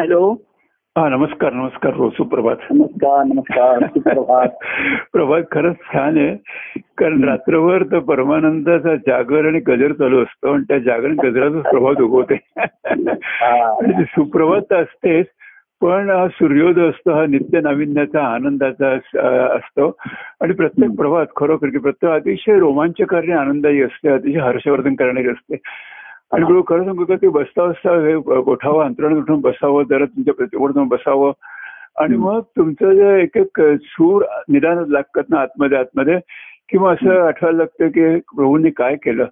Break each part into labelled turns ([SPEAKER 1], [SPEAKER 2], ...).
[SPEAKER 1] Hello
[SPEAKER 2] हा नमस्कार नमस्कार हो सुप्रभात
[SPEAKER 1] नमस्कार नमस्कार सुप्रभात
[SPEAKER 2] प्रभात खरंच छान आहे कारण रात्रभर तर परमानंदाचा जागर आणि गजर चालू असतो आणि त्या जागर आणि गजराचाच प्रभाव उगवते आणि ती सुप्रभात तर असतेच पण हा सूर्योदय असतो हा नित्य नाविन्याचा आनंदाचा अस- अ- असतो आणि प्रत्येक प्रभात खरोखर की प्रत्येक अतिशय रोमांचकारी आणि आनंदायी असते अतिशय हर्षवर्धन करणारी असते आणि बरोबर खरं सांगू का की बसता बसता हे उठावं अंतरण उठून बसावं जरा तुमच्या प्रतिकोड जाऊन बसावं आणि मग तुमचं जे एक एक सूर निदान लागतात ना आतमध्ये आतमध्ये किंवा असं आठवायला लागतं की प्रभूंनी काय केलं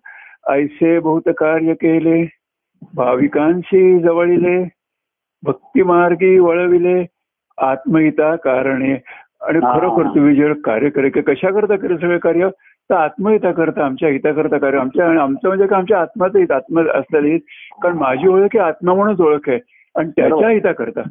[SPEAKER 2] ऐसे बहुत कार्य केले भाविकांशी जवळिले भक्तिमार्गी वळविले आत्महिता कारणे आणि
[SPEAKER 1] हा.
[SPEAKER 2] खरोखर तुम्ही जे कार्य करे की कशा करता केलं सगळे कार्य तर आत्महिता करता आमच्या हिता करता कार्य आमच्या आणि आमचं म्हणजे का आमच्या आत्माचं हित आत्मा असलेलं हित कारण माझी ओळख आहे आत्मा म्हणूनच ओळख आहे आणि त्याच्या
[SPEAKER 1] बरोबर.
[SPEAKER 2] हिता करता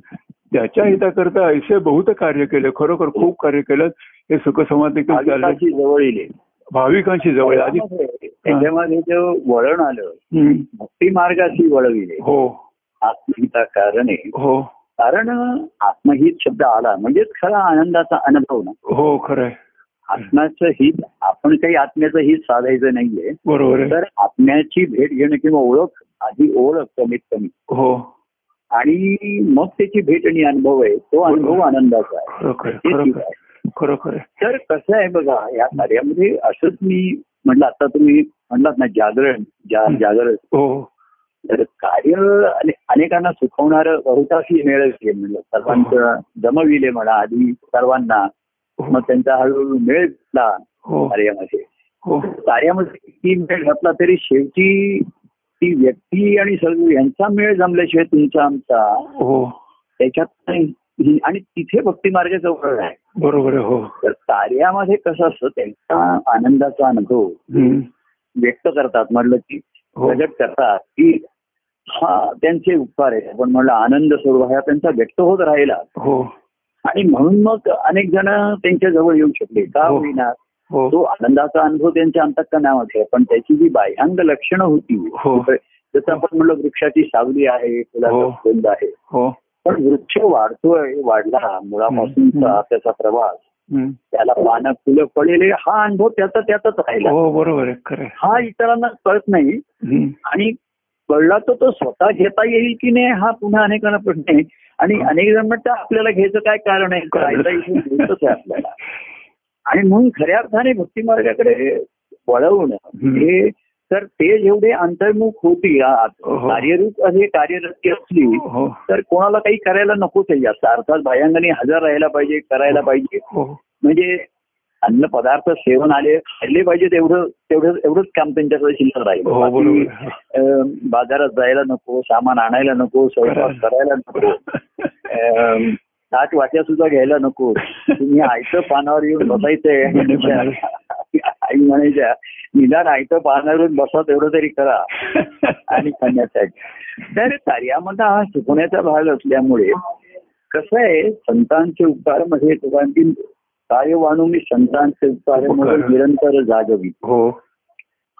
[SPEAKER 2] त्याच्या हिता करता ऐसे बहुत कार्य केले खरोखर खूप कार्य केलं हे सुखसंवाद देखील चालले
[SPEAKER 1] भाविकांची जवळ येईल
[SPEAKER 2] भाविकांशी जवळ आहे. आधी
[SPEAKER 1] त्याच्यामध्ये जे वळण आलं
[SPEAKER 2] हम्म.
[SPEAKER 1] भक्ती मार्गाशी वळविले
[SPEAKER 2] हो
[SPEAKER 1] आत्महिता कारणे
[SPEAKER 2] हो
[SPEAKER 1] कारण आत्महित शब्द आला म्हणजेच खरा आनंदाचा अनुभव ना
[SPEAKER 2] हो खरंय
[SPEAKER 1] आत्म्याचं हित आपण काही आत्म्याचं हित साधायचं नाहीये
[SPEAKER 2] बरोबर आहे
[SPEAKER 1] तर आत्म्याची भेट घेणं किंवा ओळख आधी ओळख कमीत कमी
[SPEAKER 2] हो
[SPEAKER 1] आणि मग त्याची भेट आणि अनुभव आहे तो अनुभव आनंदाचा आहे
[SPEAKER 2] खरोखर
[SPEAKER 1] ते ठीक
[SPEAKER 2] खरोखर
[SPEAKER 1] आहे.
[SPEAKER 2] खरोखर आहे.
[SPEAKER 1] तर कसं आहे बघा या कार्यामध्ये असंच मी म्हटलं आता तुम्ही म्हणलात ना जागरण जा-
[SPEAKER 2] हं.
[SPEAKER 1] जागरण
[SPEAKER 2] हो
[SPEAKER 1] तर कार्य अने- अनेकांना सुखवणारं बहुताशी मिळत म्हणलं सर्वांचं जमविले म्हणा आधी सर्वांना मग
[SPEAKER 2] हो
[SPEAKER 1] त्यांचा हळूहळू मेळ घातला
[SPEAKER 2] हो
[SPEAKER 1] कार्यामध्ये
[SPEAKER 2] हो
[SPEAKER 1] कार्यामध्ये किती मेळ घातला तरी शेवटी ती व्यक्ती आणि सर्व यांचा मेळ जमल्याशिवाय तुमचा आमचा
[SPEAKER 2] हो
[SPEAKER 1] त्याच्यात नाही. आणि तिथे भक्ती मार्गाचा वळण आहे
[SPEAKER 2] बरोबर आहे हो
[SPEAKER 1] तर कार्यामध्ये कसं असतं त्यांचा आनंदाचा अनुभव
[SPEAKER 2] हम्म.
[SPEAKER 1] व्यक्त करतात म्हटलं की
[SPEAKER 2] हो
[SPEAKER 1] प्रगट करतात की हा त्यांचे उपकार आहेत आपण म्हणलं आनंद स्वरूप हा त्यांचा व्यक्त होत राहिला
[SPEAKER 2] हो
[SPEAKER 1] आणि म्हणून मग अनेक जण त्यांच्या जवळ येऊ शकले का
[SPEAKER 2] हो.
[SPEAKER 1] होईना
[SPEAKER 2] हो
[SPEAKER 1] तो आनंदाचा अनुभव त्यांच्या अंतकरणामध्ये आहे. पण त्याची जी बाह्यांग लक्षणं
[SPEAKER 2] हो.
[SPEAKER 1] होती जसं आपण म्हणलं वृक्षाची सावली आहे फुलाचा
[SPEAKER 2] हो.
[SPEAKER 1] सुगंध आहे
[SPEAKER 2] हो
[SPEAKER 1] पण वृक्ष वाढतोय वाढला मुळापासूनचा
[SPEAKER 2] हम्म.
[SPEAKER 1] त्याचा प्रवास
[SPEAKER 2] हम्म.
[SPEAKER 1] त्याला पानं फुलं पडेल हा अनुभव त्याचा त्यातच राहिला
[SPEAKER 2] हो बरोबर आहे खरं आहे.
[SPEAKER 1] हा इतरांना कळत नाही
[SPEAKER 2] हम्म.
[SPEAKER 1] आणि कळला तर तो स्वतः घेता येईल की नाही हा पुन्हा अनेकांना प्रश्न आहे आणि अनेक जण म्हणतात आपल्याला घ्यायचं काय कारण आहे
[SPEAKER 2] कारण.
[SPEAKER 1] कायदा इथे घ्यायचंच आहे आपल्याला आणि म्हणून खऱ्या अर्थाने भक्ती मार्गाकडे वळवणं
[SPEAKER 2] हं.
[SPEAKER 1] हे तर ते जेवढे अंतर्मुख होती आ-
[SPEAKER 2] हो.
[SPEAKER 1] कार्यरूप हे कार्यरत असली
[SPEAKER 2] हो
[SPEAKER 1] तर कोणाला काही करायला नकोच आहे जास्त अर्थात भायंगाने हजर राहायला पाहिजे करायला पाहिजे
[SPEAKER 2] हो
[SPEAKER 1] म्हणजे अन्न पदार्थ सेवन आले खाल्ले पाहिजे तेवढं तेवढं एवढंच काम त्यांच्याकडे शिल्लक राहील
[SPEAKER 2] हो,
[SPEAKER 1] बाकी,
[SPEAKER 2] बरोबर आहे.
[SPEAKER 1] अं, बाजारात जायला नको सामान आणायला नको स्वयंपाक
[SPEAKER 2] करायला.
[SPEAKER 1] करायला नको अं, ताट वाट्या सुद्धा घ्यायला नको तुम्ही आयतं पानावर येऊन बसायचंय
[SPEAKER 2] म्हणे, म्हणाले.
[SPEAKER 1] आई म्हणायच्या निदान आयतं पानावर येऊन बसा तेवढं तरी करा आणि खाण्यासाठी तर कार्यामध्ये हा शिकवण्याचा भाग असल्यामुळे कसं आहे संतांचे उपकार म्हणजे तुकांतील कार्य वाणू मी संतांचे उपकार म्हणून
[SPEAKER 2] उपकार.
[SPEAKER 1] निरंतर जागवी
[SPEAKER 2] हो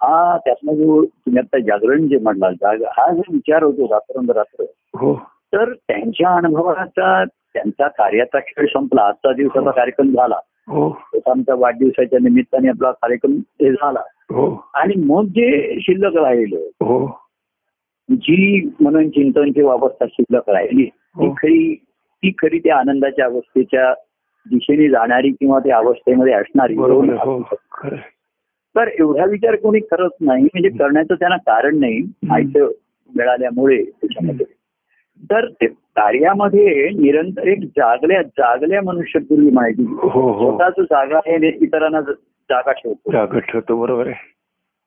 [SPEAKER 1] हा त्यातनं जो तुम्ही आता जागरण जे म्हणला जाग हा जो विचार होतो रात्रंदरात्र
[SPEAKER 2] हो
[SPEAKER 1] तर त्यांच्या अनुभवाचा त्यांचा कार्याचा खेळ संपला आजचा दिवसाचा कार्यक्रम झाला
[SPEAKER 2] हो
[SPEAKER 1] तसा आमच्या वाढदिवसाच्या निमित्ताने आपला कार्यक्रम हे झाला
[SPEAKER 2] हो
[SPEAKER 1] आणि मग जे शिल्लक राहिलं
[SPEAKER 2] हो
[SPEAKER 1] जी मनन चिंतनची अवस्था शिल्लक राहिली ती
[SPEAKER 2] हो.
[SPEAKER 1] खरी ती खरी त्या आनंदाच्या अवस्थेच्या दिशेने जाणारी किंवा त्या अवस्थेमध्ये असणारी
[SPEAKER 2] बरोबर आहे. हो खरं आहे.
[SPEAKER 1] तर एवढा विचार कोणी करत नाही म्हणजे करण्याचं त्यांना कारण नाही
[SPEAKER 2] हम्म.
[SPEAKER 1] आयतं मिळाल्यामुळे त्याच्यामध्ये तर ते कार्यामध्ये निरंतर एक जागल्या जागल्या मनुष्य पूर्वी माहिती
[SPEAKER 2] हो हो
[SPEAKER 1] स्वतःच जागा हे ने- इतरांना ज- जागा ठेवतो
[SPEAKER 2] जागत ठेवतो बरोबर आहे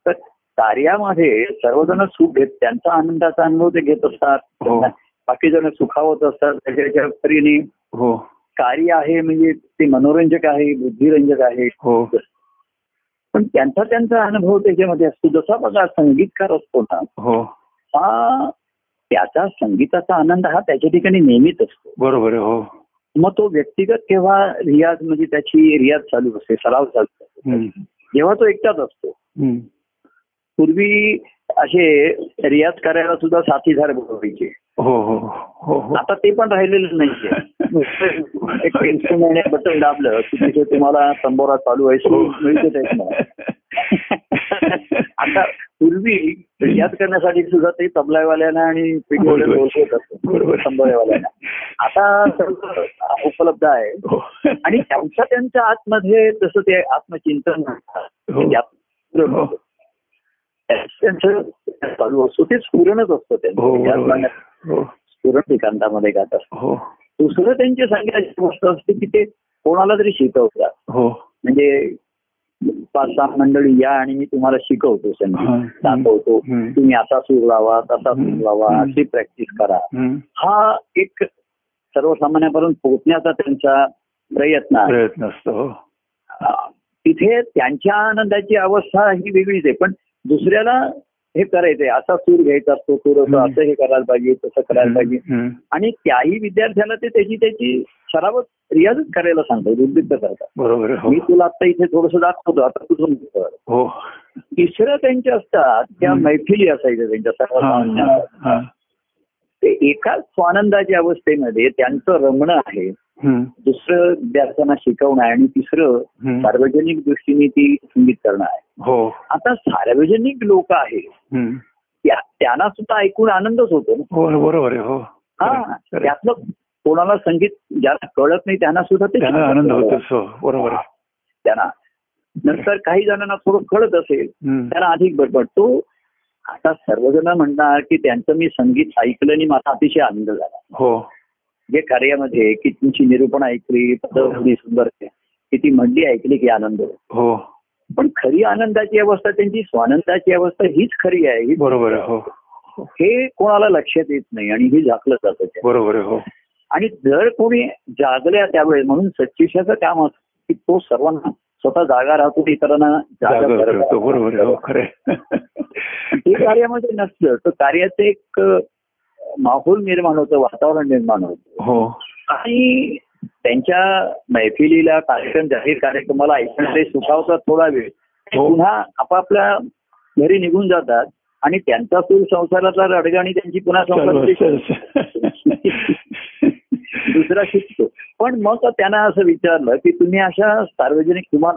[SPEAKER 1] तर कार्यामध्ये सर्वजण सुख घेत त्यांचा आनंदाचा अनुभव ते घेत असतात
[SPEAKER 2] हो.
[SPEAKER 1] बाकी जण सुखावत असतात त्याच्या परीने
[SPEAKER 2] हो
[SPEAKER 1] कार्य आहे म्हणजे ते मनोरंजक आहे बुद्धिरंजक आहे
[SPEAKER 2] हो
[SPEAKER 1] पण त्यांचा त्यांचा अनुभव त्याच्यामध्ये असतो जसा बघा संगीतकार असतो ना
[SPEAKER 2] हो
[SPEAKER 1] हा त्याचा संगीताचा आनंद हा त्याच्या ठिकाणी नेहमीच असतो
[SPEAKER 2] बरोबर आहे हो
[SPEAKER 1] मग तो व्यक्तिगत केव्हा रियाज म्हणजे त्याची रियाज चालू असते सराव चालू असतो
[SPEAKER 2] हम्म.
[SPEAKER 1] जेव्हा तो एकटाच असतो
[SPEAKER 2] हम्म.
[SPEAKER 1] पूर्वी असे रियाज करायला सुद्धा साथीदार बोलवायचे
[SPEAKER 2] हो हो हो हो
[SPEAKER 1] आता ते पण राहिलेलं नाहीये एक पेन्सिल आणि बटन दाबलं की तिथे तुम्हाला तंबोरा चालू आहे
[SPEAKER 2] हो.
[SPEAKER 1] सुरू मिळते आता पूर्वी रियाज करण्यासाठी सुद्धा ते तबलावाल्यांना आणि पेटीवाल्या
[SPEAKER 2] बोलवत.
[SPEAKER 1] बोलवत असतो
[SPEAKER 2] बरोबर.
[SPEAKER 1] तंबोऱ्यावाल्यांना आता सर्व उपलब्ध आहे
[SPEAKER 2] हो.
[SPEAKER 1] आणि त्यांच्या त्यांच्या आतमध्ये जसं ते आत्मचिंतन म्हणतात, म्हणजे
[SPEAKER 2] हो.
[SPEAKER 1] ते आत्म-
[SPEAKER 2] हो.
[SPEAKER 1] त्यांचं चालू असतो ते स्फुरणच असतं
[SPEAKER 2] हो
[SPEAKER 1] त्यांचं म्हणजे रियाज
[SPEAKER 2] बरोबर
[SPEAKER 1] करण्यात
[SPEAKER 2] हो
[SPEAKER 1] स्फुरण एकांतामध्ये गात असतात
[SPEAKER 2] हो
[SPEAKER 1] दुसरं त्यांची सांगायची गोष्ट असते की ते कोणाला तरी शिकवतात
[SPEAKER 2] हो
[SPEAKER 1] म्हणजे पाच सहा मंडळी या आणि मी तुम्हाला शिकवतो
[SPEAKER 2] हा.
[SPEAKER 1] संगीत दाखवतो
[SPEAKER 2] हम्म.
[SPEAKER 1] तुम्ही असा सूर लावा तसा सूर
[SPEAKER 2] हम्म.
[SPEAKER 1] लावा
[SPEAKER 2] हम्म.
[SPEAKER 1] अशी प्रॅक्टिस करा
[SPEAKER 2] हम्म.
[SPEAKER 1] हा एक सर्वसामान्यापर्यंत पोहोचण्याचा त्यांचा प्रयत्न आहे
[SPEAKER 2] प्रयत्न असतो हो
[SPEAKER 1] अं, तिथे त्यांच्या आनंदाची अवस्था ही वेगळीच आहे पण दुसऱ्याला हे करायचंय असा सूर घ्यायचा असतो सूर असं
[SPEAKER 2] हम्म.
[SPEAKER 1] असं हे करायला पाहिजे तसं करायला पाहिजे
[SPEAKER 2] हम्म.
[SPEAKER 1] आणि त्याही विद्यार्थ्याला ते त्याची त्याची सरावच रियाजच करायला सांगतो उद्युक्त करतात
[SPEAKER 2] बरोबर हो
[SPEAKER 1] मी तुला आता इथे थोडस दाखवतो आता तुझं कर
[SPEAKER 2] हो
[SPEAKER 1] तिसरं त्यांच्या असतात त्या
[SPEAKER 2] हम्म.
[SPEAKER 1] मैफिली असायच्या त्यांच्या
[SPEAKER 2] हा,
[SPEAKER 1] सर्वांना
[SPEAKER 2] हा, हा.
[SPEAKER 1] ते एकाच स्वानंदाच्या अवस्थेमध्ये त्यांचं रमणं आहे
[SPEAKER 2] हम्म.
[SPEAKER 1] दुसरं विद्यार्थ्यांना शिकवणं आहे आणि तिसरं
[SPEAKER 2] हम्म.
[SPEAKER 1] सार्वजनिक दृष्टीने ती संगीत करणं आहे
[SPEAKER 2] हो
[SPEAKER 1] आता सार्वजनिक लोक आहेत
[SPEAKER 2] हम्म.
[SPEAKER 1] त्या- त्यांना सुद्धा ऐकून आनंदच होतो ना
[SPEAKER 2] हो बरोबर आहे हो
[SPEAKER 1] हा
[SPEAKER 2] खरं आहे.
[SPEAKER 1] त्यातलं कोणाला संगीत ज्याला कळत नाही त्यांना सुद्धा ते
[SPEAKER 2] त्यांना आनंद होतोच हो बरोबर आहे.
[SPEAKER 1] त्यांना नंतर काही जणांना थोडं कळत असेल
[SPEAKER 2] हम्म.
[SPEAKER 1] त्यांना अधिक बटबट तो आता सर्वजण म्हणणार की त्यांचं मी संगीत ऐकलं आणि मला अतिशय आनंद झाला
[SPEAKER 2] हो
[SPEAKER 1] जे कार्यामध्ये की तुमची निरूपण ऐकली पदवी सुंदर आहे. की ती म्हणली ऐकली की आनंद होतो.
[SPEAKER 2] हो
[SPEAKER 1] पण खरी आनंदाची अवस्था त्यांची स्वानंदाची अवस्था हीच खरी आहे ही
[SPEAKER 2] बरोबर आहे, हो
[SPEAKER 1] हे कोणाला लक्षात येत नाही आणि हे झाकलं जातं ते.
[SPEAKER 2] बरोबर आहे, हो
[SPEAKER 1] आणि जर कोणी जागल्या त्यावेळेस म्हणून सच्चिशाचं काम असतं की तो सर्वांना स्वतः जागा राहतो इतरांना जागा
[SPEAKER 2] जागर
[SPEAKER 1] करत
[SPEAKER 2] करतो
[SPEAKER 1] राहतो.
[SPEAKER 2] बरोबर आहे, हो खरे
[SPEAKER 1] हे कार्यामध्ये नसलं तर कार्याचं एक अ, माहोल निर्माण होतं वातावरण निर्माण होतं
[SPEAKER 2] हो
[SPEAKER 1] आणि त्यांच्या मैफिलीला कार्यक्रम जाहीर कार्यक्रमाला ऐकणारे सुखावतात थोडा वेळ
[SPEAKER 2] हो.
[SPEAKER 1] पुन्हा आपापल्या घरी निघून जातात आणि त्यांचा सूर संसारातला रडगा आणि त्यांची पुन्हा
[SPEAKER 2] चालू
[SPEAKER 1] संसार
[SPEAKER 2] असतं.
[SPEAKER 1] दुसरा शिकतो पण मग त्यांना असं विचारलं की तुम्ही अशा सार्वजनिक किंवा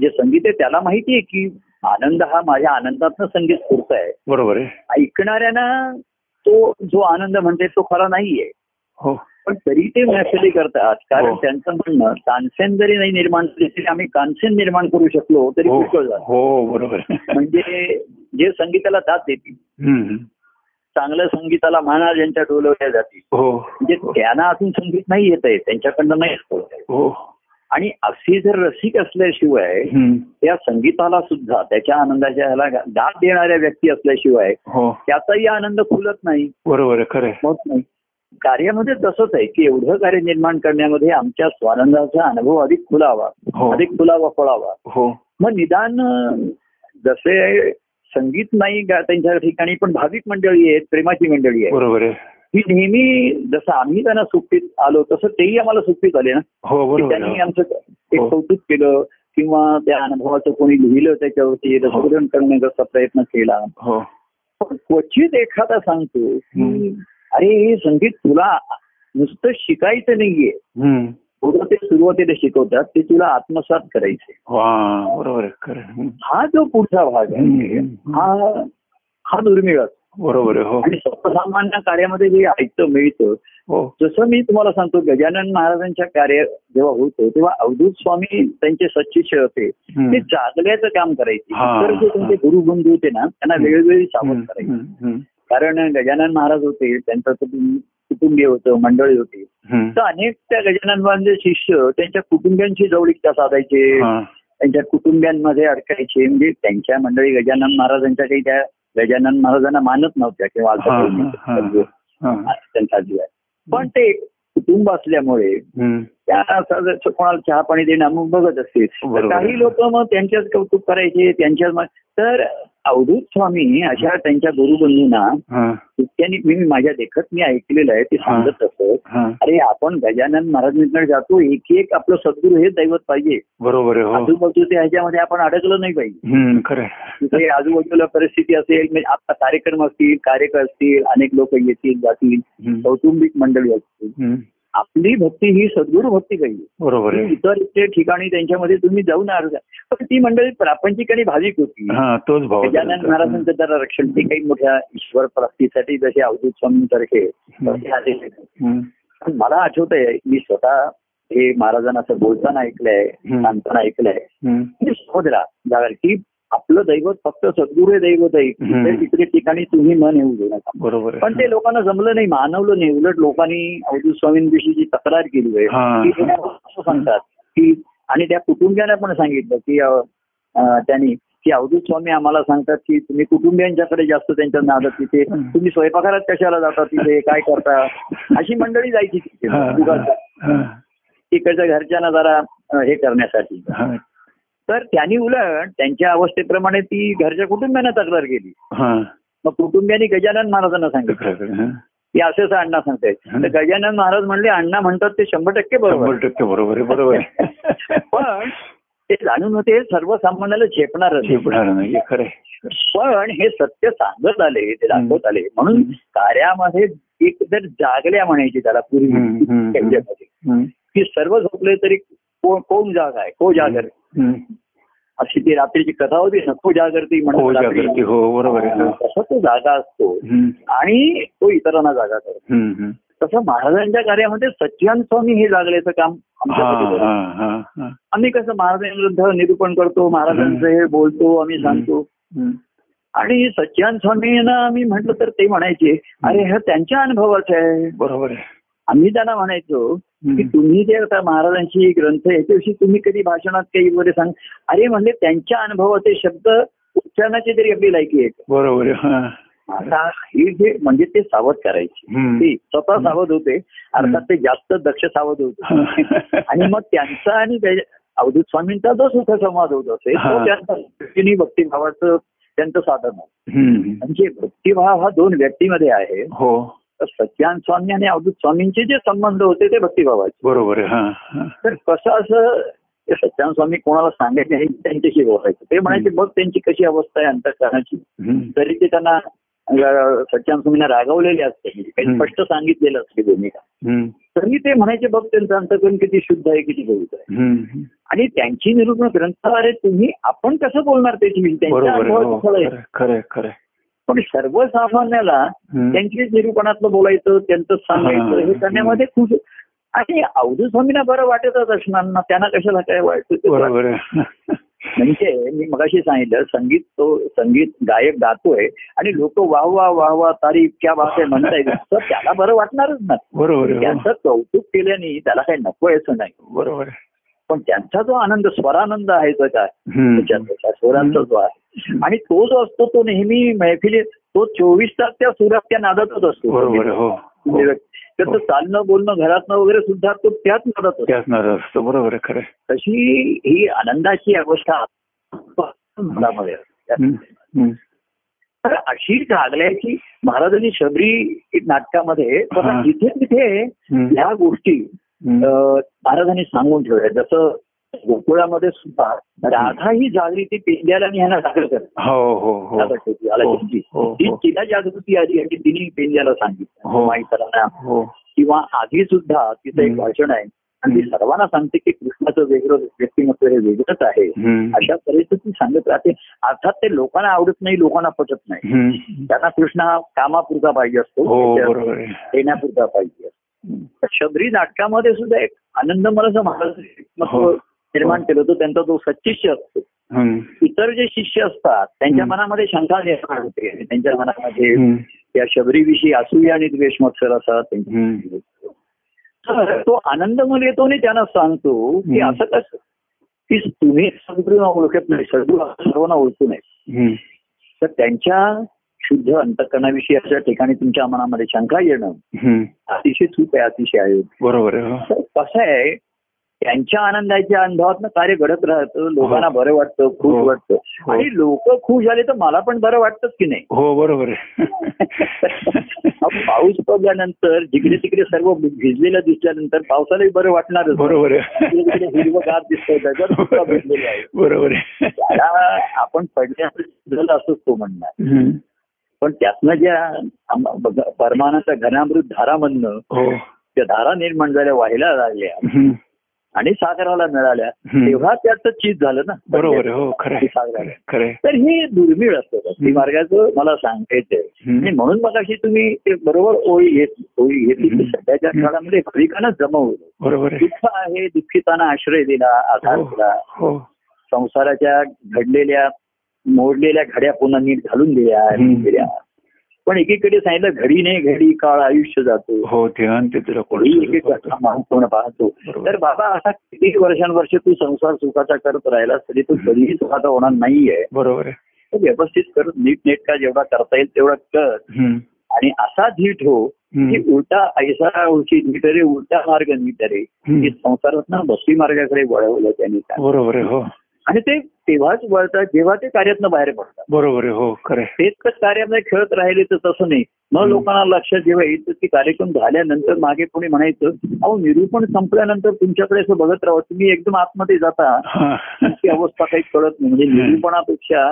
[SPEAKER 1] जे संगीत आहे त्याला माहिती आहे की आनंद हा माझ्या आनंदातनं संगीत स्फूर्त आहे
[SPEAKER 2] बरोबर आहे
[SPEAKER 1] ऐकणाऱ्यांना तो जो आनंद म्हणते तो खरा नाहीये
[SPEAKER 2] हो
[SPEAKER 1] पण तरी ते मॅसेली करतात कारण
[SPEAKER 2] हो.
[SPEAKER 1] त्यांचं म्हणणं कांसेन जरी नाही निर्माण केली तरी आम्ही कांसेन निर्माण करू शकलो तरी
[SPEAKER 2] हो
[SPEAKER 1] पुष्कळ झालं
[SPEAKER 2] हो बरोबर आहे.
[SPEAKER 1] म्हणजे जे संगीताला दाद देतील
[SPEAKER 2] हम्म.
[SPEAKER 1] चांगलं संगीताला म्हणा ज्यांच्या डोलवल्या जातील
[SPEAKER 2] हो
[SPEAKER 1] म्हणजे त्यांना अजून संगीत नाही येत आहे त्यांच्याकडनं नाही येत आहे.
[SPEAKER 2] हो
[SPEAKER 1] आणि असे जर रसिक असल्याशिवाय
[SPEAKER 2] हम्म.
[SPEAKER 1] त्या संगीताला सुद्धा त्याच्या आनंदाच्या ह्याला दाद देणाऱ्या व्यक्ती असल्याशिवाय
[SPEAKER 2] हो
[SPEAKER 1] त्याचाही आनंद खुलत नाही
[SPEAKER 2] बरोबर आहे खरं आहे.
[SPEAKER 1] होत नाही कार्यामध्ये तसंच आहे की एवढं कार्य निर्माण करण्यामध्ये आमच्या स्वानंदाचा अनुभव अधिक खुलावा
[SPEAKER 2] हो.
[SPEAKER 1] अधिक खुलावा फळावा
[SPEAKER 2] हो
[SPEAKER 1] मग निदान अं, जसे संगीत नाही गा- त्यांच्या ठिकाणी पण भाविक मंडळी आहेत प्रेमाची मंडळी आहे
[SPEAKER 2] बरोबर आहे
[SPEAKER 1] ही नेहमी जसं आम्ही त्यांना सुट्टीत आलो तसं तेही आम्हाला सुट्टीत आले ना
[SPEAKER 2] हो
[SPEAKER 1] की
[SPEAKER 2] बरोबर
[SPEAKER 1] त्यांनी
[SPEAKER 2] आहे.
[SPEAKER 1] आमचं एक
[SPEAKER 2] हो.
[SPEAKER 1] कौतुक केलं किंवा त्या अनुभवाचं कोणी लिहिलं त्याच्यावरती रसग्रहण करण्याचा प्रयत्न केला
[SPEAKER 2] हो
[SPEAKER 1] पण क्वचित एखादा सांगतो की अरे हे संगीत तुला नुसतं शिकायचं नाहीये
[SPEAKER 2] हम्म.
[SPEAKER 1] थोडं ते सुरुवातीला शिकवतात ते तुला आत्मसात करायचे
[SPEAKER 2] वा बरोबर आहे खरं आहे. हम्म.
[SPEAKER 1] हा जो पुढचा भाग आहे
[SPEAKER 2] हम्म.
[SPEAKER 1] हा हा दुर्मिळ असतो
[SPEAKER 2] बरोबर आहे हो
[SPEAKER 1] आणि सर्वसामान्य कार्यामध्ये जे ऐकतं मिळतं
[SPEAKER 2] हो
[SPEAKER 1] जसं मी तुम्हाला सांगतो गजानन महाराजांच्या कार्य जेव्हा होतं तेव्हा अवधूत स्वामी त्यांचे सच्चिष्य होते
[SPEAKER 2] हम्म.
[SPEAKER 1] ते जागल्याचं काम करायचे
[SPEAKER 2] हा,
[SPEAKER 1] तर जे त्यांचे
[SPEAKER 2] हा.
[SPEAKER 1] गुरुबंधू होते ना त्यांना वेळोवेळी सावध
[SPEAKER 2] हम्म.
[SPEAKER 1] करायचे
[SPEAKER 2] हम्म. हम्म.
[SPEAKER 1] कारण गजानन महाराज होते त्यांचं कुटुं- कुटुंबीय होतं मंडळी होती तर
[SPEAKER 2] हम्म.
[SPEAKER 1] अनेक त्या गजानन महाराजांचे शिष्य त्यांच्या कुटुंबियांशी जवळीकता साधायचे
[SPEAKER 2] हा.
[SPEAKER 1] त्यांच्या कुटुंबियांमध्ये अडकायचे म्हणजे त्यांच्या मंडळी गजानन महाराजांच्या काही त्या गजानन महाराजांना मानत नव्हत्या किंवा
[SPEAKER 2] हा,
[SPEAKER 1] असं
[SPEAKER 2] हा,
[SPEAKER 1] काही
[SPEAKER 2] हा.
[SPEAKER 1] त्यांचा आजी आहे पण ते कुटुंब असल्यामुळे
[SPEAKER 2] हम्म.
[SPEAKER 1] त्या असं जसं कोणाला चहा पाणी देणं मग बघत असतील तर
[SPEAKER 2] बरोबर.
[SPEAKER 1] काही लोक मग त्यांच्याच कौतुक करायचे त्यांच्याच मग- तर अवधूत स्वामी अशा त्यांच्या गुरुबंधूंना
[SPEAKER 2] हा,
[SPEAKER 1] इतक्यानी मी माझ्या देखत मी ऐकलेलं आहे ते सांगत असत
[SPEAKER 2] हा.
[SPEAKER 1] अरे आपण गजानन महाराजांकडे जातो एक एक आपलं सद्गुरू हे दैवत पाहिजे
[SPEAKER 2] बरोबर आहे हो
[SPEAKER 1] आजूबाजूच्या ह्याच्यामध्ये आपण अडकलो नाही पाहिजे
[SPEAKER 2] हम्म, खरं आहे.
[SPEAKER 1] तिथे आजूबाजूला परिस्थिती असेल म्हणजे आता कार्यक्रम असतील कार्यक्रम असतील अनेक लोक येतील जातील
[SPEAKER 2] हम्म,
[SPEAKER 1] कौटुंबिक मंडळी असतील
[SPEAKER 2] हम्म,
[SPEAKER 1] आपली भक्ती ही सद्गुरू भक्ती पाहिजे
[SPEAKER 2] बरोबर
[SPEAKER 1] ती
[SPEAKER 2] आहे
[SPEAKER 1] इतर इतर ठिकाणी त्यांच्यामध्ये तुम्ही जाऊन अर्ज पण ती मंडळी प्रापंचिक आणि भाविक होती
[SPEAKER 2] हा हो, तोच भाव
[SPEAKER 1] गजानन महाराजांचं जरा रक्षण ते काही मोठ्या ईश्वर प्राप्तीसाठी जसे अवधूत स्वामींसारखे तसे आलेले नाही.
[SPEAKER 2] हम्म,
[SPEAKER 1] पण मला आठवत आहे मी स्वतः हे महाराजांना असं बोलताना ऐकलंय
[SPEAKER 2] हम्म.
[SPEAKER 1] सांगताना ऐकलंय
[SPEAKER 2] हम्म,
[SPEAKER 1] मी समजला जाणार की आपलं दैवत फक्त सद्गुरू हे दैवत आहे
[SPEAKER 2] हम्म.
[SPEAKER 1] इतर इतके ठिकाणी तुम्ही मन येऊ देऊ नका
[SPEAKER 2] बरोबर
[SPEAKER 1] पण
[SPEAKER 2] आहे
[SPEAKER 1] ते लोकांना जमलं नाही मानवलं नाही उलट लोकांनी अवधूत स्वामींविषयी जी तक्रार केली आहे
[SPEAKER 2] हा.
[SPEAKER 1] ती त्यांना असं सांगतात की आणि त्या कुटुंबियांना पण सांगितलं की अ, अ, त्यांनी की अवधूत स्वामी आम्हाला सांगतात की तुम्ही कुटुंबियांच्याकडे जास्त त्यांच्या नादात तिथे तुम्ही स्वयंपाकात कशाला जाता तिथे काय करता अशी मंडळी जायची तिथे
[SPEAKER 2] हा,
[SPEAKER 1] उगाच
[SPEAKER 2] हा,
[SPEAKER 1] तिकडच्या घरच्यांना जरा अ, हे करण्यासाठी
[SPEAKER 2] हा,
[SPEAKER 1] तर त्यांनी उलट त्यांच्या अवस्थेप्रमाणे ती घरच्या कुटुंबियांना तक्रार केली
[SPEAKER 2] हा.
[SPEAKER 1] मग कुटुंबियांनी गजानन महाराजांना सांगितलं
[SPEAKER 2] खरं आहे, हा.
[SPEAKER 1] की असं असं अण्णा सांगतायत तर गजानन महाराज म्हणले अण्णा म्हणतात ते शंभर टक्के बरोबर
[SPEAKER 2] शंभर टक्के बरोबर आहे बरोबर आहे
[SPEAKER 1] पण ते जाणून होते सर्वसामान्याला झेपणारच
[SPEAKER 2] झेपणार नाही हे खरं आहे
[SPEAKER 1] पण हे सत्य सांगत आले ते दाखवत आले म्हणून कार्यामध्ये एक जर जागल्या म्हणायची त्याला
[SPEAKER 2] हम्म,
[SPEAKER 1] पूर्वी
[SPEAKER 2] हम्म,
[SPEAKER 1] त्याच्यामध्ये.
[SPEAKER 2] हम्म,
[SPEAKER 1] की सर्व झोपले तरी को- कोण जाग आहे को जागर
[SPEAKER 2] हम्म.
[SPEAKER 1] अशी ती रात्रीची कथा होती ना को जागरती
[SPEAKER 2] हो
[SPEAKER 1] म्हणून
[SPEAKER 2] जागृती हो बरोबर आहे हो.
[SPEAKER 1] तसा तो जागा असतो
[SPEAKER 2] हम्म,
[SPEAKER 1] आणि तो इतरांना जागा करतो
[SPEAKER 2] हम्म, हम्म.
[SPEAKER 1] तसं महाराजांच्या कार्यामध्ये सच्चिदान स्वामी हे लागल्याचं काम आमच्यासाठी
[SPEAKER 2] हा,
[SPEAKER 1] करतात.
[SPEAKER 2] हा, हा, हा.
[SPEAKER 1] आम्ही कसं महाराजांविरुद्ध निरूपण करतो महाराजांचं हे बोलतो आम्ही सांगतो
[SPEAKER 2] हम्म,
[SPEAKER 1] आणि सच्चिदान स्वामींना आम्ही म्हटलं तर ते म्हणायचे अरे हे त्यांच्या अनुभवाचं आहे
[SPEAKER 2] बरोबर आहे
[SPEAKER 1] आम्ही त्यांना म्हणायचो की
[SPEAKER 2] हम्म,
[SPEAKER 1] तुम्ही जे आता महाराजांची ग्रंथ आहे, याच्याविषयी तुम्ही कधी भाषणात काही वगैरे सांग अरे म्हणजे त्यांच्या अनुभवाचे शब्द उच्चारणाची तरी आपली लायकी आहे
[SPEAKER 2] बरोबर आहे हा.
[SPEAKER 1] आता हे जे म्हणजे ते सावध करायचे
[SPEAKER 2] हम्म.
[SPEAKER 1] ते स्वतः सावध होते अर्थात ते जास्त दक्ष सावध होते आणि मग त्यांचा आणि त्या- अवधूत स्वामींचा जो सुखसंवाद होत असे
[SPEAKER 2] हा.
[SPEAKER 1] तो त्यांचा दृष्टीने भक्तिभावाचं त्यांचं साधन आहे
[SPEAKER 2] हम्म.
[SPEAKER 1] म्हणजे भक्तिभाव हा दोन व्यक्तीमध्ये आहे
[SPEAKER 2] हो
[SPEAKER 1] तर सत्यान स्वामी आणि अवधूत स्वामींचे जे संबंध होते ते भक्तिभावाचे
[SPEAKER 2] बरोबर आहे हा, हा.
[SPEAKER 1] तर कसं असं ते सत्यान स्वामी कोणाला सांगायचे हे त्यांच्याशी बोलायचं ते म्हणायचे बघ त्यांची कशी अवस्था आहे अंतकरणाची
[SPEAKER 2] हम्म.
[SPEAKER 1] तरी ते त्यांना अं, सत्यान स्वामींना रागवलेले असते काही
[SPEAKER 2] हम्म.
[SPEAKER 1] स्पष्ट सांगितलेलं असते भूमिका
[SPEAKER 2] हम्म.
[SPEAKER 1] तरी ते म्हणायचे बघ त्यांचं अंतकरण किती शुद्ध आहे किती पवित्र आहे
[SPEAKER 2] हम्म.
[SPEAKER 1] आणि त्यांची निरूपण ग्रंथाद्वारे तुम्ही आपण कसं बोलणार त्याची म्हणजे त्यांच्या
[SPEAKER 2] बरोबर आहे हो
[SPEAKER 1] अनुभवाचं फळ आहे.
[SPEAKER 2] खरं- खरं आहे, खरं आहे.
[SPEAKER 1] पण सर्वसामान्याला
[SPEAKER 2] हम्म.
[SPEAKER 1] त्यांचीच निरूपणातलं बोलायचं त्यांचं सांगायचं
[SPEAKER 2] हा.
[SPEAKER 1] हे करण्यामध्ये खूप आणि अवधू स्वामींना बरं वाटतच असणार ना त्यांना कशाला काय वाटतं ते वाटतं.
[SPEAKER 2] बरोबर आहे
[SPEAKER 1] म्हणजे मी मगाशी सांगितलं संगीत तो संगीत गायक गातोय आणि लोक वाह वाह वाह वाह तारीफ क्या बात आहे म्हणतायत तर त्याला बरं वाटणारच ना
[SPEAKER 2] बरोबर आहे हो.
[SPEAKER 1] त्यांचं कौतुक केल्याने त्याला काही नको आहे असं नाही
[SPEAKER 2] बरोबर आहे
[SPEAKER 1] पण त्यांचा जो आनंद स्वरानंद आहे तो काय
[SPEAKER 2] हम्म.
[SPEAKER 1] त्याच्यापेक्षा सुरांचा जो आहे आणि तो जो असतो तो नेहमी मैफिलीत तो चोवीस तास त्या सुरात त्या नादातच
[SPEAKER 2] बरोबर
[SPEAKER 1] असतो
[SPEAKER 2] आहे, हो
[SPEAKER 1] म्हणजे
[SPEAKER 2] हो.
[SPEAKER 1] त्याचं चालणं बोलणं घरातनं वगैरे सुद्धा तो त्याच नादात असतो
[SPEAKER 2] त्याच नारळ असतो बरोबर आहे खरं आहे.
[SPEAKER 1] तशी ही आनंदाची अवस्था मनामध्ये असते.
[SPEAKER 2] हम्म. हम्म.
[SPEAKER 1] तर अशी लागल्याची महाराजांनी शबरी नाटकामध्ये
[SPEAKER 2] हा.
[SPEAKER 1] स्वतः जिथे तिथे
[SPEAKER 2] हम्म.
[SPEAKER 1] ह्या गोष्टी
[SPEAKER 2] हम्म.
[SPEAKER 1] अं, महाराजांनी सांगून ठेवल्या जसं गोकुळामध्ये सुद्धा राधा ही जागृती पेंड्याला आणि ह्यांना साखर करते
[SPEAKER 2] हो हो हो
[SPEAKER 1] राधा शेती, आला
[SPEAKER 2] हो,
[SPEAKER 1] शेती.
[SPEAKER 2] हो, हो.
[SPEAKER 1] ती तिला जागृती आली आणि तिने पेंड्याला सांगितलं
[SPEAKER 2] हो.
[SPEAKER 1] माईकरांना
[SPEAKER 2] हो
[SPEAKER 1] किंवा आधी सुद्धा तिचं एक
[SPEAKER 2] हम्म.
[SPEAKER 1] भाषण आहे आणि ती
[SPEAKER 2] हम्म.
[SPEAKER 1] सर्वांना सांगते की कृष्णाचं वेगळं व्यक्तिमत्व हे वेगळंच आहे
[SPEAKER 2] हम्म.
[SPEAKER 1] अशा तऱ्हेचं ती सांगत राहते अर्थात ते लोकांना आवडत नाही लोकांना पटत नाही
[SPEAKER 2] हम्म.
[SPEAKER 1] त्यांना कृष्ण हा कामापुरता पाहिजे
[SPEAKER 2] हो
[SPEAKER 1] असतो
[SPEAKER 2] बरोबर आहे
[SPEAKER 1] देण्यापुरता पाहिजे असतो.
[SPEAKER 2] हम्म.
[SPEAKER 1] तर शबरी नाटकामध्ये सुद्धा एक आनंद मला असं महाराजांनी व्यक्तिमत्व
[SPEAKER 2] हो.
[SPEAKER 1] निर्माण केलं होतं त्यांचा जो सच्चिष्य असतो
[SPEAKER 2] हम्म.
[SPEAKER 1] इतर जे शिष्य असतात त्यांच्या
[SPEAKER 2] हम्म.
[SPEAKER 1] मनामध्ये शंका निर्माण होते आणि त्यांच्या मनामध्ये
[SPEAKER 2] हम्म.
[SPEAKER 1] त्या शबरीविषयी असूया आणि द्वेष मत्सर असतात त्यांच्या
[SPEAKER 2] हम्म.
[SPEAKER 1] तर तो आनंद मला येतो आणि त्यांना सांगतो की
[SPEAKER 2] हम्म.
[SPEAKER 1] असं कसं की तुम्ही सद्गुरूंना ओळखत नाही सद्गुरू सर्वांना ओळखू नये
[SPEAKER 2] हम्म.
[SPEAKER 1] तर त्यांच्या शुद्ध अंतकरणाविषयी अशा ठिकाणी तुमच्या मनामध्ये शंका येणं
[SPEAKER 2] हम्म.
[SPEAKER 1] अतिशय चूक आहे अतिशय आहे
[SPEAKER 2] बरोबर आहे हो
[SPEAKER 1] तर कसं आहे त्यांच्या आनंदाच्या अनुभवात कार्य घडत राहतं लोकांना बरं वाटतं
[SPEAKER 2] हो.
[SPEAKER 1] खुश वाटतं
[SPEAKER 2] हो.
[SPEAKER 1] आणि लोक खुश झाले तर मला पण बरं वाटतंच की नाही
[SPEAKER 2] हो बरोबर आहे
[SPEAKER 1] अहो, पाऊस पडल्यानंतर जिकडे तिकडे सर्व भिजलेलं दिसल्यानंतर पावसालाही बरं वाटणारच
[SPEAKER 2] बरोबर
[SPEAKER 1] इकडे तिकडे हिरवगार दिसतंय त्याच्यात सुद्धा भिजलेलं आहे
[SPEAKER 2] बरोबर आहे
[SPEAKER 1] त्याला आपण पडल्याचं असंच तो म्हणणार
[SPEAKER 2] हम्म.
[SPEAKER 1] पण त्यातनं ज्या आम- ब- परमानाच्या घनामृत धारामधनं
[SPEAKER 2] हो
[SPEAKER 1] त्या धारा निर्माण झाल्या व्हायला लागल्या
[SPEAKER 2] हम्म.
[SPEAKER 1] आणि सागराला मिळाल्या
[SPEAKER 2] हम्म.
[SPEAKER 1] तेव्हा त्याचं चीज झालं ना म्हणजे
[SPEAKER 2] बरोबर आहे हो खरं आहे
[SPEAKER 1] सागराला.
[SPEAKER 2] खरं आहे, खरं आहे
[SPEAKER 1] तर हे दुर्मिळ असतं भक्ती मार्गाचं मला सांगायचंय
[SPEAKER 2] हम्म.
[SPEAKER 1] आणि म्हणून मग अशी तुम्ही ते बरोबर ओळी घेत ओळी घेतली की
[SPEAKER 2] हम्म.
[SPEAKER 1] सध्याच्या काळामध्ये भाविकांना जमवलं
[SPEAKER 2] बरोबर आहे
[SPEAKER 1] दुःख आहे दुःखितांना आश्रय दिला आधार
[SPEAKER 2] हो
[SPEAKER 1] दिला
[SPEAKER 2] हो
[SPEAKER 1] संसाराच्या घडलेल्या मोडलेल्या घड्या पुन्हा नीट घालून दिल्या
[SPEAKER 2] हम्म.
[SPEAKER 1] दिल्या पण एकीकडे सांगितलं घडी नाही घडी काळ आयुष्य जातो
[SPEAKER 2] हो ध्यान ते तुला
[SPEAKER 1] कोणी एक महत्वपूर्ण पाहतो
[SPEAKER 2] बरोबर.
[SPEAKER 1] तर बाबा असा किती वर्षानुवर्ष तू संसार सुखाचा करत राहिला तरी तो कधीही सुखाचा होणार नाहीये
[SPEAKER 2] बरोबर आहे
[SPEAKER 1] तो व्यवस्थित कर नीटनेटका जेवढा करता येईल तेवढा कर
[SPEAKER 2] हम्म.
[SPEAKER 1] आणि असा धीट हो की
[SPEAKER 2] हम्म.
[SPEAKER 1] उलटा ऐसा ओळखी धीट रे उलटा मार्ग नीट रे
[SPEAKER 2] हम्म.
[SPEAKER 1] की संसारात भक्ती मार्गाकडे वळवलं त्यांनी का
[SPEAKER 2] बरोबर आहे हो
[SPEAKER 1] आणि ते तेव्हाच वळतात जेव्हा ते कार्यातनं बाहेर पडतात
[SPEAKER 2] बरोबर आहे हो खरं आहे
[SPEAKER 1] तेच तर कार्यामध्ये खेळत राहिले तर तसं नाही मग
[SPEAKER 2] हम्म.
[SPEAKER 1] लोकांना लक्षात जेव्हा येईल तर ती कार्यक्रम झाल्यानंतर मागे कोणी म्हणायचं अहो निरूपण संपल्यानंतर तुमच्याकडे असं बघत राहा तुम्ही एकदम आतमध्ये जाता
[SPEAKER 2] हा.
[SPEAKER 1] तुमची अवस्था काही कळत नाही म्हणजे
[SPEAKER 2] हम्म.
[SPEAKER 1] निरूपणापेक्षा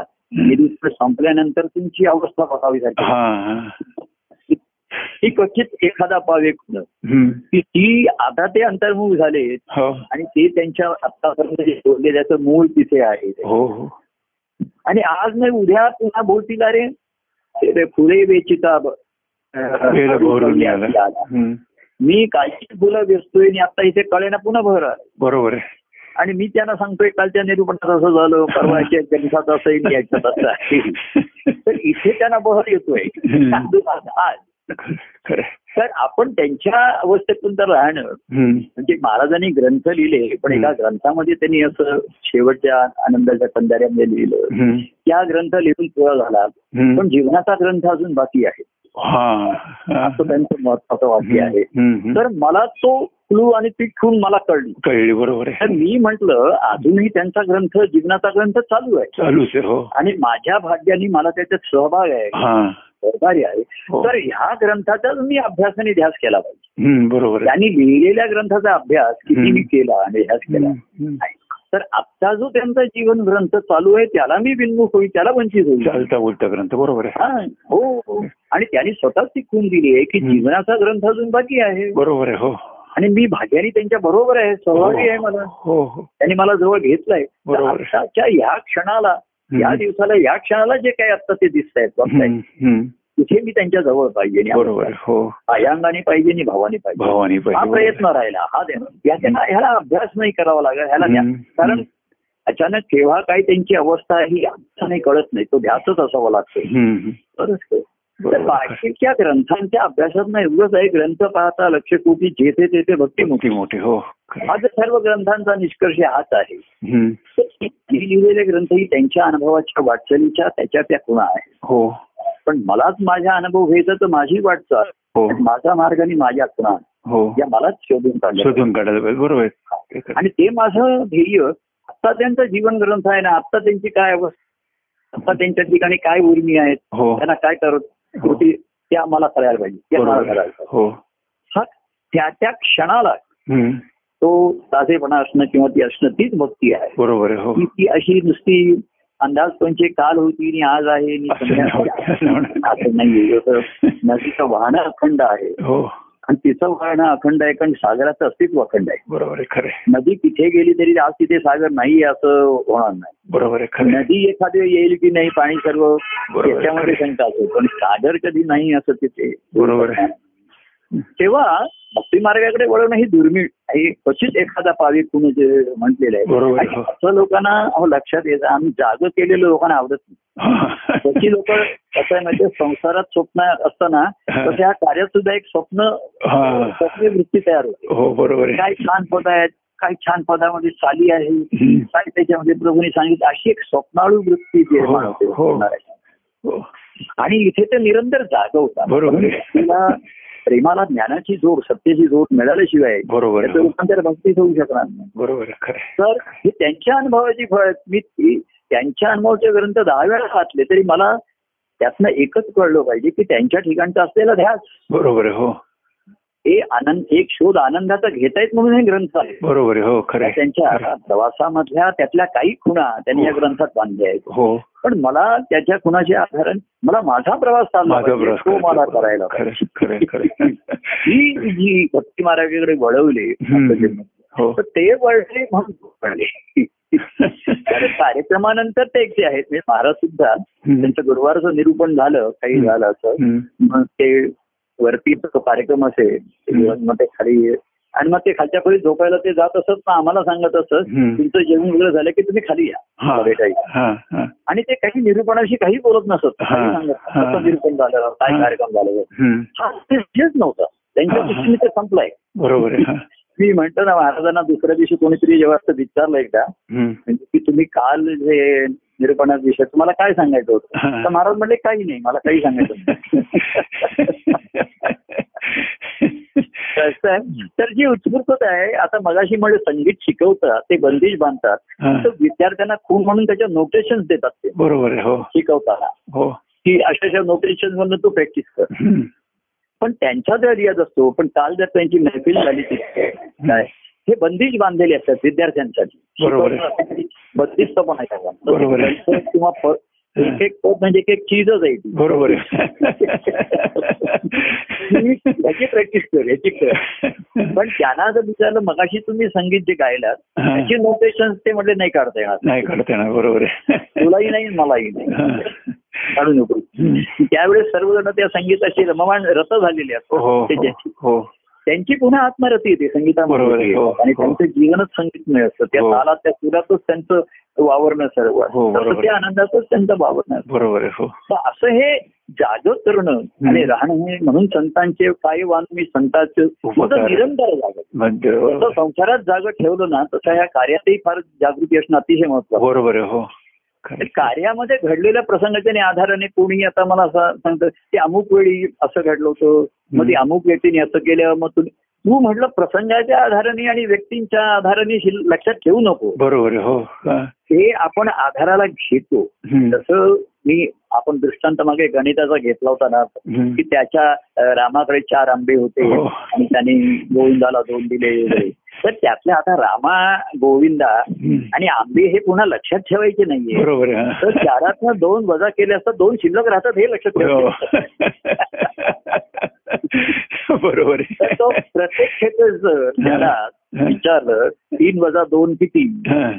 [SPEAKER 1] निरूपण संपल्यानंतर तुमची अवस्था बघावी लागते
[SPEAKER 2] हा हा.
[SPEAKER 1] ही क्वचित एखादा पाव एक न.
[SPEAKER 2] हम्म.
[SPEAKER 1] की ती आता ते अंतर्मुख झाले
[SPEAKER 2] हो
[SPEAKER 1] आणि ते त्यांच्या आतापर्यंत जे बोलले त्याचं मूळ तिथे आहे
[SPEAKER 2] हो हो
[SPEAKER 1] आणि आज नाही उद्या पुन्हा बोलतील अरे ते रे फुले वेचिता ब-
[SPEAKER 2] वेळ भरून आला हम्म.
[SPEAKER 1] मी कालची फुलं व्यसतोय आणि आता इथे कळेना पुन्हा भर आली.
[SPEAKER 2] बरोबर आहे
[SPEAKER 1] आणि मी त्यांना सांगतोय कालच्या निरूपणात असं झालं परवाच्या जन्मात असं येईल याच्यात असं आहे. तर इथे त्यांना बहर येतोय
[SPEAKER 2] हम्म.
[SPEAKER 1] आज
[SPEAKER 2] खरं आहे.
[SPEAKER 1] तर आपण त्यांच्या अवस्थेतून तर राहणं
[SPEAKER 2] हम्म.
[SPEAKER 1] म्हणजे महाराजांनी ग्रंथ लिहिले पण एका
[SPEAKER 2] हम्म.
[SPEAKER 1] ग्रंथामध्ये त्यांनी असं शेवटच्या आनंदाच्या कंदाऱ्यामध्ये लिहिलं
[SPEAKER 2] हम्म.
[SPEAKER 1] त्या ग्रंथ लिहून पुरा झाला
[SPEAKER 2] हम्म.
[SPEAKER 1] पण जीवनाचा ग्रंथ अजून बाकी आहे
[SPEAKER 2] हा हा.
[SPEAKER 1] असं त्यांचं महत्वाचं वाक्य आहे
[SPEAKER 2] हम्म. हम्म.
[SPEAKER 1] तर मला तो क्लू आणि ती खून मला कळली
[SPEAKER 2] कळली बरोबर
[SPEAKER 1] तर
[SPEAKER 2] आहे
[SPEAKER 1] मी म्हंटल अजूनही त्यांचा ग्रंथ जीवनाचा ग्रंथ चालू आहे
[SPEAKER 2] चालूच आहे हो
[SPEAKER 1] आणि माझ्या भाग्याने मला त्याच्यात सहभाग आहे
[SPEAKER 2] हा
[SPEAKER 1] सहकार्य आहे
[SPEAKER 2] हो.
[SPEAKER 1] तर ह्या ग्रंथाचा मी अभ्यासाने ध्यास केला पाहिजे
[SPEAKER 2] हम्म, बरोबर आहे
[SPEAKER 1] त्यांनी लिहिलेल्या ग्रंथाचा अभ्यास किती
[SPEAKER 2] हम्म.
[SPEAKER 1] मी केला आणि ध्यास केला
[SPEAKER 2] हम्म, हम्म.
[SPEAKER 1] तर आत्ता जो त्यांचा जीवन ग्रंथ चालू आहे त्याला मी बिनमुख होईल त्याला वंचित होईल
[SPEAKER 2] चालता बोलता ग्रंथ बरोबर आहे
[SPEAKER 1] हा, हो हो. आणि त्यांनी स्वतःच ती खून दिली आहे की
[SPEAKER 2] हं.
[SPEAKER 1] जीवनाचा ग्रंथ अजून बाकी आहे
[SPEAKER 2] बरोबर आहे हो
[SPEAKER 1] आणि मी भाग्याने त्यांच्या बरोबर आहे सहभागी आहे मला
[SPEAKER 2] हो हो
[SPEAKER 1] त्यांनी मला जवळ घेतलंय तर
[SPEAKER 2] बरोबर.
[SPEAKER 1] आत्ताच्या ह्या क्षणाला या दिवसाला या क्षणाला जे काही आता ते दिसत आहेत बघताय
[SPEAKER 2] हम्म, हम्म.
[SPEAKER 1] तिथे मी त्यांच्या जवळ पाहिजे आणि
[SPEAKER 2] बरोबर आहे, हो
[SPEAKER 1] अयांगाने पाहिजे आणि भावाने पाहिजे
[SPEAKER 2] भावानी
[SPEAKER 1] हा
[SPEAKER 2] पाहिजे
[SPEAKER 1] प्रयत्न राहिला हा देणं याच्याना ह्याला अभ्यास नाही करावा लागेल ह्याला ध्यान.
[SPEAKER 2] हम्म.
[SPEAKER 1] कारण अचानक केव्हा काय त्यांची अवस्था आहे ही आत्ता नाही कळत नाही तो ध्यासच असावा लागतो
[SPEAKER 2] हम्म, हम्म.
[SPEAKER 1] बरंच काही. तर
[SPEAKER 2] बरोबर आहे.
[SPEAKER 1] बाकीच्या ग्रंथांच्या अभ्यासात नाही एवढंच आहे ग्रंथ पाहता लक्ष कोटी जेथे तेथे भक्ती
[SPEAKER 2] मोठी मोठी हो खरं.
[SPEAKER 1] हा जर सर्व ग्रंथांचा निष्कर्ष हाच आहे
[SPEAKER 2] हम्म.
[SPEAKER 1] तर त्यांनी लिहिलेले ग्रंथ ही त्यांच्या अनुभवाच्या वाटचालीच्या त्याच्या त्या खुणा आहे
[SPEAKER 2] हो
[SPEAKER 1] पण मलाच माझा अनुभव घ्यायचा तर माझी वाटचाल
[SPEAKER 2] हो
[SPEAKER 1] माझा मार्ग आणि माझ्या खुणा
[SPEAKER 2] हो
[SPEAKER 1] या मलाच शोधून काढलं
[SPEAKER 2] शोधून काढायला पाहिजे बरोबर आहे ते खरं.
[SPEAKER 1] आणि ते माझं ध्येय आता त्यांचा जीवन ग्रंथ आहे ना आता त्यांची काय अवस्था आता त्यांच्या ठिकाणी काय उर्मी आहेत
[SPEAKER 2] हो
[SPEAKER 1] त्यांना काय करत
[SPEAKER 2] हो.
[SPEAKER 1] कृती त्या मला करायला पाहिजे त्या मला
[SPEAKER 2] बरोबर
[SPEAKER 1] करायला
[SPEAKER 2] आहे.
[SPEAKER 1] पाहिजे
[SPEAKER 2] हो
[SPEAKER 1] हा त्या त्या क्षणाला
[SPEAKER 2] हम्म.
[SPEAKER 1] तो ताजेपणा असणं किंवा ती असणं तीच भक्ती आहे
[SPEAKER 2] बरोबर आहे हो
[SPEAKER 1] ती ती अशी नुसती अंदाजपणचे काल होती आणि आज आहे आणि
[SPEAKER 2] असं
[SPEAKER 1] संध्या आहे.
[SPEAKER 2] नाही, असं नाही.
[SPEAKER 1] असं नाहीये जसं नदीचं वाहन अखंड आहे
[SPEAKER 2] हो
[SPEAKER 1] आणि तिचं वाहन अखंड आहे कारण सागराचं अस्तित्व अखंड आहे
[SPEAKER 2] बरोबर आहे खरे
[SPEAKER 1] नदी तिथे गेली तरी आज तिथे सागर नाही असं होणार नाही
[SPEAKER 2] बरोबर आहे खरे
[SPEAKER 1] नदी एखादी येईल की नाही पाणी सर्व
[SPEAKER 2] बरोबर.
[SPEAKER 1] त्याच्यामध्ये शंका असतो पण सागर कधी नाही असं तिथे
[SPEAKER 2] बरोबर आहे.
[SPEAKER 1] तेव्हा भक्ती मार्गाकडे वळवणं ही दुर्मिळ हे क्वचित एखादा पावी कुणी जे म्हटलेलं आहे
[SPEAKER 2] बरोबर आहे,
[SPEAKER 1] आणि
[SPEAKER 2] हो.
[SPEAKER 1] असं लोकांना अहो, लक्षात येतं आम्ही जाग केलेलं लोकांना आवडत नाही त्याची लोक कसं आहे म्हणजे संसारात स्वप्न असताना तसं ह्या कार्यात सुद्धा एक स्वप्न
[SPEAKER 2] हा.
[SPEAKER 1] स्वप्न वृत्ती तयार होते
[SPEAKER 2] हो बरोबर आहे
[SPEAKER 1] काय छान पद आहेत काय छान पदामध्ये चाली आहे
[SPEAKER 2] हम्म.
[SPEAKER 1] काय त्याच्यामध्ये प्रभूने सांगितलं अशी एक स्वप्नाळू वृत्ती निर्माण होते
[SPEAKER 2] हो, हो.
[SPEAKER 1] होणार आहे.
[SPEAKER 2] हो.
[SPEAKER 1] आणि इथे ते निरंतर जागवतात
[SPEAKER 2] बरोबर आहे.
[SPEAKER 1] म्हणून तिला प्रेमाला ज्ञानाची जोड सत्तेची जोड मिळाल्याशिवाय
[SPEAKER 2] बरोबर हो.
[SPEAKER 1] त्याचं रूपांतर भक्तीत होऊ शकणार नाही
[SPEAKER 2] बरोबर खरं
[SPEAKER 1] तर हे त्यांच्या अनुभवाची फळ आहेत. मी ती- त्यांच्या अनुभवाचे ग्रंथ दहा वेळा वाचले तरी मला त्यातनं एकच कळलं पाहिजे की त्यांच्या ठिकाणचा असलेला ध्यास
[SPEAKER 2] बरोबर आहे, हो
[SPEAKER 1] हे आनंद एक शोध आनंदाचा घेतायत म्हणून हे ग्रंथ आहे
[SPEAKER 2] बरोबर आहे, हो खरं
[SPEAKER 1] त्या
[SPEAKER 2] आहे.
[SPEAKER 1] त्यांच्या प्रवासामधल्या त्यातल्या काही खुणा त्यांनी या
[SPEAKER 2] हो.
[SPEAKER 1] ग्रंथात बांधल्या आहेत
[SPEAKER 2] हो
[SPEAKER 1] पण मला त्याच्या खुणाच्या आधारण मला माझा प्रवास चालला
[SPEAKER 2] माझा
[SPEAKER 1] पाहिजे,
[SPEAKER 2] प्रवास
[SPEAKER 1] तो मला करायला
[SPEAKER 2] खरं आहे, खरं आहे, खरं आहे.
[SPEAKER 1] ही जी भक्ती मार्गाकडे वळवली
[SPEAKER 2] हम्म.
[SPEAKER 1] आपलं जन्म.
[SPEAKER 2] हो
[SPEAKER 1] तर ते वळले म्हणून वळले कारण कार्यक्रमानंतर ते एकटे आहेत म्हणजे महाराज सुद्धा त्यांचं गुरुवारचं निरूपण झालं काही
[SPEAKER 2] हम्म.
[SPEAKER 1] झालं असं
[SPEAKER 2] हम्म.
[SPEAKER 1] मग ते वरती तो कार्यक्रम असेल
[SPEAKER 2] हम्म.
[SPEAKER 1] मग ते खाली आणि मग ते खालच्या खोलीत झोपायला ते जात असत ना आम्हाला सांगत असत
[SPEAKER 2] हम्म.
[SPEAKER 1] तुमचं जेवण वगैरे झालं की तुम्ही खाली
[SPEAKER 2] हा,
[SPEAKER 1] या भेटायला
[SPEAKER 2] हा, हा.
[SPEAKER 1] आणि ते काही निरूपणाशी काही बोलत नसत
[SPEAKER 2] हा.
[SPEAKER 1] काही सांगत
[SPEAKER 2] हा.
[SPEAKER 1] असं निरूपण झालं काय
[SPEAKER 2] हा.
[SPEAKER 1] कार्यक्रम झाला
[SPEAKER 2] हम्म.
[SPEAKER 1] हा तेच नव्हता त्यांच्या
[SPEAKER 2] हा, हा.
[SPEAKER 1] दृष्टीने ते संपलाय
[SPEAKER 2] बरोबर आहे, हा.
[SPEAKER 1] मी म्हणतो ना महाराजांना दुसऱ्या दिवशी कोणीतरी जेव्हा असं विचारलं एकदा
[SPEAKER 2] हम्म.
[SPEAKER 1] म्हणजे की तुम्ही काल जे निरूपणात विषय तुम्हाला काय सांगायचं
[SPEAKER 2] हा.
[SPEAKER 1] होतं तर महाराज म्हणले काही नाही मला काही सांगायचं नाही. कसं आहे? तर जी उत्स्फूर्तता आहे आता मगाशी म्हणजे संगीत शिकवतात ते बंदिश बांधतात
[SPEAKER 2] हा.
[SPEAKER 1] तर विद्यार्थ्यांना खूप म्हणून त्याच्या नोटेशन देतात ते
[SPEAKER 2] बरोबर आहे, हो
[SPEAKER 1] शिकवताना
[SPEAKER 2] हो
[SPEAKER 1] की अशा नोटेशन मधून तू प्रॅक्टिस कर
[SPEAKER 2] हम्म.
[SPEAKER 1] पण त्यांचा जर रियाज असतो पण काल जर त्यांची मैफिल झाली तिथे काय हे बंदिश बांधलेले असतात विद्यार्थ्यांसाठी
[SPEAKER 2] बरोबर आहे.
[SPEAKER 1] शिकवताना बंदिस्त पण आहे त्याला.
[SPEAKER 2] बरोबर आहे.
[SPEAKER 1] तर किंवा प- एक एक पद म्हणजे एक एक चीजच आहे ती.
[SPEAKER 2] बरोबर
[SPEAKER 1] तुम्ही याची
[SPEAKER 2] आहे
[SPEAKER 1] प्रॅक्टिस कर याची कर पण त्यांना जर विचारलं मगाशी तुम्ही संगीत जे गायलात
[SPEAKER 2] हा.
[SPEAKER 1] त्याची नोटेशन ते म्हटले नाही काढता येणार
[SPEAKER 2] नाही करता येणार बरोबर आहे
[SPEAKER 1] तुलाही नाही मलाही नाही
[SPEAKER 2] हा.
[SPEAKER 1] काढू नको
[SPEAKER 2] हम्म.
[SPEAKER 1] त्यावेळेस सर्वजण त्या संगीताशी रममाण रत झालेले
[SPEAKER 2] हो हो
[SPEAKER 1] असतात त्याच्या-
[SPEAKER 2] हो
[SPEAKER 1] त्यांची पुन्हा आत्मरती येते
[SPEAKER 2] बरोबर
[SPEAKER 1] संगीतामध्ये
[SPEAKER 2] आहे, हो,
[SPEAKER 1] आणि
[SPEAKER 2] हो.
[SPEAKER 1] त्यांचं जीवनच संगीतमय असतं त्या
[SPEAKER 2] हो.
[SPEAKER 1] तालात त्या सुरातच त्यांचं वावरणं सर्व असतं.
[SPEAKER 2] हो, बरोबर
[SPEAKER 1] तसं त्या आनंदातच त्यांचं वावरणं असतं.
[SPEAKER 2] बरोबर आहे हो
[SPEAKER 1] तर असं हे जागत करणं आणि राहणं हे म्हणून संतांचे काय वान मी संतांचे
[SPEAKER 2] उपकार.
[SPEAKER 1] निरंतर जागत
[SPEAKER 2] म्हणजे
[SPEAKER 1] जसं
[SPEAKER 2] बरोबर
[SPEAKER 1] संसारात जागत ठेवलं ना तसं ह्या कार्यातही फार जागृती असणं अतिशय महत्वाचं
[SPEAKER 2] बरोबर आहे हो खरं
[SPEAKER 1] तर कार्यामध्ये घडलेल्या प्रसंगाच्या आणि आधाराने कोणी आता मला असं सांगतं ते अमुक वेळी असं घडलं होतं मग ते अमुक व्यक्तीने असं केलं मग तुम्ही तू म्हटलं प्रसंगाच्या आधाराने आणि व्यक्तींच्या आधाराने शिल- लक्षात ठेवू नको
[SPEAKER 2] बरोबर आहे हो हा.
[SPEAKER 1] हे आपण आधाराला घेतो
[SPEAKER 2] हम्म.
[SPEAKER 1] जसं मी आपण दृष्टांत मागे गणिताचा घेतला होता ना
[SPEAKER 2] हम्म.
[SPEAKER 1] की त्याच्या अं, रामाकडे चार आंबे होते
[SPEAKER 2] हो.
[SPEAKER 1] आणि त्याने गोविंदाला दोन दिले वगैरे तर त्यातल्या आता रामा गोविंदा
[SPEAKER 2] हम्म.
[SPEAKER 1] आणि आंबे हे पुन्हा लक्षात ठेवायचे नाहीये
[SPEAKER 2] बरोबर आहे
[SPEAKER 1] तर
[SPEAKER 2] हा.
[SPEAKER 1] चारातनं दोन वजा केले असता दोन शिल्लक राहतात हे लक्षात ठेवा
[SPEAKER 2] हो. बरोबर
[SPEAKER 1] तर
[SPEAKER 2] आहे
[SPEAKER 1] तो प्रत्येक क्षेत्र जर त्याला विचारलं तीन वजा दोन किती
[SPEAKER 2] हा.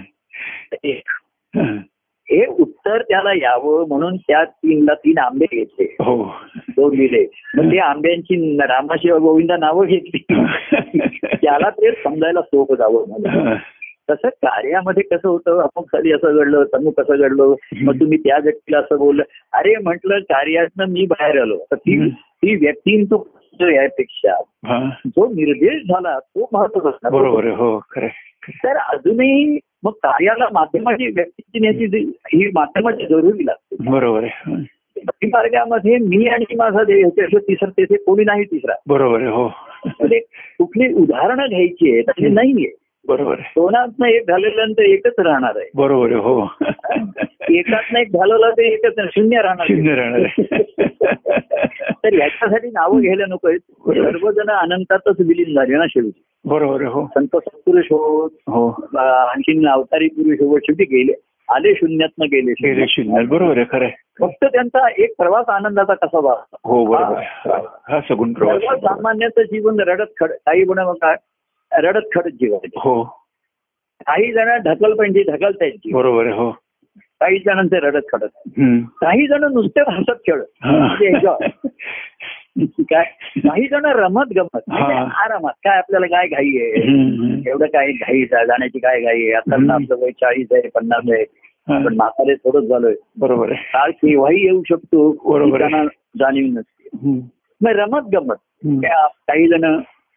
[SPEAKER 1] एक.
[SPEAKER 2] हा.
[SPEAKER 1] हे उत्तर त्याला यावं म्हणून त्या तीनला तीन आंबे घेतले
[SPEAKER 2] हो
[SPEAKER 1] दोन दिले मग त्या आंब्यांची न- रामाशिवाय गोविंदा नावं घेतली त्याला ते समजायला सोपं जावं म्हणून
[SPEAKER 2] हा.
[SPEAKER 1] तसं कार्यामध्ये कसं होतं अमुक खाली असं घडलं तमुक कसं घडलं मग तुम्ही त्या व्यक्तीला असं बोललं अरे म्हटलं कार्यातनं मी बाहेर आलो तर ती
[SPEAKER 2] हम्म.
[SPEAKER 1] ती व्यक्ती तू यापेक्षा
[SPEAKER 2] हा.
[SPEAKER 1] जो निर्देश झाला तो महत्वाचा असणार.
[SPEAKER 2] बरोबर आहे हो खरं आहे.
[SPEAKER 1] तर अजूनही मग कार्याला माध्यमाची व्यक्तीची नेती जी- ही माध्यमाची जरुरी लागते
[SPEAKER 2] बरोबर आहे हा.
[SPEAKER 1] भक्ती मार्गामध्ये मी आणि माझा देह त्याचं तिसरं तेथे कोणी नाही तिसरा
[SPEAKER 2] बरोबर आहे हो
[SPEAKER 1] म्हणजे कुठली उदाहरणं घ्यायची आहेत अशी नाहीये
[SPEAKER 2] बरोबर आहे
[SPEAKER 1] दोनातनं एक झालेल्यानंतर एकच राहणार आहे
[SPEAKER 2] बरोबर आहे हो
[SPEAKER 1] एकातनं एक घालवला ते एकच नाही, शून्य राहणार आहे.
[SPEAKER 2] शून्य राहणार आहे
[SPEAKER 1] तर याच्यासाठी नावं घ्यायला नको सर्वजण अनंतातच विलीन झाले ना शेवटी
[SPEAKER 2] बरोबर आहे हो
[SPEAKER 1] संत सत्पुरुष हो
[SPEAKER 2] हो
[SPEAKER 1] अ, आणखीन अवतारी पुरुष व शेवटी गेले आले शून्यातनं गेले
[SPEAKER 2] गेले शून्य बरोबर आहे खरं आहे
[SPEAKER 1] फक्त त्यांचा एक प्रवास आनंदाचा कसा वाटतो
[SPEAKER 2] हो बरोबर आहे. हा- हा सगुण प्रवास आहे.
[SPEAKER 1] सर्वसामान्याचं जीवन रडत खड काही गुण काय रडत खडत जीवन
[SPEAKER 2] हो
[SPEAKER 1] काही जण ढकल पंची ढकल त्यांची
[SPEAKER 2] बरोबर आहे हो
[SPEAKER 1] काही जणांचे रडत खडत
[SPEAKER 2] हम्म.
[SPEAKER 1] काही जण नुसते हसत खेळत
[SPEAKER 2] हा.
[SPEAKER 1] म्हणजे enjoy. काय काही जण रमत गमत म्हणजे
[SPEAKER 2] हा.
[SPEAKER 1] आरामात काय आपल्याला काय घाई आहे
[SPEAKER 2] हम्म.
[SPEAKER 1] एवढं काय घाई जा- जाण्याची काय घाई आहे आता
[SPEAKER 2] हम्म.
[SPEAKER 1] आपलं वय चाळीस आहे पन्नास आहे
[SPEAKER 2] हा.
[SPEAKER 1] पण म्हातारे थोडंच झालोय
[SPEAKER 2] बरोबर आहे
[SPEAKER 1] काळ केव्हाही येऊ शकतो
[SPEAKER 2] बरोबर आहे.
[SPEAKER 1] त्यांना जाणीव नसते
[SPEAKER 2] हम्म.
[SPEAKER 1] मग रमत गमत
[SPEAKER 2] हम्म.
[SPEAKER 1] त्या काही जण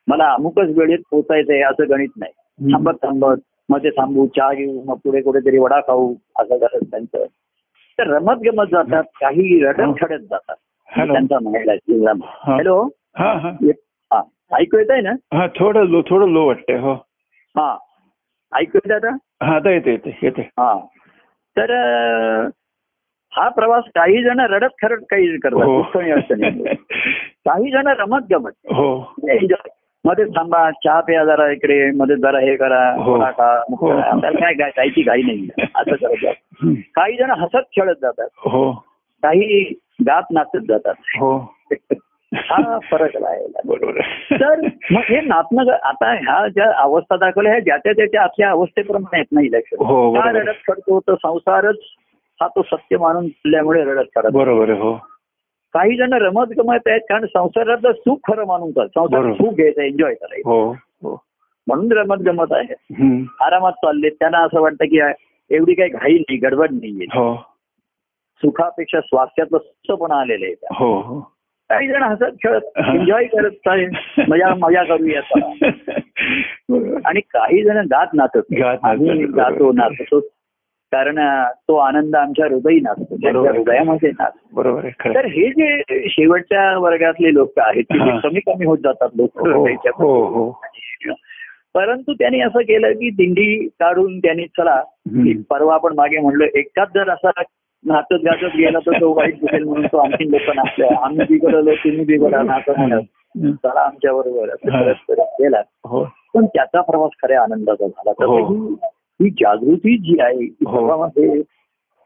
[SPEAKER 1] मला अमुकच वेळेत पोचायचंय असं गणित नाही
[SPEAKER 2] हम्म.
[SPEAKER 1] थांबत थांबत मग ते थांबू चहा घेऊ मग पुढे कुठेतरी वडा खाऊ असं करत त्यांचं तर रमत गमत जातात काही रडत खडत जातात
[SPEAKER 2] हो. हॅलो.
[SPEAKER 1] त्यांचा महिला
[SPEAKER 2] हा.
[SPEAKER 1] हॅलो
[SPEAKER 2] हा हा
[SPEAKER 1] हा. ऐकू येत आहे ना
[SPEAKER 2] हा थोडं लो थोडं लो वाटतंय हो
[SPEAKER 1] हा ऐकू येत आता
[SPEAKER 2] हा आता येते येते येते
[SPEAKER 1] हा तर अं, हा प्रवास काही जण रडत खरत काही
[SPEAKER 2] हो
[SPEAKER 1] करतात उत्तम अडचणीमुळे. काही जण रमत गमत
[SPEAKER 2] हो
[SPEAKER 1] Enjoy. मध्ये थांबा चहा प्या जरा इकडे मध्ये जरा हे करा
[SPEAKER 2] हो.
[SPEAKER 1] थोडा खा मग
[SPEAKER 2] हो.
[SPEAKER 1] करा. त्याला काय काय काहीची काही नाही असं करत जातात.
[SPEAKER 2] हम्म.
[SPEAKER 1] काही जण हसत खेळत जातात
[SPEAKER 2] हो
[SPEAKER 1] काही गात नाचत जातात
[SPEAKER 2] हो
[SPEAKER 1] हा फरक राहिला
[SPEAKER 2] बरोबर
[SPEAKER 1] तर मग हे नातनं ग- आता ह्या ज्या अवस्था दाखवल्या ह्या ज्याच्या त्याच्या आपल्या अवस्थेप्रमाणे येत नाही लक्षात
[SPEAKER 2] हो, बरोबर.
[SPEAKER 1] का रडत करतो तर संसारच हा तो सत्य मानून असल्यामुळे रडत करत
[SPEAKER 2] बरोबर आहे, हो
[SPEAKER 1] काही जण रमत गमत आहेत कारण संसाराचं सुख खरं मानून करतात संसार
[SPEAKER 2] बरोबर.
[SPEAKER 1] सुख घ्यायचं एन्जॉय करायचं
[SPEAKER 2] हो हो
[SPEAKER 1] म्हणून रमत गमत आहे
[SPEAKER 2] हम्म.
[SPEAKER 1] आरामात चालले त्यांना असं वाटतं की एवढी काही घाई नाही गडबड नाहीये
[SPEAKER 2] हो
[SPEAKER 1] सुखापेक्षा स्वास्थ्यातलं सुख पण आलेलं आहे
[SPEAKER 2] हो हो
[SPEAKER 1] काही जण हसत खेळत
[SPEAKER 2] हा.
[SPEAKER 1] एन्जॉय करत चालेल मजा मजा करूया चला.
[SPEAKER 2] बरोबर.
[SPEAKER 1] आणि काही जण गात नाचत
[SPEAKER 2] गात नाचत,
[SPEAKER 1] आम्ही
[SPEAKER 2] बरोबर.
[SPEAKER 1] गातो नाचतो कारण अं, तो आनंद आमच्या हृदयी नाचतो त्यांच्या
[SPEAKER 2] बरोबर.
[SPEAKER 1] हृदयामध्ये नाचतो
[SPEAKER 2] बरोबर आहे खरं
[SPEAKER 1] तर हे जे शेवटच्या वर्गातले लोक आहेत ते जे
[SPEAKER 2] हा.
[SPEAKER 1] कमी कमी होत जातात लोक
[SPEAKER 2] हो
[SPEAKER 1] हृदयाच्या
[SPEAKER 2] हो हो
[SPEAKER 1] परंतु त्यांनी असं केलं की दिंडी काढून त्यांनी चला
[SPEAKER 2] हम्म.
[SPEAKER 1] की परवा आपण मागे म्हणलो एकाच जर असा नाचत गाजत गेला तर तो वाईट दिसेल म्हणून तो आणखी लोक नाचले आम्ही बिघडलो तुम्ही बिघडा नाचत म्हणत
[SPEAKER 2] हम्म.
[SPEAKER 1] चला आमच्या बरोबर असं
[SPEAKER 2] हा.
[SPEAKER 1] करत करत गेला
[SPEAKER 2] हो
[SPEAKER 1] पण त्याचा प्रवास खऱ्या आनंदाचा झाला तर
[SPEAKER 2] हो.
[SPEAKER 1] ही- ही जागृती जी आहे ती
[SPEAKER 2] हो.
[SPEAKER 1] सर्वांमध्ये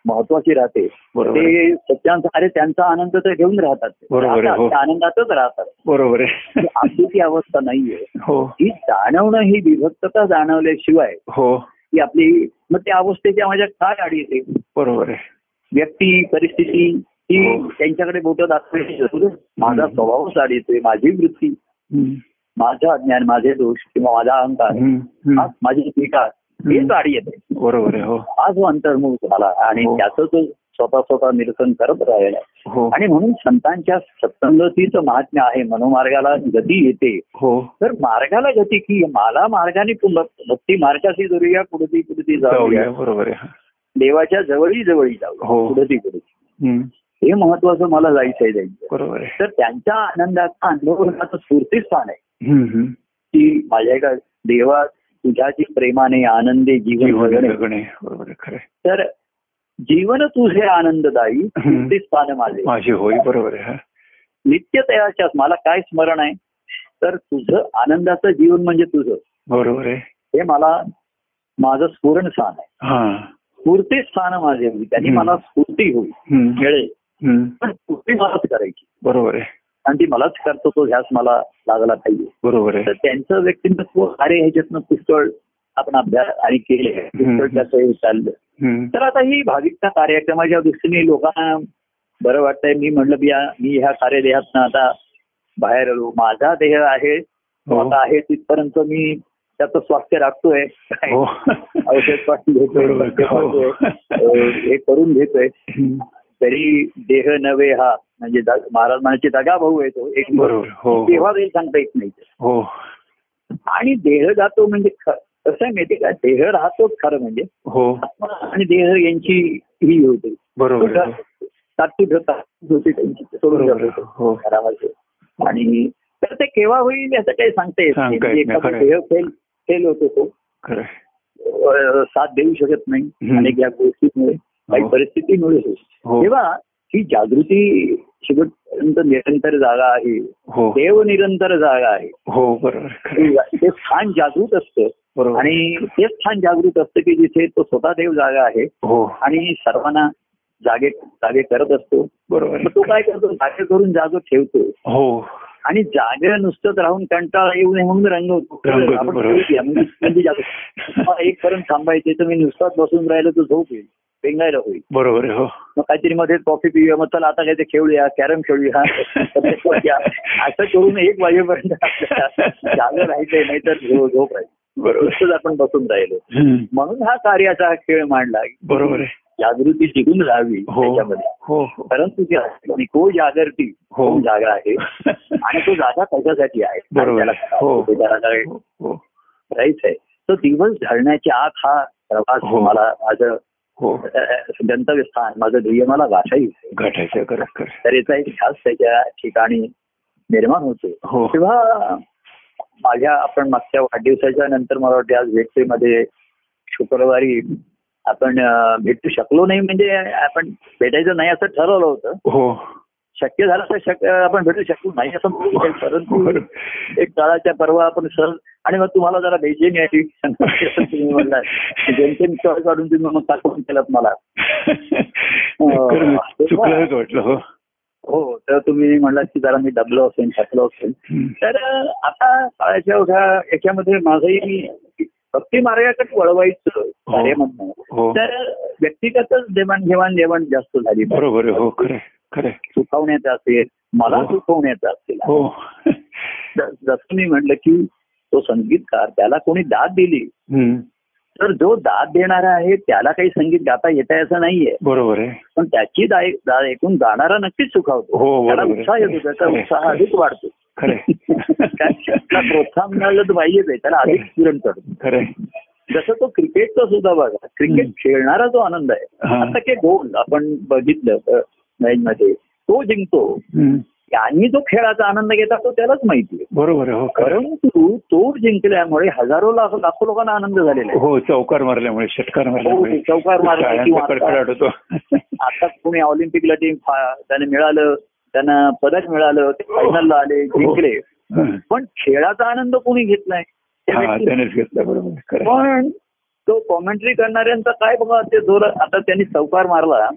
[SPEAKER 1] महत्वाची राहते
[SPEAKER 2] बरोबर
[SPEAKER 1] ते सत्यांचा अरे त्यांचा आनंद तर घेऊन राहतात
[SPEAKER 2] बरोबर आहे,
[SPEAKER 1] राहतात,
[SPEAKER 2] हो.
[SPEAKER 1] त्या आनंदातच राहतात
[SPEAKER 2] बरोबर
[SPEAKER 1] ही
[SPEAKER 2] आहे
[SPEAKER 1] आपली ती अवस्था नाहीये
[SPEAKER 2] हो
[SPEAKER 1] ही जाणवणं ही विभक्तता जाणवल्याशिवाय
[SPEAKER 2] हो
[SPEAKER 1] ती आपली मग त्या अवस्थेच्या माझ्या काय आडी येते
[SPEAKER 2] बरोबर आहे
[SPEAKER 1] व्यक्ती परिस्थिती ही
[SPEAKER 2] हो.
[SPEAKER 1] त्यांच्याकडे बोटं दाखवायची जरूर माझा
[SPEAKER 2] हम्म.
[SPEAKER 1] स्वभावच आडी येतोय माझी वृत्ती
[SPEAKER 2] हम्म.
[SPEAKER 1] माझं अज्ञान माझे दोष किंवा माझा अहंकार
[SPEAKER 2] हम्म. हम्म.
[SPEAKER 1] हा, माझी विकास हीच आडी येते
[SPEAKER 2] बरोबर आहे हो
[SPEAKER 1] हा जो अंतर्मुख झाला आणि
[SPEAKER 2] हो.
[SPEAKER 1] त्याचं तो स्वतः स्वतः निरसन करत राहिला
[SPEAKER 2] हो
[SPEAKER 1] आणि म्हणून संतांच्या सत्संगतीचं महात्म्य आहे मनोमार्गाला गती येते
[SPEAKER 2] हो
[SPEAKER 1] तर मार्गाला गती की मला मार्गाने पुन्हा- भक्ती मार्गाशी जाऊया पुढती पुढती जाऊया
[SPEAKER 2] जाऊया बरोबर आहे
[SPEAKER 1] देवाच्या जवळी जवळी जाऊया
[SPEAKER 2] हो.
[SPEAKER 1] पुढती पुढती
[SPEAKER 2] हम्म.
[SPEAKER 1] हे महत्वाचं मला जायचंय जायचं
[SPEAKER 2] बरोबर आहे
[SPEAKER 1] तर त्यांच्या आनंदाचा अनुभव स्फूर्ती स्थान आहे
[SPEAKER 2] हम्म. हम्म.
[SPEAKER 1] की माझ्या एका देवा तुझ्याची प्रेमाने आनंदे जीवन
[SPEAKER 2] जीवन
[SPEAKER 1] जगणे
[SPEAKER 2] जगणे बरोबर आहे खरं आहे.
[SPEAKER 1] तर जीवन तुझे आनंददायी
[SPEAKER 2] हम्म.
[SPEAKER 1] ते स्थान माझे
[SPEAKER 2] माझी होय बरोबर आहे हा.
[SPEAKER 1] नित्य तयाच्यात मला काय स्मरण आहे तर तुझं आनंदाचं जीवन म्हणजे तुझं
[SPEAKER 2] बरोबर आहे
[SPEAKER 1] हे मला माझं स्फुरण स्थान आहे
[SPEAKER 2] हा
[SPEAKER 1] स्फूर्ती स्थान माझे होईल त्यांनी
[SPEAKER 2] हम्म.
[SPEAKER 1] मला स्फूर्ती होईल
[SPEAKER 2] हम्म.
[SPEAKER 1] मिळेल
[SPEAKER 2] हम्म.
[SPEAKER 1] पण स्फूर्ती मलाच करायची
[SPEAKER 2] बरोबर आहे
[SPEAKER 1] आणि ती मलाच करतो तो ह्याच मला लागला पाहिजे
[SPEAKER 2] बरोबर आहे
[SPEAKER 1] तर त्यांचं व्यक्तिमत्व अरे ह्याच्यातनं पुष्कळ आपण अभ्यास आणि केले पुष्कळ त्याचं हे चाललं
[SPEAKER 2] हम्म.
[SPEAKER 1] तर आता ही भाविकता कार्यक्रमाच्या दृष्टीने लोकांना बरं वाटतंय मी म्हणलं मी या- मी ह्या कार्यदेहातनं आता बाहेर आलो माझा देह आहे तो
[SPEAKER 2] हो.
[SPEAKER 1] आता आहे तिथपर्यंत मी त्याचं स्वास्थ्य राखतोय
[SPEAKER 2] हो
[SPEAKER 1] औषध पण घेतोय
[SPEAKER 2] बरोबर.
[SPEAKER 1] पथ्य पाळतोय,
[SPEAKER 2] हो.
[SPEAKER 1] अं, हे करून घेतोय
[SPEAKER 2] हम्म.
[SPEAKER 1] तरी देह नव्हे हा म्हणजे दा- महाराज म्हणायचे दगा भाऊ आहे तो एक
[SPEAKER 2] बरोबर हो
[SPEAKER 1] तेव्हा वेळ सांगता येत नाही
[SPEAKER 2] हो
[SPEAKER 1] आणि देह जातो म्हणजे ख- कसं आहे माहिती का देह राहतोच खरं म्हणजे
[SPEAKER 2] हो
[SPEAKER 1] आत्मा आणि देह यांची ही होते
[SPEAKER 2] बरोबर आहे. हो.
[SPEAKER 1] तात्पुरती तात्पुरती होती त्यांची सोडून
[SPEAKER 2] बरोबर
[SPEAKER 1] जात होते
[SPEAKER 2] आहे. हो
[SPEAKER 1] घरामध्ये आणि तर ते केव्हा होईल याचं काही सांगता येत नाही
[SPEAKER 2] सांगता
[SPEAKER 1] म्हणजे
[SPEAKER 2] येत नाही,
[SPEAKER 1] एखादा
[SPEAKER 2] खरं आहे.
[SPEAKER 1] देह फेल फेल होतो तो
[SPEAKER 2] खरं आहे.
[SPEAKER 1] अं, साथ देऊ शकत नाही
[SPEAKER 2] हम्म.
[SPEAKER 1] अनेक या गोष्टीमुळे काही
[SPEAKER 2] हो.
[SPEAKER 1] परिस्थितीमुळे होईल.
[SPEAKER 2] हो.
[SPEAKER 1] तेव्हा ही जागृती शेवटपर्यंत निरंतर जागा आहे
[SPEAKER 2] हो
[SPEAKER 1] देव निरंतर जागा आहे
[SPEAKER 2] हो बरोबर आहे. खरं आहे.
[SPEAKER 1] ते स्थान जागृत असतं
[SPEAKER 2] बरोबर आहे.
[SPEAKER 1] आणि ते स्थान जागृत असतं की जिथे तो स्वतः देव जागा आहे
[SPEAKER 2] हो
[SPEAKER 1] आणि सर्वांना जागे जागे करत असतो
[SPEAKER 2] बरोबर
[SPEAKER 1] मग
[SPEAKER 2] आहे.
[SPEAKER 1] तो काय करतो जागे करून जागो ठेवतो
[SPEAKER 2] हो
[SPEAKER 1] आणि जागे नुसतंच राहून कंटाळा येऊ नये म्हणून रंगवतो
[SPEAKER 2] रंगवतो,
[SPEAKER 1] आपण
[SPEAKER 2] बरोबर.
[SPEAKER 1] ठेवूया, म्हणजे म्हणजे जागे. मग एक पर्यंत थांबायचे तर मी नुसताच बसून राहिलं तर झोप येईल पेंगायला होईल
[SPEAKER 2] बरोबर आहे. हो
[SPEAKER 1] मग काहीतरी मध्ये कॉफी पिऊया मग चला आता काहीतरी खेळूया कॅरम खेळूया पत्ते खेळूया. असं करून एक वाजेपर्यंत आपल्याला जागं राहायचंय नाही तर झोप राहील
[SPEAKER 2] बरोबर आहे.
[SPEAKER 1] नुसतंच आपण बसून राहिलो
[SPEAKER 2] हम्म.
[SPEAKER 1] म्हणून हा कार्याचा हा खेळ मांडला
[SPEAKER 2] बरोबर आहे
[SPEAKER 1] जागृती टिकून राहावी
[SPEAKER 2] हो
[SPEAKER 1] त्याच्यामध्ये
[SPEAKER 2] हो हो
[SPEAKER 1] परंतु ती असली को जागृती
[SPEAKER 2] हो.
[SPEAKER 1] कोण जागा आहे आणि तो जागा कशासाठी आहे आणि
[SPEAKER 2] बरोबर
[SPEAKER 1] त्याला
[SPEAKER 2] आहे. हो.
[SPEAKER 1] तो जागा
[SPEAKER 2] हो, हो
[SPEAKER 1] राहायचंय तो दिवस ढळण्याच्या आत हा प्रवास
[SPEAKER 2] हो.
[SPEAKER 1] मला माझं
[SPEAKER 2] हो
[SPEAKER 1] अ, गंतव्य स्थान माझं ध्येय मला गाठायचं
[SPEAKER 2] गाठायचं खरं खरं
[SPEAKER 1] तर याचा एक ध्यास त्याच्या ठिकाणी निर्माण होते
[SPEAKER 2] हो
[SPEAKER 1] तेव्हा माझ्या आपण मागच्या वाढदिवसाच्या नंतर मला वाटते आज भेटतेमध्ये शुक्रवारी आपण अं, भेटू शकलो नाही म्हणजे आपण भेटायचं नाही असं ठरवलं होतं
[SPEAKER 2] हो
[SPEAKER 1] शक्य झालं तर शक्य आपण भेटू शकलो नाही असं म्हणू नाही. परंतु
[SPEAKER 2] बरं.
[SPEAKER 1] एक काळाच्या परवा आपण सर आणि मग तुम्हाला जरा बेजेनी याची तुम्ही म्हणला जेमतेम कळ काढून तुम्ही मग काल फोन केलात मला
[SPEAKER 2] खरंच चुकल्यासारखं वाटलं हो
[SPEAKER 1] हो तर तुम्ही म्हणलात की जरा मी दबलो असेल थकलो असेल
[SPEAKER 2] हं.
[SPEAKER 1] तर अं, आता काळाच्या ओघा याच्यामध्ये माझंही मी भक्ती मार्गाकडे वळवायचं कार्य म्हणणं
[SPEAKER 2] हो
[SPEAKER 1] तर व्यक्तिगतच देवाणघेवाण देवाण जास्त झाली
[SPEAKER 2] बरोबर आहे हो खरं आहे, खरं आहे.
[SPEAKER 1] सुखवण्याचं असेल मला
[SPEAKER 2] हो.
[SPEAKER 1] सुखवण्याचं असेल
[SPEAKER 2] हो
[SPEAKER 1] ज- जसं मी म्हटलं की तो संगीतकार त्याला कोणी दाद दिली
[SPEAKER 2] हं.
[SPEAKER 1] तर जो दाद देणारा आहे त्याला काही संगीत गाता येत आहे असं नाहीये
[SPEAKER 2] बरोबर आहे
[SPEAKER 1] पण त्याची दाय- दाद ऐकून गाणारा नक्कीच सुखावतो
[SPEAKER 2] हो, बरोबर
[SPEAKER 1] त्याला
[SPEAKER 2] आहे.
[SPEAKER 1] उत्साह येतो त्याचा
[SPEAKER 2] खरंय,
[SPEAKER 1] उत्साह
[SPEAKER 2] खरंय.
[SPEAKER 1] अधिक वाढतो
[SPEAKER 2] खरं आहे.
[SPEAKER 1] काय? त्याला प्रोत्साहन मिळालं तर पाहिजेच आहे त्याला अधिक पूरण करतो
[SPEAKER 2] खरं आहे.
[SPEAKER 1] जसं तो क्रिकेटचा सुद्धा बघा क्रिकेट
[SPEAKER 2] हम्म.
[SPEAKER 1] खेळणारा जो आनंद आहे
[SPEAKER 2] हा.
[SPEAKER 1] आता काही गोल आपण बघितलं अ, match मध्ये तो जिंकतो
[SPEAKER 2] हं.
[SPEAKER 1] यांनी जो खेळाचा आनंद घेतात तो त्यालाच माहिती आहे
[SPEAKER 2] बरोबर आहे हो खरं
[SPEAKER 1] परंतु तो जिंकल्यामुळे हजारो लाख लाखो लोकांना आनंद झालेला
[SPEAKER 2] आहे. हो चौकार मारल्यामुळे षटकार मारल्यामुळे
[SPEAKER 1] आहे हो, चौकार मारला
[SPEAKER 2] टाळ्यांचा
[SPEAKER 1] किंवा आता-
[SPEAKER 2] कडकडाट होतो
[SPEAKER 1] आता कोणी ऑलिम्पिकला टीम त्यांना मिळालं त्यांना पदक मिळालं ते फायनलला आले जिंकले
[SPEAKER 2] हं.
[SPEAKER 1] पण खेळाचा आनंद कोणी घेत नाही त्या
[SPEAKER 2] हा
[SPEAKER 1] व्यक्तीने.
[SPEAKER 2] त्यानेच घेतला बरोबर आहे. खरं आहे.
[SPEAKER 1] पण तो कॉमेंट्री करणाऱ्यांचा काय बघा ते जोर आता त्यांनी चौकार मारला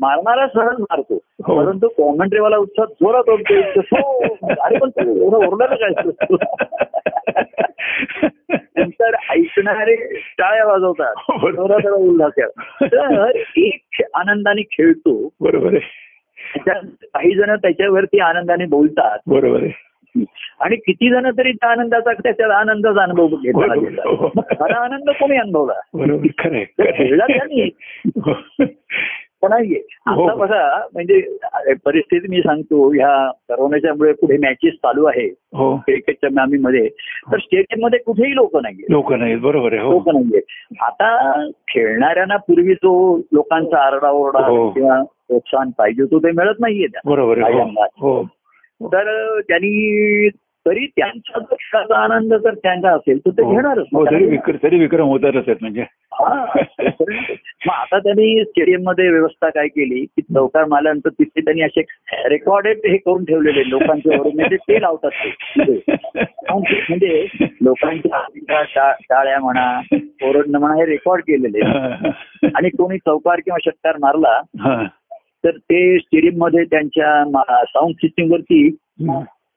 [SPEAKER 1] मारणारा सहज मारतो
[SPEAKER 2] हो.
[SPEAKER 1] परंतु कॉमेंट्रीवाला उत्साह जोरात ओढतो हो, अरे पण तू एवढं ओरडायला काय नंतर ऐकणारे टाळ्या वाजवतात
[SPEAKER 2] बरोबर.
[SPEAKER 1] जोरात उल्हासात तर एक खे- आनंदाने खेळतो
[SPEAKER 2] बरोबर आहे
[SPEAKER 1] त्याच्या- काही जण त्याच्यावरती आनंदाने बोलतात
[SPEAKER 2] बरोबर आहे
[SPEAKER 1] आणि किती जण तरी त्या आनंदाचा त्याच्या आनंदाचा अनुभव घेताना
[SPEAKER 2] बरोबर. हो.
[SPEAKER 1] घेतात मग खरा आनंद कोणी अनुभवला
[SPEAKER 2] बरोबर खरं आहे,
[SPEAKER 1] तर
[SPEAKER 2] खरं
[SPEAKER 1] खेळला
[SPEAKER 2] आहे.
[SPEAKER 1] त्यांनी
[SPEAKER 2] हो.
[SPEAKER 1] पण नाहीये
[SPEAKER 2] हो.
[SPEAKER 1] आता बघा म्हणजे परिस्थिती मी सांगतो ह्या करोनाच्या मुळे पुढे मॅचेस चालू आहे
[SPEAKER 2] हो
[SPEAKER 1] क्रिकेटच्या नामीमध्ये तर स्टेडियम मध्ये कुठेही लोक नाहीये
[SPEAKER 2] लोक नाहीत बरोबर हो, आहे
[SPEAKER 1] लोक
[SPEAKER 2] हो
[SPEAKER 1] नाहीये आता खेळणाऱ्यांना पूर्वी जो लोकांचा आरडाओरडा
[SPEAKER 2] हो.
[SPEAKER 1] किंवा प्रोत्साहन पाहिजे तो ते मिळत नाहीये त्या
[SPEAKER 2] बरोबर आहे हो हो
[SPEAKER 1] तर त्यांनी तरी त्यांचा जो खेळाचा आनंद जर त्यांचा असेल तर ते घेणारच
[SPEAKER 2] हो तरी विक्र तरी विक्रम होतातच आहेत म्हणजे
[SPEAKER 1] हा. मग आता त्यांनी स्टेडियम मध्ये व्यवस्था काय केली की चौकार मारल्यानंतर तिथे त्यांनी असे रेकॉर्डेड हे करून ठेवलेले लोकांचे वरून म्हणजे ते लावतात ते म्हणजे- म्हणजे लोकांच्या हातीच्या टा- टाळ्या म्हणा ओरडणं म्हणा हे रेकॉर्ड केलेले आहेत. आणि कोणी चौकार किंवा षटकार मारला
[SPEAKER 2] हा.
[SPEAKER 1] तर ते स्टेडियम मध्ये त्यांच्या साऊंड सिस्टीम वरती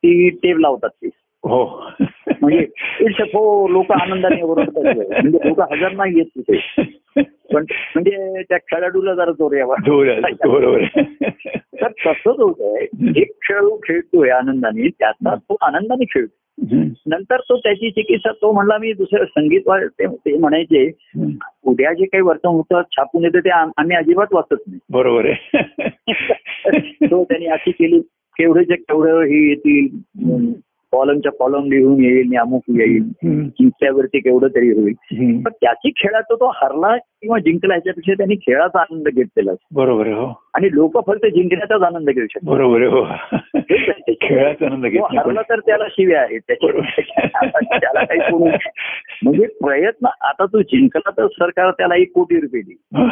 [SPEAKER 1] ती टेप लावतात ते
[SPEAKER 2] हो
[SPEAKER 1] म्हणजे इट्स अ फो लोक आनंदाने ओरडतात म्हणजे लोक हजार नाही येत तिथे पण म्हणजे त्या खेळाडूला जरा जोर यावा
[SPEAKER 2] जोर आहे, बरोबर आहे.
[SPEAKER 1] तर तसंच होत आहे एक खेळाडू खेळतोय आनंदाने त्याचा तो आनंदाने खेळतो
[SPEAKER 2] हम्म.
[SPEAKER 1] नंतर तो त्याची चिकित्सा तो म्हणला मी दुसरं संगीत वा- ते- ते म्हणायचे
[SPEAKER 2] हम्म.
[SPEAKER 1] उद्या जे काही वर्तवणूक छापून येते ते आम- आम्ही अजिबात वाचत नाही
[SPEAKER 2] बरोबर आहे
[SPEAKER 1] तो त्यांनी अशी केली केवढेच्या केवढं हे येतील कॉलमच्या कॉलम लिहून येईल अमुक येईल
[SPEAKER 2] हम्म.
[SPEAKER 1] जिंकल्यावरती केवढं तरी होईल
[SPEAKER 2] हम्म.
[SPEAKER 1] पण त्याची खेळाचा तो हरला किंवा जिंकला याच्यापेक्षा त्यांनी खेळाचा आनंद घेतलेला असतो.
[SPEAKER 2] बरोबर आहे हो
[SPEAKER 1] आणि लोक फक्त जिंकण्याचाच आनंद घेऊ शकतात
[SPEAKER 2] बरोबर आहे हो
[SPEAKER 1] हेच आहे ते.
[SPEAKER 2] खेळाचा आनंद घेत
[SPEAKER 1] तो
[SPEAKER 2] नाही कोणी.
[SPEAKER 1] हरला तर त्याला शिव्या आहेत त्याच्या त्याला काही कोणी म्हणजे प्रयत्न आता तू जिंकला तर सरकार त्याला एक कोटी रुपये देईल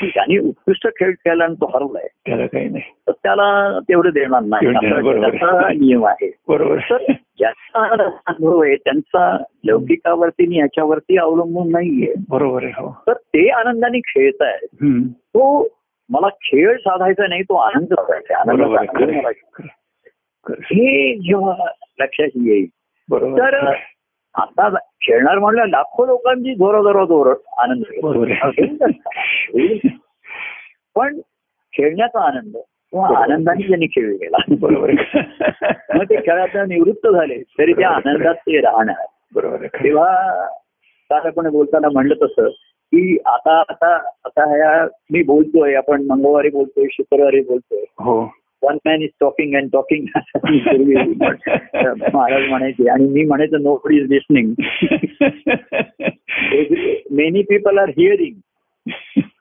[SPEAKER 1] ठीक आहे. आणि उत्कृष्ट खेळ खेळला आणि तो हरलाय
[SPEAKER 2] त्याला काही नाही
[SPEAKER 1] तर त्याला तेवढं देणार नाही
[SPEAKER 2] तेवढं देणार,
[SPEAKER 1] असा
[SPEAKER 2] बरोबर.
[SPEAKER 1] त्याचा नियम आहे
[SPEAKER 2] बरोबर
[SPEAKER 1] तर ज्याचा अनुभव आहे त्यांचा लौकिकावरती आणि याच्यावरती अवलंबून नाहीये
[SPEAKER 2] बरोबर आहे हो
[SPEAKER 1] तर ते आनंदाने खेळत आहे
[SPEAKER 2] हम्म.
[SPEAKER 1] तो मला खेळ साधायचा नाही तो आनंद साधायचा आहे. आनंदाचा
[SPEAKER 2] बरोबर आहे,
[SPEAKER 1] आनंद
[SPEAKER 2] खरं.
[SPEAKER 1] मला घ्यायचा. हे जेव्हा लक्षात येईल
[SPEAKER 2] बरोबर
[SPEAKER 1] तर
[SPEAKER 2] आहे.
[SPEAKER 1] आता खेळणार म्हणलं लाखो लोकांची जोराजोरात ओरड आनंद आहे.
[SPEAKER 2] बरोबर आहे.
[SPEAKER 1] होईल तसा. होईल. पण खेळण्याचा आनंद किंवा आनंदाने त्यांनी खेळ गेला
[SPEAKER 2] बरोबर आहे.
[SPEAKER 1] मग ते खेळातून निवृत्त झाले तरी त्या आनंदात ते राहणार
[SPEAKER 2] बरोबर आहे खरं.
[SPEAKER 1] तेव्हा काल आपण बोलताना म्हणलं तसं की आता आता आता ह्या मी बोलतोय आपण मंगळवारी बोलतोय शुक्रवारी बोलतोय
[SPEAKER 2] हो
[SPEAKER 1] one man is talking and talking Maharaj म्हणायचे आणि मी म्हणायचं nobody is listening many people are hearing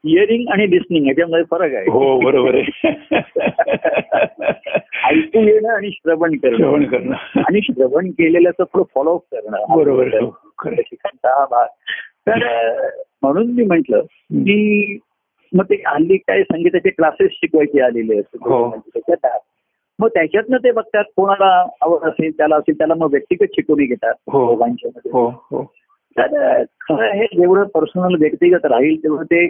[SPEAKER 1] hearing आणि लिसनिंग याच्यामध्ये फरक आहे
[SPEAKER 2] हो बरोबर आहे
[SPEAKER 1] ऐकू येणं आणि श्रवण करणं
[SPEAKER 2] श्रवण करणं
[SPEAKER 1] आणि श्रवण केलेल्याचं थोडं फॉलोअप करणं हा
[SPEAKER 2] बरोबर
[SPEAKER 1] प्रकार.
[SPEAKER 2] हो, खरं आहे.
[SPEAKER 1] शिक्षणाचा हा भाग तर अ, म्हणून मी म्हंटल की मग ते हल्ली काय संगीताचे क्लासेस शिकवायचे आलेले
[SPEAKER 2] हो.
[SPEAKER 1] असतात त्याच्यात. मग त्याच्यातनं ते बघतात कोणाला आवड असेल त्याला असेल त्याला मग व्यक्तिगत शिकवणी घेतात
[SPEAKER 2] हो.
[SPEAKER 1] दोघांच्या मध्ये
[SPEAKER 2] हो हो
[SPEAKER 1] तर खरं हे जेवढं पर्सनल व्यक्तिगत राहील तेवढं ते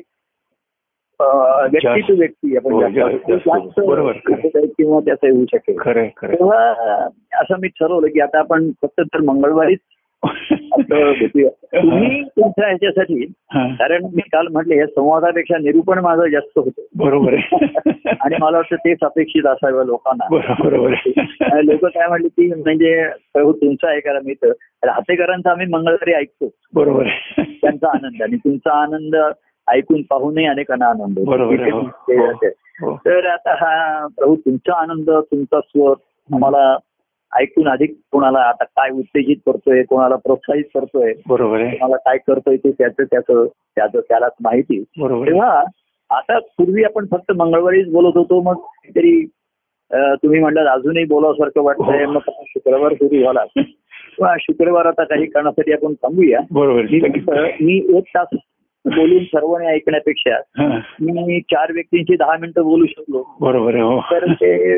[SPEAKER 1] अं, व्यक्ती
[SPEAKER 2] जास्त-
[SPEAKER 1] टू व्यक्ती आपण
[SPEAKER 2] हो,
[SPEAKER 1] जास्त-
[SPEAKER 2] जास्त-
[SPEAKER 1] जास्त
[SPEAKER 2] बरोबर, खरं.
[SPEAKER 1] जास्त किंवा त्याचं येऊ शकेल
[SPEAKER 2] खरं आहे, खरं
[SPEAKER 1] तेव्हा असं मी ठरवलं की आता आपण फक्त तर मंगळवारीच असं
[SPEAKER 2] आहे.
[SPEAKER 1] भेटूया तुम्ही तुमच्या ह्याच्यासाठी
[SPEAKER 2] हा,
[SPEAKER 1] कारण मी काल म्हटले या संवादापेक्षा निरूपण माझं जास्त होतं
[SPEAKER 2] बरोबर आहे
[SPEAKER 1] आणि मला वाटतं तेच अपेक्षित असावं लोकांना
[SPEAKER 2] बरोबर बरोबर आहे.
[SPEAKER 1] लोक काय म्हणले की म्हणजे प्रभू तुमचा आहे कारण मी तर राहतेकरांचा आम्ही मंगळवारी ऐकतो
[SPEAKER 2] बरोबर आहे
[SPEAKER 1] त्यांचा आनंद आणि तुमचा आनंद ऐकून पाहूनही अनेकांना आनंद होतो.
[SPEAKER 2] बरोबर आहे,
[SPEAKER 1] ठीक
[SPEAKER 2] हो.
[SPEAKER 1] आहे? ते- ते-
[SPEAKER 2] हो.
[SPEAKER 1] तर आता हा प्रभू तुमचा आनंद तुमचा स्वर आम्हाला ऐकून अधिक कोणाला आता काय उत्तेजित करतोय कोणाला प्रोत्साहित करतोय
[SPEAKER 2] बरोबर आहे
[SPEAKER 1] कोणाला काय करतोय ते त्याचं त्याचं त्याचं त्यालाच माहिती
[SPEAKER 2] बरोबर आहे.
[SPEAKER 1] तेव्हा आता पूर्वी आपण फक्त मंगळवारीच बोलत होतो मग तरी तुम्ही म्हणलं अजूनही बोलावसारखं वाटतंय
[SPEAKER 2] हो.
[SPEAKER 1] मग आपण शुक्रवार सुरू झाला किंवा शुक्रवार आता काही कारणासाठी आपण थांबूया
[SPEAKER 2] बरोबर
[SPEAKER 1] मी
[SPEAKER 2] आहे.
[SPEAKER 1] म्हटलं, मी एक तास बोलून सर्वांनी ऐकण्यापेक्षा
[SPEAKER 2] हा,
[SPEAKER 1] मी चार व्यक्तींची दहा मिनिटं बोलू शकलो
[SPEAKER 2] बरोबर आहे
[SPEAKER 1] तर
[SPEAKER 2] हो
[SPEAKER 1] ते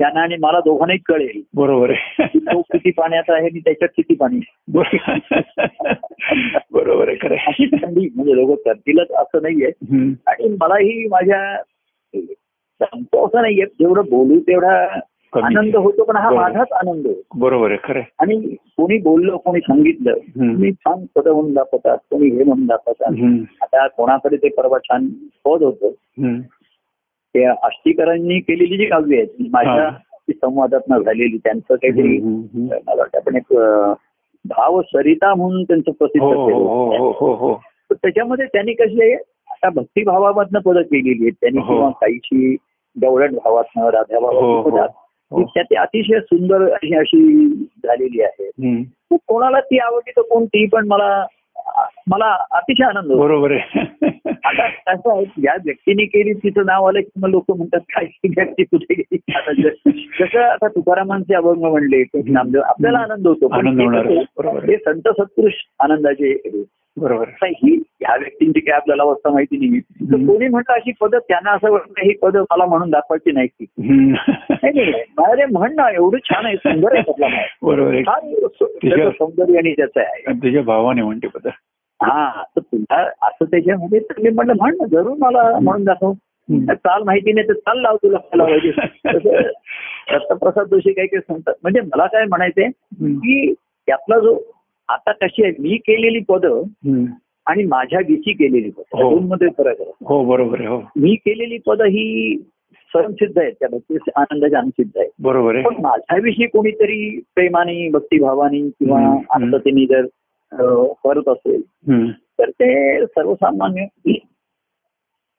[SPEAKER 1] त्यांना आणि मला दोघांनाही कळेल
[SPEAKER 2] बरोबर आहे
[SPEAKER 1] की तो किती पाण्यात आहे आणि त्याच्यात किती पाणी आहे.
[SPEAKER 2] बरोबर बरोबर आहे खरं आहे.
[SPEAKER 1] अशी थंडी म्हणजे लोक करतीलच असं नाहीये
[SPEAKER 2] हम्म.
[SPEAKER 1] आणि मलाही माझ्या सांगतो असं नाहीये जेवढं बोलू तेवढा
[SPEAKER 2] कमी.
[SPEAKER 1] आनंद होतो पण हा
[SPEAKER 2] बरोबर.
[SPEAKER 1] माझाच आनंद आहे
[SPEAKER 2] बरोबर आहे खरं आहे.
[SPEAKER 1] आणि कोणी बोललं कोणी सांगितलं
[SPEAKER 2] हम्म.
[SPEAKER 1] मी छान पदं म्हणून दाखवतात कोणी हे म्हणून दाखवतात
[SPEAKER 2] हम्म.
[SPEAKER 1] आता कोणाकडे ते परवा छान पद होतं
[SPEAKER 2] हम्म.
[SPEAKER 1] ते आष्टीकरांनी केलेली जी काव्य आहेत ती माझ्या
[SPEAKER 2] हा.
[SPEAKER 1] संवादात झालेली त्यांचं काहीतरी
[SPEAKER 2] हम्म, हम्म, हम्म.
[SPEAKER 1] मला वाटतं आपण एक अं, भाव सरिता म्हणून त्यांचं प्रसिद्ध
[SPEAKER 2] हो
[SPEAKER 1] केलं
[SPEAKER 2] हो
[SPEAKER 1] होतं.
[SPEAKER 2] हो हो हो
[SPEAKER 1] तर त्याच्यामध्ये त्यांनी कशी आहे आता भक्तिभावामधनं पदं केलेली आहेत त्यांनी
[SPEAKER 2] हो.
[SPEAKER 1] किंवा काहीशी गवळण भावातनं राध्या
[SPEAKER 2] हो,
[SPEAKER 1] भावातनं
[SPEAKER 2] हो,
[SPEAKER 1] पदात
[SPEAKER 2] हो.
[SPEAKER 1] ती त्या ती अतिशय सुंदर आणि अशी झालेली आहे
[SPEAKER 2] हम्म.
[SPEAKER 1] तर कोणाला ती आवडली तर कोणती पण मला मला अतिशय आनंद होतो
[SPEAKER 2] बरोबर आहे
[SPEAKER 1] हो. आता कसं आहे ज्या व्यक्तीने केली तिचं नाव आलं की मग लोक म्हणतात काय ही व्यक्ती कुठे गेली आता ज- जसं आता तुकारामांचे अभंग म्हणले ते नामदेव आपल्याला आनंद होतो पण
[SPEAKER 2] आनंद
[SPEAKER 1] ते
[SPEAKER 2] होणार.
[SPEAKER 1] कसं,
[SPEAKER 2] बरोबर.
[SPEAKER 1] हे संत सत्पुरुष आनंदाचे हे.
[SPEAKER 2] बरोबर आहे.
[SPEAKER 1] आता ही ह्या व्यक्तींची काय आपल्याला अवस्था माहिती नाही तर
[SPEAKER 2] हम्म.
[SPEAKER 1] कोणी म्हटलं अशी पद त्यांना असं वाटतं ही पद मला म्हणून दाखवायची नाही ती
[SPEAKER 2] हम्म.
[SPEAKER 1] नाही, नाही, नाही. मला ते म्हण ना एवढं छान आहे सुंदर आहे त्यातला माल.
[SPEAKER 2] बरोबर आहे
[SPEAKER 1] छान त्याचं सौंदर्य आणि त्याचं आहे
[SPEAKER 2] आणि तुझ्या भावाने म्हणते पद
[SPEAKER 1] हा तर तुला असं त्याच्यामध्ये तर मी म्हटलं म्हण ना, जरूर मला म्हणून दाखव
[SPEAKER 2] हम्म.
[SPEAKER 1] चाल माहिती नाही तर चाल लाव तुला काय लावायची तसं दत्तप्रसाद जोशी काही काही सांगतात म्हणजे मला काय म्हणायचंय
[SPEAKER 2] हम्म.
[SPEAKER 1] की त्यातला जो आता कशी आहे मी केलेली पदं
[SPEAKER 2] हम्म.
[SPEAKER 1] आणि माझ्या गीची केलेली पदं
[SPEAKER 2] हो.
[SPEAKER 1] दोन मध्ये फरक आहे
[SPEAKER 2] हो बरोबर आहे हो
[SPEAKER 1] मी केलेली पदं ही स्वयंसिद्ध आहेत त्या भक्ती आनंदाच्या अनसिद्ध आहेत
[SPEAKER 2] बरोबर आहे
[SPEAKER 1] पण माझ्याविषयी कोणीतरी प्रेमाने भक्तिभावाने किंवा
[SPEAKER 2] हम्म.
[SPEAKER 1] आनंदाने जर अं, करत असेल
[SPEAKER 2] हम्म.
[SPEAKER 1] तर ते सर्वसामान्य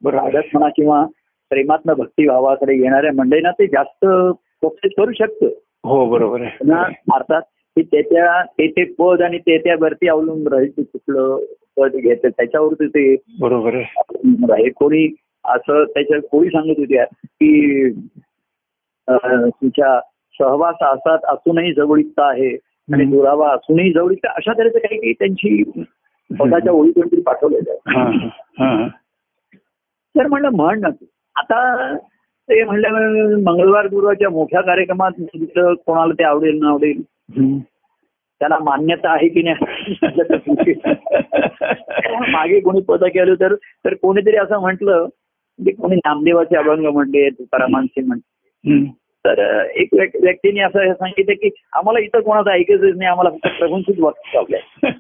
[SPEAKER 2] बरोबर
[SPEAKER 1] रागात म्हणा किंवा प्रेमातनं भक्तिभावाकडे येणाऱ्या मंडळींना ते जास्त प्रोत्साहित करू शकतं
[SPEAKER 2] हो बरोबर आहे
[SPEAKER 1] त्यांना अर्थात की त्याच्या ते ते पद आणि ते त्यावरती अवलंबून राहील की कुठलं पद घ्यायचं त्याच्यावरती ते
[SPEAKER 2] बरोबर आहे
[SPEAKER 1] अवलंबून राहील कोणी असं त्याच्या कोणी सांगत होत्या की अं, तुमच्या सहवास असात असूनही जवळीकता आहे आणि
[SPEAKER 2] हम्म.
[SPEAKER 1] दुरावा असूनही जवळीकता अशा तऱ्हेचं काही काही त्यांची स्वतःच्या ओळी कोणतरी पाठवलेल्या आहेत.
[SPEAKER 2] हा हा हा.
[SPEAKER 1] तर म्हणलं म्हण ना तू. आता ते म्हणलं मंगळवार गुरुवारच्या मोठ्या कार्यक्रमात म्हटलं कोणाला ते आवडेल ना आवडेल
[SPEAKER 2] हम्म.
[SPEAKER 1] त्याला मान्यता आहे की नाही मागे कोणी पद केलं तर तर कोणीतरी असं म्हटलं की कोणी नामदेवाचे अभंग म्हणले तुकारामांचे म्हणले
[SPEAKER 2] हम्म.
[SPEAKER 1] तर एक व्यक्- व्यक्तीने असं हे सांगितलं की आम्हाला इतर कोणाचं ऐकायचंच नाही आम्हाला फक्त प्रभूंचीच वाटत आपल्या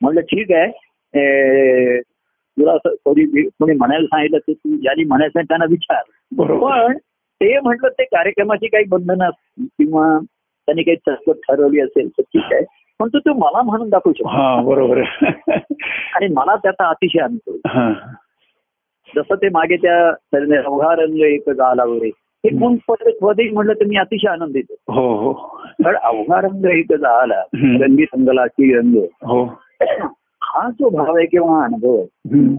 [SPEAKER 1] म्हणलं ठीक आहे ए, तुला असं कोणी कोणी म्हणायला सांगितलं ते तू ज्यांनी म्हणायचं आहे त्यांना विचार
[SPEAKER 2] बरोबर
[SPEAKER 1] पण ते म्हटलं ते कार्यक्रमाची काही बंधनं असतील किंवा त्यांनी काही तरतूद ठरवली असेल तर ठीक आहे पण तू तू मला म्हणून दाखवू शकतो
[SPEAKER 2] हा बरोबर आहे
[SPEAKER 1] आणि मला त्याचा अतिशय आनंद होईल
[SPEAKER 2] हा
[SPEAKER 1] जसं ते मागे त्या सरने अवघा रंग एक गाला वगैरे हे गुण पद पदही म्हटलं तर मी अतिशय आनंद येतो
[SPEAKER 2] हो हो
[SPEAKER 1] कारण अवघा रंग एक गाला
[SPEAKER 2] हम्म.
[SPEAKER 1] रंगी संगला की रंग
[SPEAKER 2] हो
[SPEAKER 1] हा जो भाव आहे किंवा हा अनुभव आहे
[SPEAKER 2] हम्म.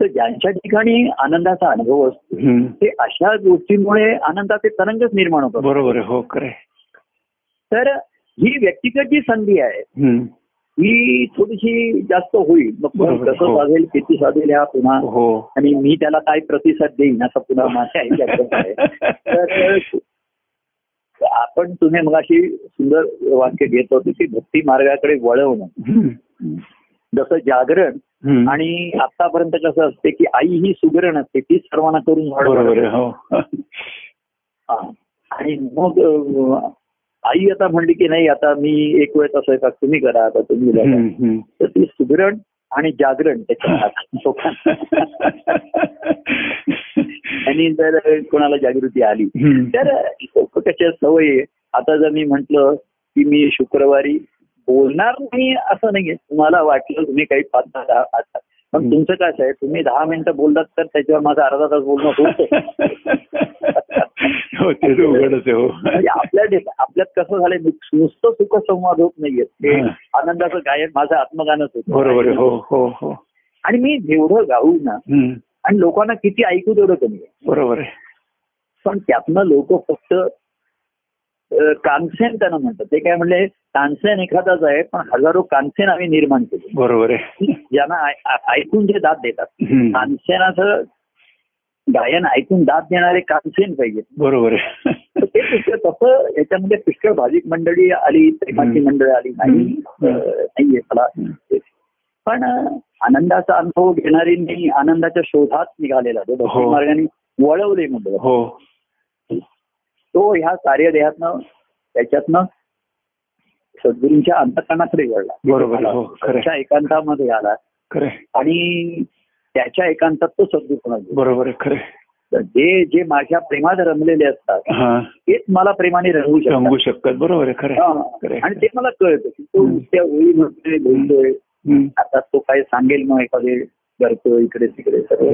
[SPEAKER 1] तर ज्यांच्या ठिकाणी आनंदाचा अनुभव असतो
[SPEAKER 2] हम्म.
[SPEAKER 1] ते अशा गोष्टींमुळे आनंदाचे तरंगच निर्माण होतात
[SPEAKER 2] बरोबर आहे हो खरे
[SPEAKER 1] तर ही व्यक्तिगत जी संधी आहे ही थोडीशी जास्त होईल मग कोण
[SPEAKER 2] बरोबर,
[SPEAKER 1] कसं
[SPEAKER 2] हो.
[SPEAKER 1] साधेल किती साधेल हा पुन्हा
[SPEAKER 2] हो
[SPEAKER 1] आणि मी त्याला काय प्रतिसाद देईन असा पुन्हा माझ्या आईच्या लक्षात आहे. तर अ, आपण तुम्ही मग अशी सुंदर वाक्य घेत होते की भक्ती मार्गाकडे वळवणं
[SPEAKER 2] हम्म.
[SPEAKER 1] जसं जागरण
[SPEAKER 2] हम्म.
[SPEAKER 1] आणि आतापर्यंत कसं असते की आई ही सुगरण असते ती सर्वांना करून झाड
[SPEAKER 2] बरोबर
[SPEAKER 1] वाढवते.
[SPEAKER 2] आहे हो
[SPEAKER 1] हा. आणि मग अ, आई आता म्हणली की नाही आता मी एक वेळ तसं का तुम्ही करा आता तुम्ही करा.
[SPEAKER 2] हम्म, हम्म.
[SPEAKER 1] तर ती सुगरण आणि जागरण त्याच्या आणि जर कोणाला जागृती आली
[SPEAKER 2] हम्म.
[SPEAKER 1] तर लोक कशा सवयी आहे. आता जर मी म्हंटल की मी शुक्रवारी बोलणार नाही असं नाहीये तुम्हाला वाटलं तुम्ही काही पाच दहा- दहा आता पण
[SPEAKER 2] हं.
[SPEAKER 1] तुमचं कसं आहे तुम्ही दहा मिनिटं बोललात तर त्याच्यावर माझा अर्धा तास बोलणं होतं
[SPEAKER 2] हो ते तर उघडच आहे हो
[SPEAKER 1] म्हणजे आपल्या ठिका- आपल्यात कसं झालंय नुस- नुसतं सुख संवाद होत नाहीये ते
[SPEAKER 2] हं.
[SPEAKER 1] आनंदाचं गायन माझं आत्मगानच होतं
[SPEAKER 2] बरोबर आहे हो हो हो
[SPEAKER 1] आणि मी जेवढं गाऊ ना
[SPEAKER 2] हम्म.
[SPEAKER 1] आणि लोकांना किती ऐकू तेवढं कमी आहे
[SPEAKER 2] बरोबर आहे
[SPEAKER 1] पण त्यातनं लोक फक्त अ, कांसेन त्यांना म्हणतात ते काय म्हणले कांसेन एखादाच आहे पण हजारो कांसेन आम्ही निर्माण केले
[SPEAKER 2] बरोबर आहे
[SPEAKER 1] ज्यांना ऐ- ऐ- ऐकून जे दाद देतात
[SPEAKER 2] हम्म.
[SPEAKER 1] कांसेनाचं गायन ऐकून दाद देणारे कांसेन पाहिजे
[SPEAKER 2] बरोबर आहे
[SPEAKER 1] तर ते पुष्कळ तसं याच्यामध्ये पुष्कळ भाविक मंडळी आली त्रिपाठी
[SPEAKER 2] हम्म.
[SPEAKER 1] मंडळी आली नाही
[SPEAKER 2] हम्म.
[SPEAKER 1] अ, नाहीये मला
[SPEAKER 2] हम्म.
[SPEAKER 1] पण अ, आनंदाचा अनुभव घेणारी मी आनंदाच्या शोधात निघालेला तो भक्ती
[SPEAKER 2] हो.
[SPEAKER 1] मार्गाने वळवले म्हणलं
[SPEAKER 2] हो
[SPEAKER 1] तो ह्या कार्यदेहातनं त्याच्यातनं सद्गुरूंच्या अंतकरणाकडे वळला
[SPEAKER 2] बरोबर, हो, खरंय.
[SPEAKER 1] त्याच्या एकांतामध्ये आला
[SPEAKER 2] खरे
[SPEAKER 1] आणि त्याच्या एकांतात तो सद्गुरूपणा
[SPEAKER 2] बरोबर आहे खरे
[SPEAKER 1] जे जे माझ्या प्रेमात रमलेले असतात
[SPEAKER 2] हा
[SPEAKER 1] तेच मला प्रेमाने रंगू शकतात
[SPEAKER 2] सांगू शकतात बरोबर आहे खरे
[SPEAKER 1] हा.
[SPEAKER 2] खरंय.
[SPEAKER 1] आणि ते मला कळतं की तो
[SPEAKER 2] हं.
[SPEAKER 1] त्या ओळी म्हणतोय बोलतोय आता तो काय सांगेल मग एखादे करतो इकडे तिकडे सर्व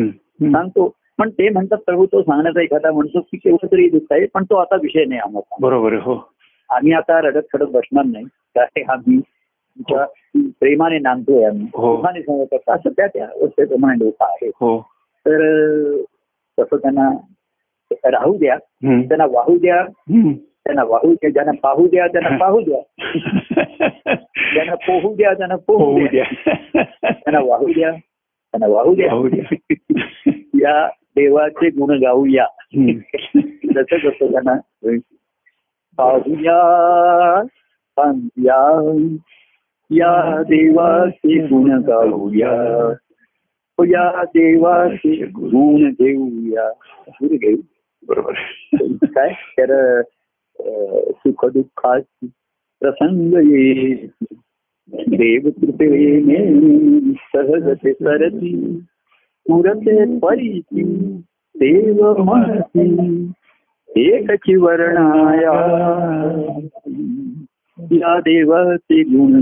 [SPEAKER 1] सांगतो पण ते म्हणतात प्रभू तो सांगण्याचा एखादा म्हणतो की केवढं तरी दुःख आहे पण तो आता विषय नाही आम्हाला
[SPEAKER 2] बरोबर आहे हो
[SPEAKER 1] आम्ही आता रडत खडत बसणार नाही कारण आम्ही तुमच्या प्रेमाने नांदतोय आम्ही
[SPEAKER 2] हो.
[SPEAKER 1] सुखाने समोर करतो असं त्या त्या अवस्थेप्रमाणे लोक आहेत
[SPEAKER 2] हो
[SPEAKER 1] तर अं, तसं त्यांना राहू द्या
[SPEAKER 2] हम्म.
[SPEAKER 1] त्यांना वाहू द्या
[SPEAKER 2] हम्म.
[SPEAKER 1] त्यांना वाहू द्या ज्यांना पाहू द्या त्यांना पाहू द्या ज्यांना पोहू द्या त्यांना पोहू
[SPEAKER 2] होऊ
[SPEAKER 1] द्या
[SPEAKER 2] द्या
[SPEAKER 1] त्यांना वाहू द्या त्यांना वाहू द्या
[SPEAKER 2] होऊ द्या
[SPEAKER 1] या देवाचे गुण गाऊया
[SPEAKER 2] हम्म.
[SPEAKER 1] जसं जसं त्यांना होईल. पाहूया सांगूया या देवाचे गुण गाऊया हो या देवाचे गुण घेऊया गुण घेऊ
[SPEAKER 2] बरोबर
[SPEAKER 1] काय तर अं, सुख दुःखाची प्रसंग ये देव कृपेने सहजते सरती पुरते परिती देव महती एकची वर्णाया या देवाचे गुण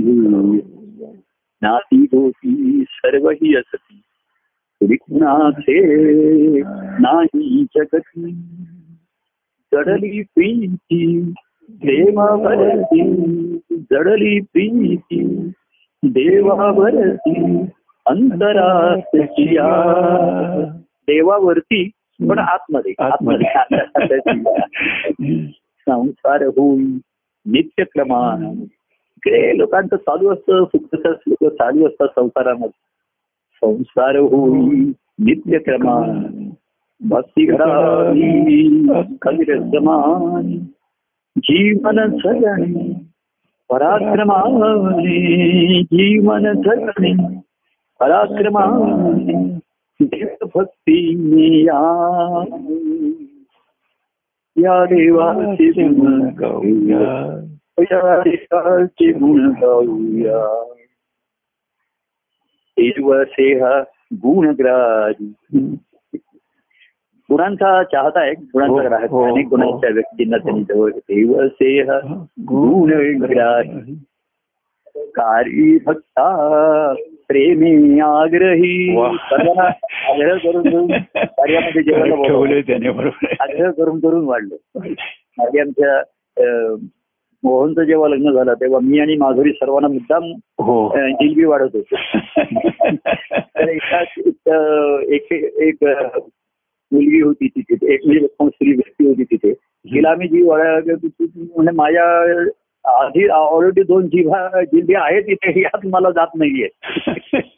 [SPEAKER 1] नाती होती सर्व ही असती विघ्नाचे नाही जगती जडली प्रीती देवावरती जडली प्रीती देवावरती अंतरात जिया. देवावरती पण आतमध्ये आतमध्ये संसार होई नित्यक्रमान इकडे लोकांचं चालू असतं सुखाचं लोक चालू असतात संसारामध्ये संसार होई नित्यक्रमान भक्ती घडावी खंगर समान जीवन सजणे पराक्रमाने जीवन सजणे पराक्रमाने भक्ती या या देवाचे गुण गाऊया या देवाचे गुण गाऊया देवसे हा गुणग्राही गुणांचा चाहता आहे गुणांचा
[SPEAKER 2] हो,
[SPEAKER 1] ग्राहक
[SPEAKER 2] हो,
[SPEAKER 1] अनेक गुणांच्या
[SPEAKER 2] हो.
[SPEAKER 1] व्यक्तींना त्यांनी जवळ देवसे हा गुणग्राही कारी भक्ता प्रेमी आग्रही
[SPEAKER 2] वा.
[SPEAKER 1] सर्वांना आग्रह करून करून कार्यामध्ये जेवायला बोलवलं.
[SPEAKER 2] ठेवले त्याने बरोबर आहे.
[SPEAKER 1] आग्रह करून करून वाढलो मागे आमच्या अं, मोहनचं जेव्हा लग्न झालं तेव्हा मी आणि माधुरी सर्वांना मुद्दाम
[SPEAKER 2] हो
[SPEAKER 1] अ, जिलबी वाढत होतो तर एका अ, एक एक अ, मुलगी होती तिथे एक म्हणजे कोण स्त्री व्यक्ती होती तिथे तिला आम्ही जीव वाढायला म्हणजे माझ्या आधी ऑलरेडी दोन जिभा जिलबी आहेत तिथे यात मला जात नाहीये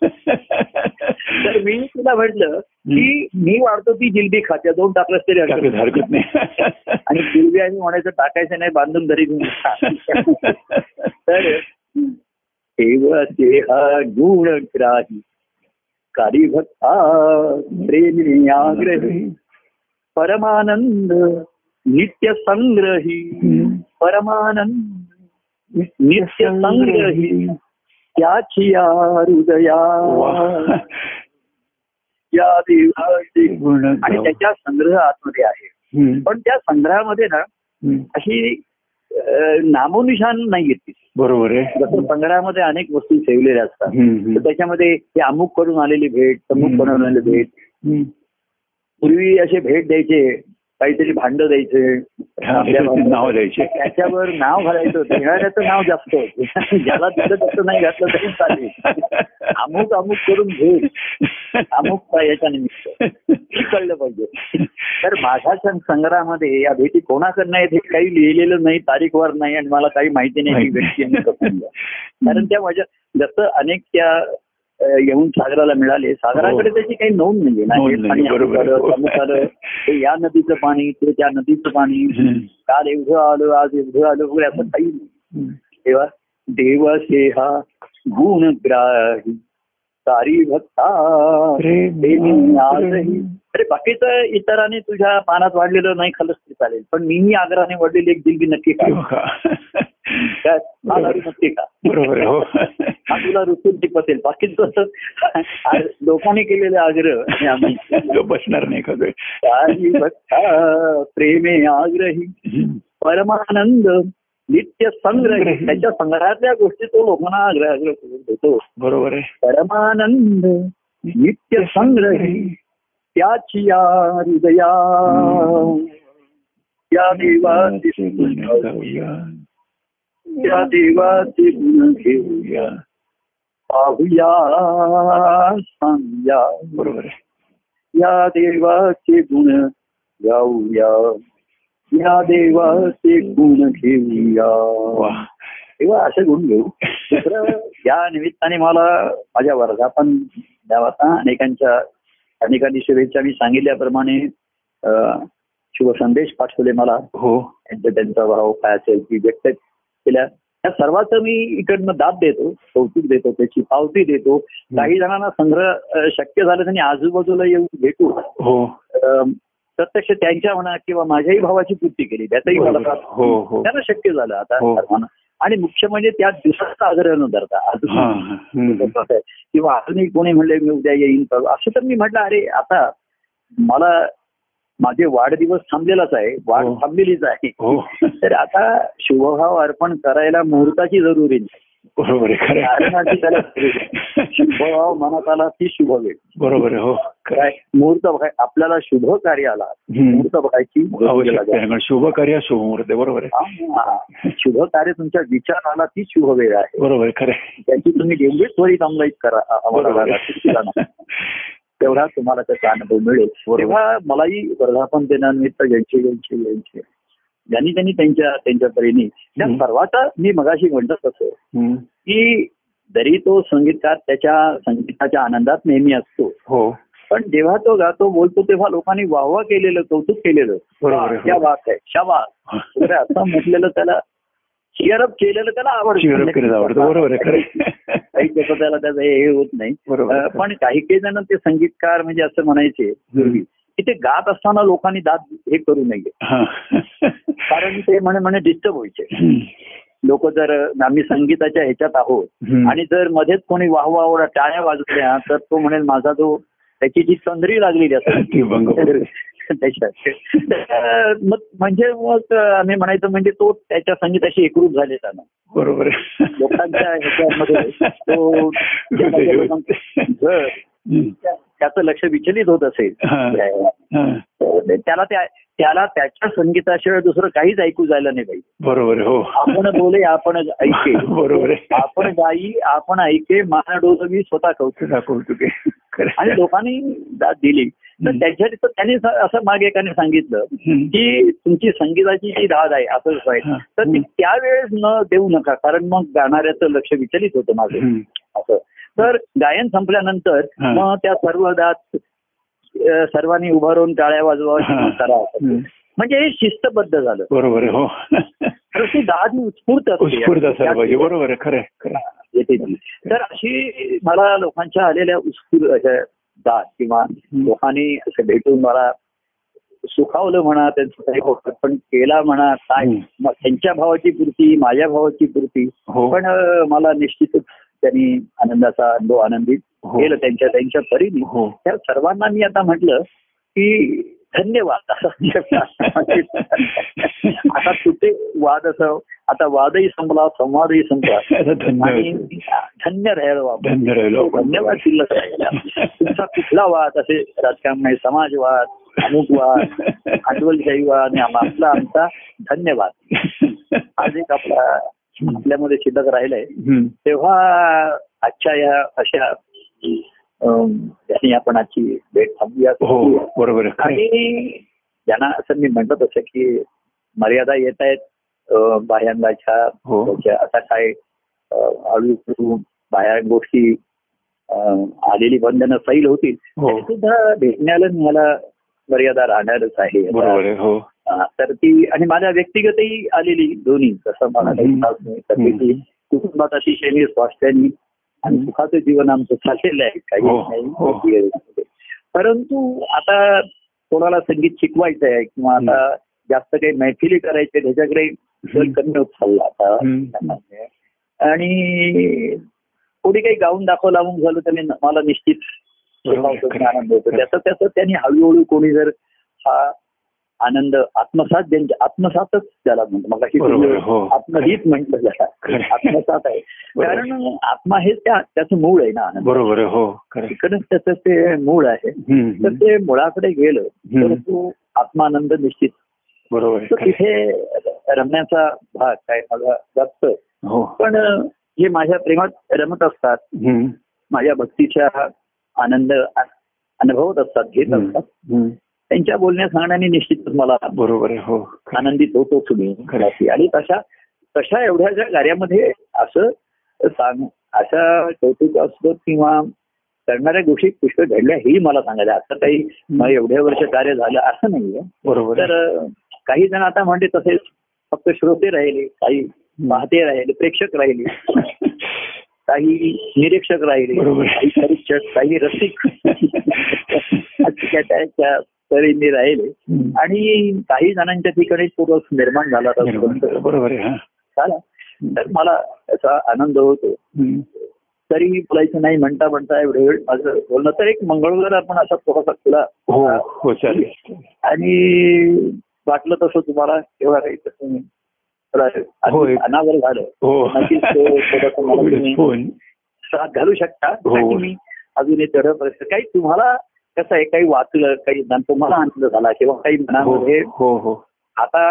[SPEAKER 1] तर मी तिला म्हटलं की मी वाढतो ती जिलबी खाते दोन टाकल्यास तरी हरकत
[SPEAKER 2] काही
[SPEAKER 1] नाही.
[SPEAKER 2] हरकत
[SPEAKER 1] आणि जिलबी आम्ही म्हणायचं टाकायचं नाही बांधून घरी घेऊन खा. तर तेव्हा तेहा गुण ग्राही कारी भक्ता प्रेमी आग्रही
[SPEAKER 2] नाही
[SPEAKER 1] परमानंद नित्य संग्रही परमानंद नित्य संग्रही त्याची या हृदया
[SPEAKER 2] वा.
[SPEAKER 1] या देवाची
[SPEAKER 2] गुण
[SPEAKER 1] आणि त्याच्या संग्रह आतमध्ये आहे
[SPEAKER 2] हम्म.
[SPEAKER 1] पण त्या संग्रहामध्ये ना
[SPEAKER 2] हम्म.
[SPEAKER 1] अशी अं, नामोनिशान नाही येते
[SPEAKER 2] बरोबर आहे
[SPEAKER 1] जसं संग्रहामध्ये अनेक वस्तू ठेवलेल्या असतात
[SPEAKER 2] हम्म,
[SPEAKER 1] तर
[SPEAKER 2] हम्म.
[SPEAKER 1] त्याच्यामध्ये हे अमुक कडून आलेली भेट तमुक कडून आलेली भेट
[SPEAKER 2] हम्म.
[SPEAKER 1] पूर्वी असे भेट द्यायचे काहीतरी भांड द्यायचे आपल्या भाषेत.
[SPEAKER 2] नाव द्यायचे
[SPEAKER 1] त्याच्यावर नाव घालायचं होतं घेणाऱ्याचं नाव जास्त होतं ज्याला तिथं तसं नाही घातलं तरी चालेल अमुक अमुक करून भेट अमुक याच्या निमित्त हे कळलं पाहिजे तर माझ्या सं- संग्रहामध्ये या भेटी कोणाकडनं आहेत हे काही लिहिलेलं नाही तारीखवर नाही आणि मला काही माहिती नाही की व्यक्ती आणि कसं आहे. कारण त्या माझ्या जसं अनेक त्या अ, येऊन सागराला मिळाले सागराकडे
[SPEAKER 2] हो.
[SPEAKER 1] त्याची काही नोंद नाहीये ना
[SPEAKER 2] नोंद
[SPEAKER 1] हे पाणी
[SPEAKER 2] नाही, बरोबर.
[SPEAKER 1] अमुक आलं, तमुक आलं, ते या नदीचं पाणी ते त्या नदीचं पाणी काल एवढं आलो आज एवढं आलो वगैरे असं काही नाही तेव्हा देवसे हा गुणग्राही सारी भक्ता प्रेमी आजही. अरे बाकीचं इतरांनी तुझ्या पानात वाढलेलं नाही खाल्लंच तरी चालेल पण मीही आग्रहाने वाढलेली एक जिलबी नक्की का नक्की का
[SPEAKER 2] बरोबर आहे, हो
[SPEAKER 1] हा तुला ऋतूंची पसेल बाकीचं असं आ- लोकांनी केलेले आग्रह आणि आम्ही
[SPEAKER 2] तो बसणार नाही कधी
[SPEAKER 1] सारी भक्ता प्रेमे आग्रही
[SPEAKER 2] हम्म.
[SPEAKER 1] परमानंद नित्य संग्रही
[SPEAKER 2] संग्रही.
[SPEAKER 1] त्याच्या संग्रहातल्या गोष्टी तो लोकांना आग्रह आग्रह करून देतो
[SPEAKER 2] बरोबर आहे
[SPEAKER 1] परमानंद नित्य संग्रही त्याची या हृदया त्या देवाची
[SPEAKER 2] गुण गाऊया,
[SPEAKER 1] त्या देवाची गुण घेऊ
[SPEAKER 2] गाऊया.
[SPEAKER 1] पाहूया सांगूया
[SPEAKER 2] बरोबर आहे
[SPEAKER 1] या देवाचे गुण गाऊया या देवाचे गुण घेऊया
[SPEAKER 2] वा
[SPEAKER 1] तेव्हा असे गुण घेऊ दुसरं या निमित्ताने मला माझ्या वर्धापन द्यावाचा अनेकांच्या अनेकांनी शुभेच्छा मी सांगितल्याप्रमाणे अं, शुभ संदेश पाठवले मला
[SPEAKER 2] हो
[SPEAKER 1] त्यांचा त्यांचा भाव काय असेल ती व्यक्त केल्या त्या सर्वांचं मी इकडनं दाद देतो कौतुक देतो त्याची पावती देतो काही जणांना संग्रह अं, शक्य झालं त्यांनी आजूबाजूला येऊन भेटू
[SPEAKER 2] हो
[SPEAKER 1] अं, प्रत्यक्ष त्यांच्या म्हणा किंवा माझ्याही भावाची पूर्ती केली त्याचाही मला
[SPEAKER 2] बरोबर.
[SPEAKER 1] प्राप्त
[SPEAKER 2] हो हो
[SPEAKER 1] त्यांना शक्य झालं आता
[SPEAKER 2] हो.
[SPEAKER 1] सर्वांना आणि मुख्य म्हणजे त्या दिवसाचा आग्रह न धरता अजून
[SPEAKER 2] हा हम्म.
[SPEAKER 1] कसं आहे, किंवा अजूनही कोणी म्हणले मी उद्या येईन परवा. असं तर मी म्हटलं अरे आता मला माझे वाढदिवस थांबलेलाच आहे वाढ
[SPEAKER 2] हो.
[SPEAKER 1] थांबलेलीच आहे
[SPEAKER 2] हो
[SPEAKER 1] तर आता शुभभाव अर्पण करायला मुहूर्ताची जरुरी नाही
[SPEAKER 2] बरोबर आहे खरं
[SPEAKER 1] कारण आधी त्याला
[SPEAKER 2] आहे.
[SPEAKER 1] शुभभाव मनात आला ती शुभ वेळ
[SPEAKER 2] बरोबर आहे हो
[SPEAKER 1] काय मुहूर्त बघाय आपल्याला शुभ कार्याला
[SPEAKER 2] हम्म.
[SPEAKER 1] मुहूर्त बघायची गरज
[SPEAKER 2] आवश्यकता
[SPEAKER 1] लागते.
[SPEAKER 2] आहे कारण शुभ कार्य शुभ मुहूर्त आहे, बरोबर आहे
[SPEAKER 1] हा. शुभ कार्य तुमच्या विचाराला ती शुभ वेळ आहे
[SPEAKER 2] बरोबर आहे खरं आहे.
[SPEAKER 1] त्याची तुम्ही जेवढी त्वरित अंमलाईत करा आ- आम्हाला
[SPEAKER 2] बरोबर
[SPEAKER 1] लागणार
[SPEAKER 2] आहे.
[SPEAKER 1] ती करा ना. तेवढा तुम्हाला त्याचा अनुभव मिळेल
[SPEAKER 2] बरोबर.
[SPEAKER 1] तेव्हा मलाही वर्धापन दिनानिमित्त ज्यांचे ज्यांचे ज्यांचे ज्यांनी त्यांनी त्यांच्या त्यांच्या परीने त्या
[SPEAKER 2] हम्म.
[SPEAKER 1] सर्वाचा मी मगाशी म्हणलं तसं
[SPEAKER 2] हम्म.
[SPEAKER 1] की जरी तो संगीतकार त्याच्या संगीताच्या आनंदात नेहमी असतो
[SPEAKER 2] हो
[SPEAKER 1] पण जेव्हा तो गातो बोलतो तेव्हा लोकांनी वाहवा केलेलं कौतुक केलेलं
[SPEAKER 2] बरोबर आहे.
[SPEAKER 1] वा, क्या बात आहे शाबास वगैरे असं म्हटलेलं त्याला चिअरअप केलेलं त्याला
[SPEAKER 2] शिवरप
[SPEAKER 1] आवडतं म्हणजे
[SPEAKER 2] केलं आवडतं बरोबर आहे खरं आहे.
[SPEAKER 1] काही लोक त्याला त्याचं हे हे होत नाही
[SPEAKER 2] बरोबर
[SPEAKER 1] अं,
[SPEAKER 2] आहे.
[SPEAKER 1] पण काही काही जण ते संगीतकार म्हणजे असं म्हणायचे
[SPEAKER 2] हम्म.
[SPEAKER 1] की ते गात असताना लोकांनी दात हे करू नये
[SPEAKER 2] हा.
[SPEAKER 1] कारण ते म्हणे म्हणे डिस्टर्ब व्हायचे
[SPEAKER 2] हम्म.
[SPEAKER 1] लोक जर अं, आम्ही संगीताच्या ह्याच्यात आहोत
[SPEAKER 2] हम्म.
[SPEAKER 1] आणि जर मध्येच कोणी वाहवा ओढा टाळ्या वाजल्या तर तो म्हणेल माझा जो त्याची जी चंद्री लागलेली
[SPEAKER 2] ती भंग होते.
[SPEAKER 1] असते त्याच्यात तर मग म्हणजे मग आम्ही म्हणायचं म्हणजे तो त्याच्या संगीताशी एकरूप झालेला ना
[SPEAKER 2] बरोबर आहे.
[SPEAKER 1] लोकांच्या ह्याच्यामध्ये तो
[SPEAKER 2] होते,
[SPEAKER 1] जर
[SPEAKER 2] होते. हम्म.
[SPEAKER 1] त्याचं लक्ष विचलित होत असेल
[SPEAKER 2] हा. हा.
[SPEAKER 1] तर ते- त्याला त्या त्याला त्याच्या संगीताशिवाय दुसरं काहीच ऐकू जायला नाही पाहिजे
[SPEAKER 2] बरोबर आहे, हो
[SPEAKER 1] आपण बोले आपण ऐके
[SPEAKER 2] बरोबर आहे.
[SPEAKER 1] आपण गाई आपण ऐके माना डोलवी स्वतः कौतुक
[SPEAKER 2] दाखवू तुके
[SPEAKER 1] आणि लोकांनी दा- दिली तर
[SPEAKER 2] हम्म.
[SPEAKER 1] त्यांच्या तिथं त्यांनी स- असं मागे एकाने सांगितलं की तुमची संगीताची जी धाद आहे असंच
[SPEAKER 2] हा.
[SPEAKER 1] पाहिजे तर ती
[SPEAKER 2] हम्म.
[SPEAKER 1] त्यावेळेस न देऊ नका कारण मग गाणाऱ्याचं लक्ष विचलित होतं माझं असं तर गायन संपल्यानंतर
[SPEAKER 2] हा.
[SPEAKER 1] मग त्या सर्व दात अ, सर्वांनी उभं राहून टाळ्या वाजवा
[SPEAKER 2] हा.
[SPEAKER 1] म्हणजे हे शिस्तबद्ध झालं
[SPEAKER 2] बरोबर आहे हो
[SPEAKER 1] तर ती दाद ही उत्स्फूर्त असते.
[SPEAKER 2] उत्स्फूर्त असायला पाहिजे बरोबर आहे खरं आहे, खरं आहे.
[SPEAKER 1] येते ती. तर अशी मला लोकांच्या आलेल्या उत्स्फूर्त अशा दाद किंवा लोकांनी असं भेटून मला सुखावलं म्हणा त्यांचं काही पण केला म्हणा काय
[SPEAKER 2] हम्म.
[SPEAKER 1] मग त्यांच्या भावाची पूर्ती माझ्या भावाची पूर्ती
[SPEAKER 2] हो
[SPEAKER 1] पण अ, मला निश्चितच त्यांनी आनंदाचा अनुभव आनंदित
[SPEAKER 2] हो.
[SPEAKER 1] केलं त्यांच्या त्यांच्या परीने
[SPEAKER 2] हो
[SPEAKER 1] त्या सर्वांना मी आता म्हटलं की धन्यवाद असा शब्द आता म्हटलं. आता कुठे वाद असं आता वादही संपला संवादही संपला आणि
[SPEAKER 2] धन्यवाद हो.
[SPEAKER 1] धन्य राहिलो आपण
[SPEAKER 2] धन्य राहिलो आपण.
[SPEAKER 1] धन्यवाद शिल्लक राहिला तुमचा कुठला वाद असे राजकारण नाही समाजवाद अमुकवाद आंदोलशाही वाद आणि आपला आमचा धन्यवाद आज एक आपला आपल्यामध्ये शिल्लक राहिलाय
[SPEAKER 2] हम्म.
[SPEAKER 1] तेव्हा आजच्या या अशा अम, याने आपण आजची भेट थांबूया
[SPEAKER 2] हो बरोबर आहे खरं आहे.
[SPEAKER 1] आणि ज्यांना असं मी म्हणत असं की मर्यादा येत आहेत बाह्यांगाच्या
[SPEAKER 2] हो.
[SPEAKER 1] त्याच्या आता काय अ, हळूहळू बाहेर गोष्टी अ, आलेली बंधनं सैल होतील
[SPEAKER 2] हो.
[SPEAKER 1] तरी सुद्धा भेटण्याला मला मर्यादा राहणारच आहे
[SPEAKER 2] बरोबर आहे हो
[SPEAKER 1] हा, तर ती आणि माझ्या व्यक्तिगतही आलेली दोन्ही जसं मला काही
[SPEAKER 2] हम्म.
[SPEAKER 1] त्रास नाही तर ते ती
[SPEAKER 2] हम्म.
[SPEAKER 1] कुटुंबात अतिशय स्वास्थ्यानी आणि
[SPEAKER 2] हम्म.
[SPEAKER 1] सुखाचं जीवन आमचं चाललेलं आहे
[SPEAKER 2] हो,
[SPEAKER 1] काही
[SPEAKER 2] हो.
[SPEAKER 1] नाही परंतु आता कोणाला संगीत शिकवायचं आहे किंवा आता जास्त काही मैफिली करायचे त्याच्याकडे जर कमी होत चालला आता
[SPEAKER 2] हम्म.
[SPEAKER 1] त्यांना. आणि कोणी काही गाऊन दाखवला मग झालं त्याने मला निश्चित
[SPEAKER 2] बरोबर आहे,
[SPEAKER 1] स्वभावतः
[SPEAKER 2] खरं आहे,
[SPEAKER 1] आनंद होतो
[SPEAKER 2] खरं आहे.
[SPEAKER 1] त्याचं त्याचं त्यांनी हळूहळू कोणी जर हा आनंद आत्मसात ज्यांच्या आत्मसातच त्याला म्हणतो मग
[SPEAKER 2] बरोबर आहे, हो.
[SPEAKER 1] आत्महित म्हटलं
[SPEAKER 2] खरं
[SPEAKER 1] त्याला
[SPEAKER 2] आहे.
[SPEAKER 1] आत्मसात आहे
[SPEAKER 2] बरोबर.
[SPEAKER 1] कारण आत्मा हे त्या त्याचं मूळ आहे ना आनंद
[SPEAKER 2] बरोबर आहे हो खरं आहे.
[SPEAKER 1] तिकडच त्याचं ते मूळ आहे
[SPEAKER 2] हम्म,
[SPEAKER 1] तर
[SPEAKER 2] हम्म.
[SPEAKER 1] ते मुळाकडे गेलं तर
[SPEAKER 2] हम्म.
[SPEAKER 1] तो आत्मानंद निश्चित
[SPEAKER 2] बरोबर आहे
[SPEAKER 1] तर
[SPEAKER 2] खरं आहे.
[SPEAKER 1] तिथे रमण्याचा भाग काय मला जास्त
[SPEAKER 2] हो
[SPEAKER 1] पण अं, जे माझ्या प्रेमात रमत असतात
[SPEAKER 2] हम्म.
[SPEAKER 1] माझ्या भक्तीच्या आनंद आ- अनुभवत असतात घेत
[SPEAKER 2] हम्म.
[SPEAKER 1] असतात
[SPEAKER 2] हम्म.
[SPEAKER 1] त्यांच्या बोलण्या सांगण्याने निश्चितच मला
[SPEAKER 2] बरोबर आहे हो खरं आहे.
[SPEAKER 1] आनंदित होतो तुम्ही
[SPEAKER 2] खरं.
[SPEAKER 1] आणि तशा तशा एवढ्याच्या कार्यामध्ये असं सांग अशा कौतुकास्पद किंवा करणाऱ्या गोष्टी पुष्कळ घडल्या हेही मला सांगायला असं काही मला एवढ्या वर्ष कार्य झालं असं नाहीये
[SPEAKER 2] बरोबर
[SPEAKER 1] तर
[SPEAKER 2] आहे
[SPEAKER 1] अं, काही जण आता म्हणते तसेच फक्त श्रोते राहिले काही पाहते राहिले प्रेक्षक राहिले काही निरीक्षक राहिले
[SPEAKER 2] बरोबर.
[SPEAKER 1] काही परीक्षक काही रसिक अशी काय त्याच्या तऱ्हेने राहिले
[SPEAKER 2] हम्म.
[SPEAKER 1] आणि काही जणांच्या ठिकाणी पूर्वस निर्माण झाला होता.
[SPEAKER 2] निर्माण झालं. बरोबर आहे हा
[SPEAKER 1] झाला. तर मला याचा आनंद होतो
[SPEAKER 2] हम्म.
[SPEAKER 1] तरी बोलायचं नाही म्हणता म्हणता एवढे वेळ माझं बोलणं तर एक मंगळवार आपण असा थोडासा खुला
[SPEAKER 2] हो हो चालेल
[SPEAKER 1] आणि वाटलं तसं तुम्हाला केव्हा काही तसं थोडा
[SPEAKER 2] हो, एक-
[SPEAKER 1] अनावर झालं
[SPEAKER 2] हो
[SPEAKER 1] नक्कीच तो थोडासा मला तुम्ही-
[SPEAKER 2] फोन
[SPEAKER 1] साथ घालू शकता
[SPEAKER 2] हो.
[SPEAKER 1] त्यासाठी मी अजून हे तडप असतं. काही तुम्हाला कसं आहे काही वाचलं काही ज्ञान तुम्हाला आनंद झाला किंवा काही
[SPEAKER 2] हो
[SPEAKER 1] मनामध्ये
[SPEAKER 2] हो हो
[SPEAKER 1] आता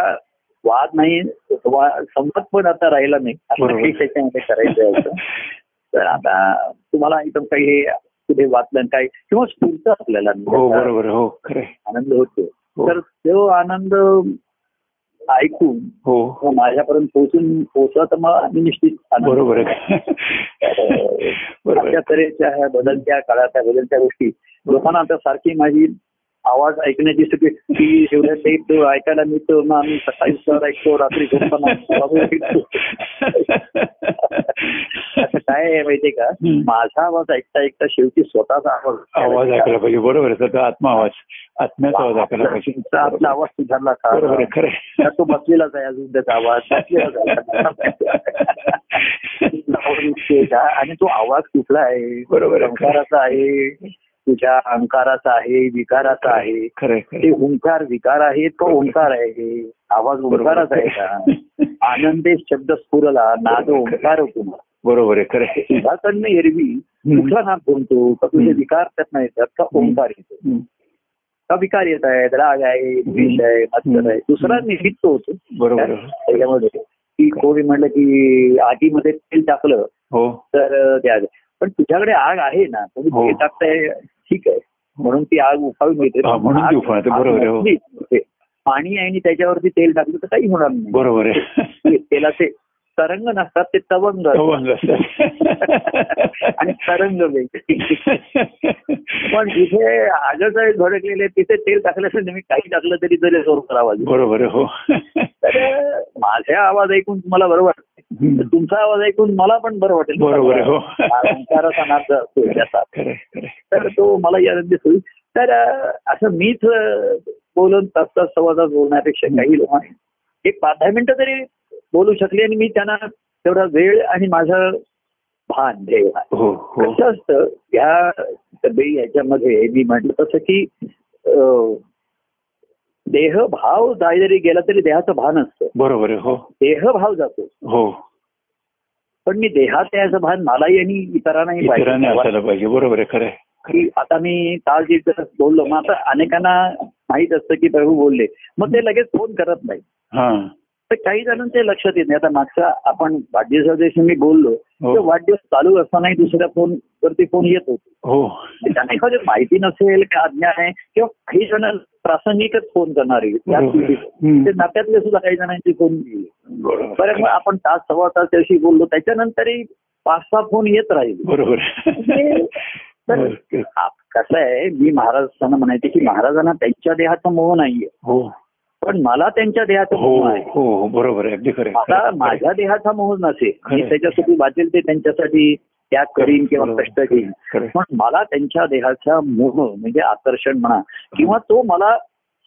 [SPEAKER 1] वाद नाही वा- संवाद पण आता राहिला नाही आता
[SPEAKER 2] बरोबर.
[SPEAKER 1] काही त्याच्यामध्ये करायचं आहे असं. तर आता तुम्हाला एकदम काही हे कुठे वाचलं काय किंवा स्फूर्त आपल्याला
[SPEAKER 2] हो
[SPEAKER 1] त्याचा
[SPEAKER 2] बरोबर आहे, हो खरं आहे.
[SPEAKER 1] आनंद होतो
[SPEAKER 2] हो.
[SPEAKER 1] तर तो आनंद ऐकून
[SPEAKER 2] हो
[SPEAKER 1] किंवा माझ्यापर्यंत पोहोचून पोहोचला तर मला निश्चित आनंद होतो.
[SPEAKER 2] बरोबर आहे बरोबर
[SPEAKER 1] अशा
[SPEAKER 2] आहे.
[SPEAKER 1] तऱ्हेच्या ह्या बदलत्या काळात ह्या बदलत्या गोष्टी लोकांना आता सारखी माझी आवाज ऐकण्याची सुटी ती जेवढ्या टेप ऐकायला मिळतो मग आम्ही सकाळी सर ऐकतो रात्री झोपताना बाबू ऐकतो. असं काय आहे माहितीये का
[SPEAKER 2] हम्म.
[SPEAKER 1] माझा आवाज ऐकता ऐकता शेवटी स्वतःचा आवाज
[SPEAKER 2] आवाज ऐकला पाहिजे बरोबर आहे सध्या आत्मा आवाज आत्म्याचा आवाज ऐकला पाहिजे
[SPEAKER 1] तुमचा आपला आवाज सुधारला
[SPEAKER 2] बरोबर आहे
[SPEAKER 1] का
[SPEAKER 2] खरं आहे.
[SPEAKER 1] तो बसलेलाच आहे अजून त्याचा आवाज बसलेलाच आहे का? आणि तो आवाज कुठला आहे
[SPEAKER 2] बरोबर आहे.
[SPEAKER 1] ओंकाराचा आहे तुझ्या अंकाराचा आहे विकाराचा आहे
[SPEAKER 2] खरं आहे,
[SPEAKER 1] ते
[SPEAKER 2] खरं आहे.
[SPEAKER 1] ओंकार विकार आहे तो ओंकार आहे आवाज ओंकाराचा आहे का आनंदे शब्द स्फुरला नाद ओंकार होतो
[SPEAKER 2] बरोबर आहे खरं आहे.
[SPEAKER 1] तुझ्याकडनं एरवी कुठला नाद बोलतो का तुझे विकार त्यातनं येतात का ओंकार येतो
[SPEAKER 2] हम्म.
[SPEAKER 1] का का विकार येत आहेत राग आहे द्वेष आहे मत्सर आहे दुसरा निमित्त होतो
[SPEAKER 2] बरोबर.
[SPEAKER 1] त्याच्यामध्ये की कोणी म्हणलं की आगीमध्ये तेल टाकलं
[SPEAKER 2] हो
[SPEAKER 1] तर ते आग पण तुझ्याकडे आग आहे ना तुम्ही
[SPEAKER 2] हो.
[SPEAKER 1] ते टाकताय ठीक आहे म्हणून ती आग उफाळून येते
[SPEAKER 2] हा, म्हणून ती उफाळते.
[SPEAKER 1] आग- आग
[SPEAKER 2] बरोबर आहे, हो.
[SPEAKER 1] नसली तिथे. पाणी आहे आणि त्याच्यावरती तेल टाकलं तर काही होणार नाही
[SPEAKER 2] बरोबर आहे
[SPEAKER 1] ते- तेलाचे तरंग नसतात ते तवंग असतात.
[SPEAKER 2] तवंग असतात.
[SPEAKER 1] आणि तरंग वेगळे पण जिथे आजच धडकलेले तिथे तेल टाकल्याचं तुम्ही काही टाकलं तरी जरी जोर करावा
[SPEAKER 2] बरोबर आहे, हो
[SPEAKER 1] तर माझा आवाज ऐकून तुम्हाला बरं वाटतं तर तुमचा आवाज ऐकून मला पण बरं वाटेल
[SPEAKER 2] बरोबर आहे, हो.
[SPEAKER 1] अहंकाराचा नाद असतो त्याचा.
[SPEAKER 2] खरं आहे, खरं आहे.
[SPEAKER 1] तर तो मला या रद्दीत होईल तर अं, असं मीच अं, बोलून तास तास सव्वा तास बोलण्यापेक्षा काही लोकांनी एक पाच दहा मिनिटं तरी बोलू शकले आणि मी त्यांना तेवढा वेळ आणि माझं भान ध्येय
[SPEAKER 2] हो हो
[SPEAKER 1] कसं असतं या सगळे ह्याच्यामध्ये मी म्हटलं तसं की अं, देह भाव जाय जरी गेला तरी देहाचं भान असतं
[SPEAKER 2] बरोबर आहे, हो
[SPEAKER 1] देह भाव जातो
[SPEAKER 2] हो
[SPEAKER 1] पण मी देहात याचं भान मलाही आणि इतरांनाही
[SPEAKER 2] इतरांनी
[SPEAKER 1] पाहिजे
[SPEAKER 2] असायला पाहिजे बरोबर आहे खरं आहे.
[SPEAKER 1] की आता मी काल जे जर बोललो मग आता अनेकांना माहित असतं की प्रभू बोलले मग ते लगेच फोन करत नाही
[SPEAKER 2] हा
[SPEAKER 1] तर काही जणांना ते लक्षात येत नाही आता मागचा आपण वाढदिवसा दिवशी मी बोललो
[SPEAKER 2] हो.
[SPEAKER 1] तर वाढदिवस चालू असतानाही दुसऱ्या फोन वरती फोन येत होते
[SPEAKER 2] हो
[SPEAKER 1] त्यांना एखादी माहिती नसेल का अज्ञान आहे किंवा काही जण प्रासंगिकच फोन करणारे त्या
[SPEAKER 2] बरोबर.
[SPEAKER 1] पिढीत.
[SPEAKER 2] हम्म.
[SPEAKER 1] ते नात्यातले सुद्धा काही जणांचे फोन येईल.
[SPEAKER 2] बरोबर
[SPEAKER 1] बरं मग
[SPEAKER 2] आहे.
[SPEAKER 1] आपण तास सव्वा तास त्याशी बोललो त्याच्यानंतरही पाच सहा फोन येत राहील
[SPEAKER 2] बरोबर आहे.
[SPEAKER 1] तर
[SPEAKER 2] बरोबर.
[SPEAKER 1] आप- कसं आहे मी महाराजांना म्हणायचे की महाराजांना त्यांच्या देहाचा मोह नाहीये
[SPEAKER 2] हो
[SPEAKER 1] पण मला त्यांच्या देहाचा
[SPEAKER 2] हो
[SPEAKER 1] मोह आहे
[SPEAKER 2] हो हो, बरोबर आहे अगदी खरं आहे.
[SPEAKER 1] मला माझ्या देहाचा मोह नसेल
[SPEAKER 2] खरं
[SPEAKER 1] मी
[SPEAKER 2] आहे.
[SPEAKER 1] त्याच्यासाठी वाचेल ते त्यांच्यासाठी त्याग करीन किंवा
[SPEAKER 2] बरोबर.
[SPEAKER 1] कष्ट घेईन
[SPEAKER 2] खरं आहे.
[SPEAKER 1] पण मला त्यांच्या देहाचा मोह म्हणजे आकर्षण म्हणा किंवा तो मला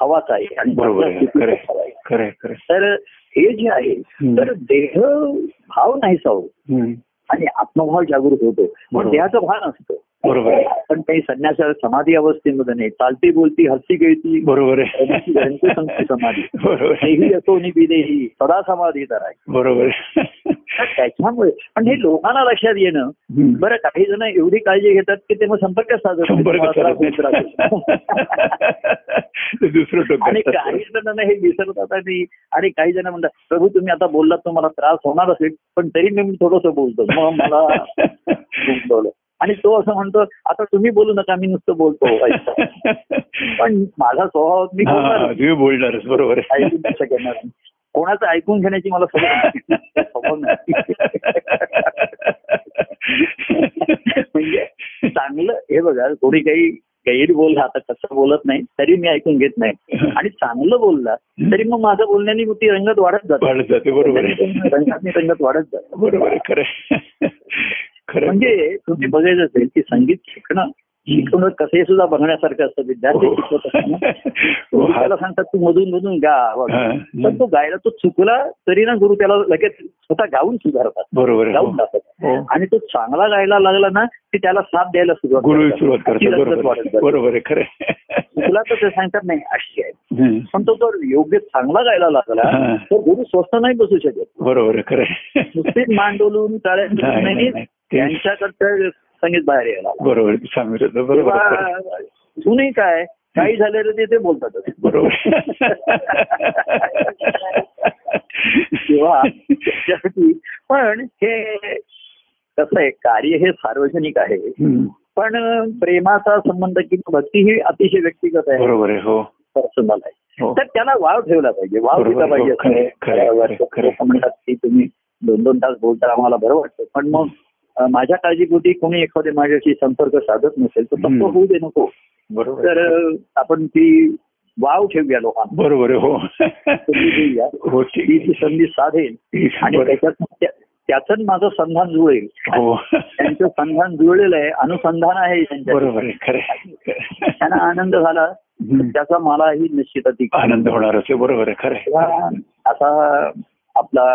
[SPEAKER 1] हवाच आहे आणि
[SPEAKER 2] बरोबर आहे
[SPEAKER 1] त्याच्या
[SPEAKER 2] खरं आहे.
[SPEAKER 1] स्थितीत हवा आहे.
[SPEAKER 2] खरं आहे, खरं आहे.
[SPEAKER 1] तर हे जे आहे
[SPEAKER 2] हम्म.
[SPEAKER 1] तर देह भाव हो. नाही होत
[SPEAKER 2] हम्म.
[SPEAKER 1] आणि आत्मभाव जागृत होतो पण
[SPEAKER 2] बरोबर.
[SPEAKER 1] देहाचं भान असतं
[SPEAKER 2] बरोबर आहे.
[SPEAKER 1] पण काही संन्यास समाधी अवस्थेमध्ये नाही चालती बोलती हसती खेळती
[SPEAKER 2] बरोबर
[SPEAKER 1] त्यांची घरची संस्कृती समाधी.
[SPEAKER 2] बरोबर
[SPEAKER 1] देही
[SPEAKER 2] आहे.
[SPEAKER 1] असो नि बिदेही सदा समाधी तर आहे
[SPEAKER 2] बरोबर आहे.
[SPEAKER 1] तर त्याच्यामुळे पण हे लोकांना लक्षात येणं
[SPEAKER 2] हम्म.
[SPEAKER 1] बरं काही जण एवढी काळजी घेतात की ते मग संपर्क साधत नाही.
[SPEAKER 2] संपर्क
[SPEAKER 1] मला
[SPEAKER 2] साधत
[SPEAKER 1] खूप त्रास होतो.
[SPEAKER 2] नाही. ते दुसरं
[SPEAKER 1] आणि
[SPEAKER 2] टोक
[SPEAKER 1] काही जणांना हे विसरतात आणि आणि काही जण म्हणतात प्रभू तुम्ही आता बोललात तर मला त्रास होणार असेल पण तरी मी थोडस बोलतो मग मला बोलवलं. आणि तो असं म्हणतो आता तुम्ही बोलू नका मी नुसतं बोलतो पण माझा स्वभाव मी
[SPEAKER 2] हा,
[SPEAKER 1] बोलणार
[SPEAKER 2] तुम्ही बोलणारच बरोबर आहे.
[SPEAKER 1] ऐकून कसं घेणार नाही. कोणाचं ऐकून घेण्याची मला सवय नाही. स्वभाव नाही. म्हणजे चांगलं हे बघा कोणी काही गैर बोलला आता कसं बोलत नाही तरी मी ऐकून घेत नाही आणि चांगलं बोलला तरी मग माझं बोलण्याने मग ती रंगत वाढत जाते
[SPEAKER 2] वाढत जाते बरोबर आहे
[SPEAKER 1] रंगातनी रंगत वाढत जाते
[SPEAKER 2] बरोबर आहे खरं आहे. खरं आहे.
[SPEAKER 1] म्हणजे तुम्ही बघायचं असेल की संगीत शिकणं शिकवणं कसं हे सुद्धा बघण्यासारखं असतं विद्यार्थी
[SPEAKER 2] हो.
[SPEAKER 1] शिकवत असताना
[SPEAKER 2] हो,
[SPEAKER 1] गुरु
[SPEAKER 2] हा.
[SPEAKER 1] त्याला सांगतात तू मधून मधून गा
[SPEAKER 2] हा.
[SPEAKER 1] वगैरे. पण तो गायला तो चुकला तरी ना गुरु त्याला लगेच स्वतः गाऊन सुधारतात
[SPEAKER 2] बरोबर आहे.
[SPEAKER 1] गाऊन
[SPEAKER 2] हो.
[SPEAKER 1] टाकतात
[SPEAKER 2] हो.
[SPEAKER 1] आणि तो चांगला गायला लागला ना की त्याला साथ द्यायला सुरुवात
[SPEAKER 2] गुरु
[SPEAKER 1] करतात.
[SPEAKER 2] सुरुवात
[SPEAKER 1] ती
[SPEAKER 2] करतात
[SPEAKER 1] रसच
[SPEAKER 2] बरोबर
[SPEAKER 1] वाढत
[SPEAKER 2] आहे.
[SPEAKER 1] जाते.
[SPEAKER 2] बरोबर आहे खरं आहे.
[SPEAKER 1] चुकला तर ते सांगतात नाही अशी आहे
[SPEAKER 2] हम्म.
[SPEAKER 1] पण तो जर योग्य चांगला गायला लागला
[SPEAKER 2] हा.
[SPEAKER 1] तर गुरु स्वस्त नाही बसू शकत
[SPEAKER 2] बरोबर आहे खरं आहे.
[SPEAKER 1] नुसतीच मान डोलून टाळ्या
[SPEAKER 2] नाही, नाही,
[SPEAKER 1] नाही
[SPEAKER 2] नाही.
[SPEAKER 1] त्यांच्याकडचं संगीत बाहेर यायला लागलं.
[SPEAKER 2] बरोबर आहे. सांगितलं होतं. बरोबर आहे. खरं आहे.
[SPEAKER 1] तेव्हा अजूनही काय काही झालं तर ते- ते बोलतातच
[SPEAKER 2] बरोबर
[SPEAKER 1] किंवा त्याच्यासाठी पण हे कसं आहे कार्य हे सार्वजनिक आहे
[SPEAKER 2] हम्म.
[SPEAKER 1] पण प्रेमाचा संबंध किंवा भक्ती ही अतिशय व्यक्तिगत आहे
[SPEAKER 2] बरोबर आहे हो
[SPEAKER 1] पर्सनल आहे
[SPEAKER 2] हो
[SPEAKER 1] तर त्याला वाव ठेवला पाहिजे वाव
[SPEAKER 2] बरोबर,
[SPEAKER 1] दिला पाहिजे
[SPEAKER 2] हो, खरं आहे, खरं आहे,
[SPEAKER 1] असं
[SPEAKER 2] खरं आहे,
[SPEAKER 1] वाटतं.
[SPEAKER 2] खरं आहे.
[SPEAKER 1] लोकं म्हणतात की तुम्ही दोन दोन तास बोलता आम्हाला बरं वाटतं पण मग अं, माझ्या काळजीपोटी कोणी एखाद्या माझ्याशी संपर्क साधत नसेल तर संपर्क
[SPEAKER 2] हम्म.
[SPEAKER 1] होऊ दे नको
[SPEAKER 2] बरोबर
[SPEAKER 1] तर
[SPEAKER 2] आहे.
[SPEAKER 1] अं, आपण ती वाव ठेवूया लोकांना
[SPEAKER 2] बरोबर आहे
[SPEAKER 1] संधी
[SPEAKER 2] हो
[SPEAKER 1] देऊया
[SPEAKER 2] हो
[SPEAKER 1] ती
[SPEAKER 2] ठीक
[SPEAKER 1] ती संधी साधेल
[SPEAKER 2] ठीक.
[SPEAKER 1] आणि
[SPEAKER 2] बरं.
[SPEAKER 1] त्याच्यात त्या- त्याच्यात माझं संधान जुळेल
[SPEAKER 2] हो
[SPEAKER 1] त्यांचं संधान जुळलेलं आहे अनुसंधान आहे त्यांच्या
[SPEAKER 2] बरोबर आहे खरं आहे.
[SPEAKER 1] त्यांना आनंद झाला
[SPEAKER 2] हम्म.
[SPEAKER 1] त्याचा मलाही निश्चित अधिकार
[SPEAKER 2] आनंद होणारच आहे बरोबर आहे खरं आहे.
[SPEAKER 1] तेव्हा असा आपला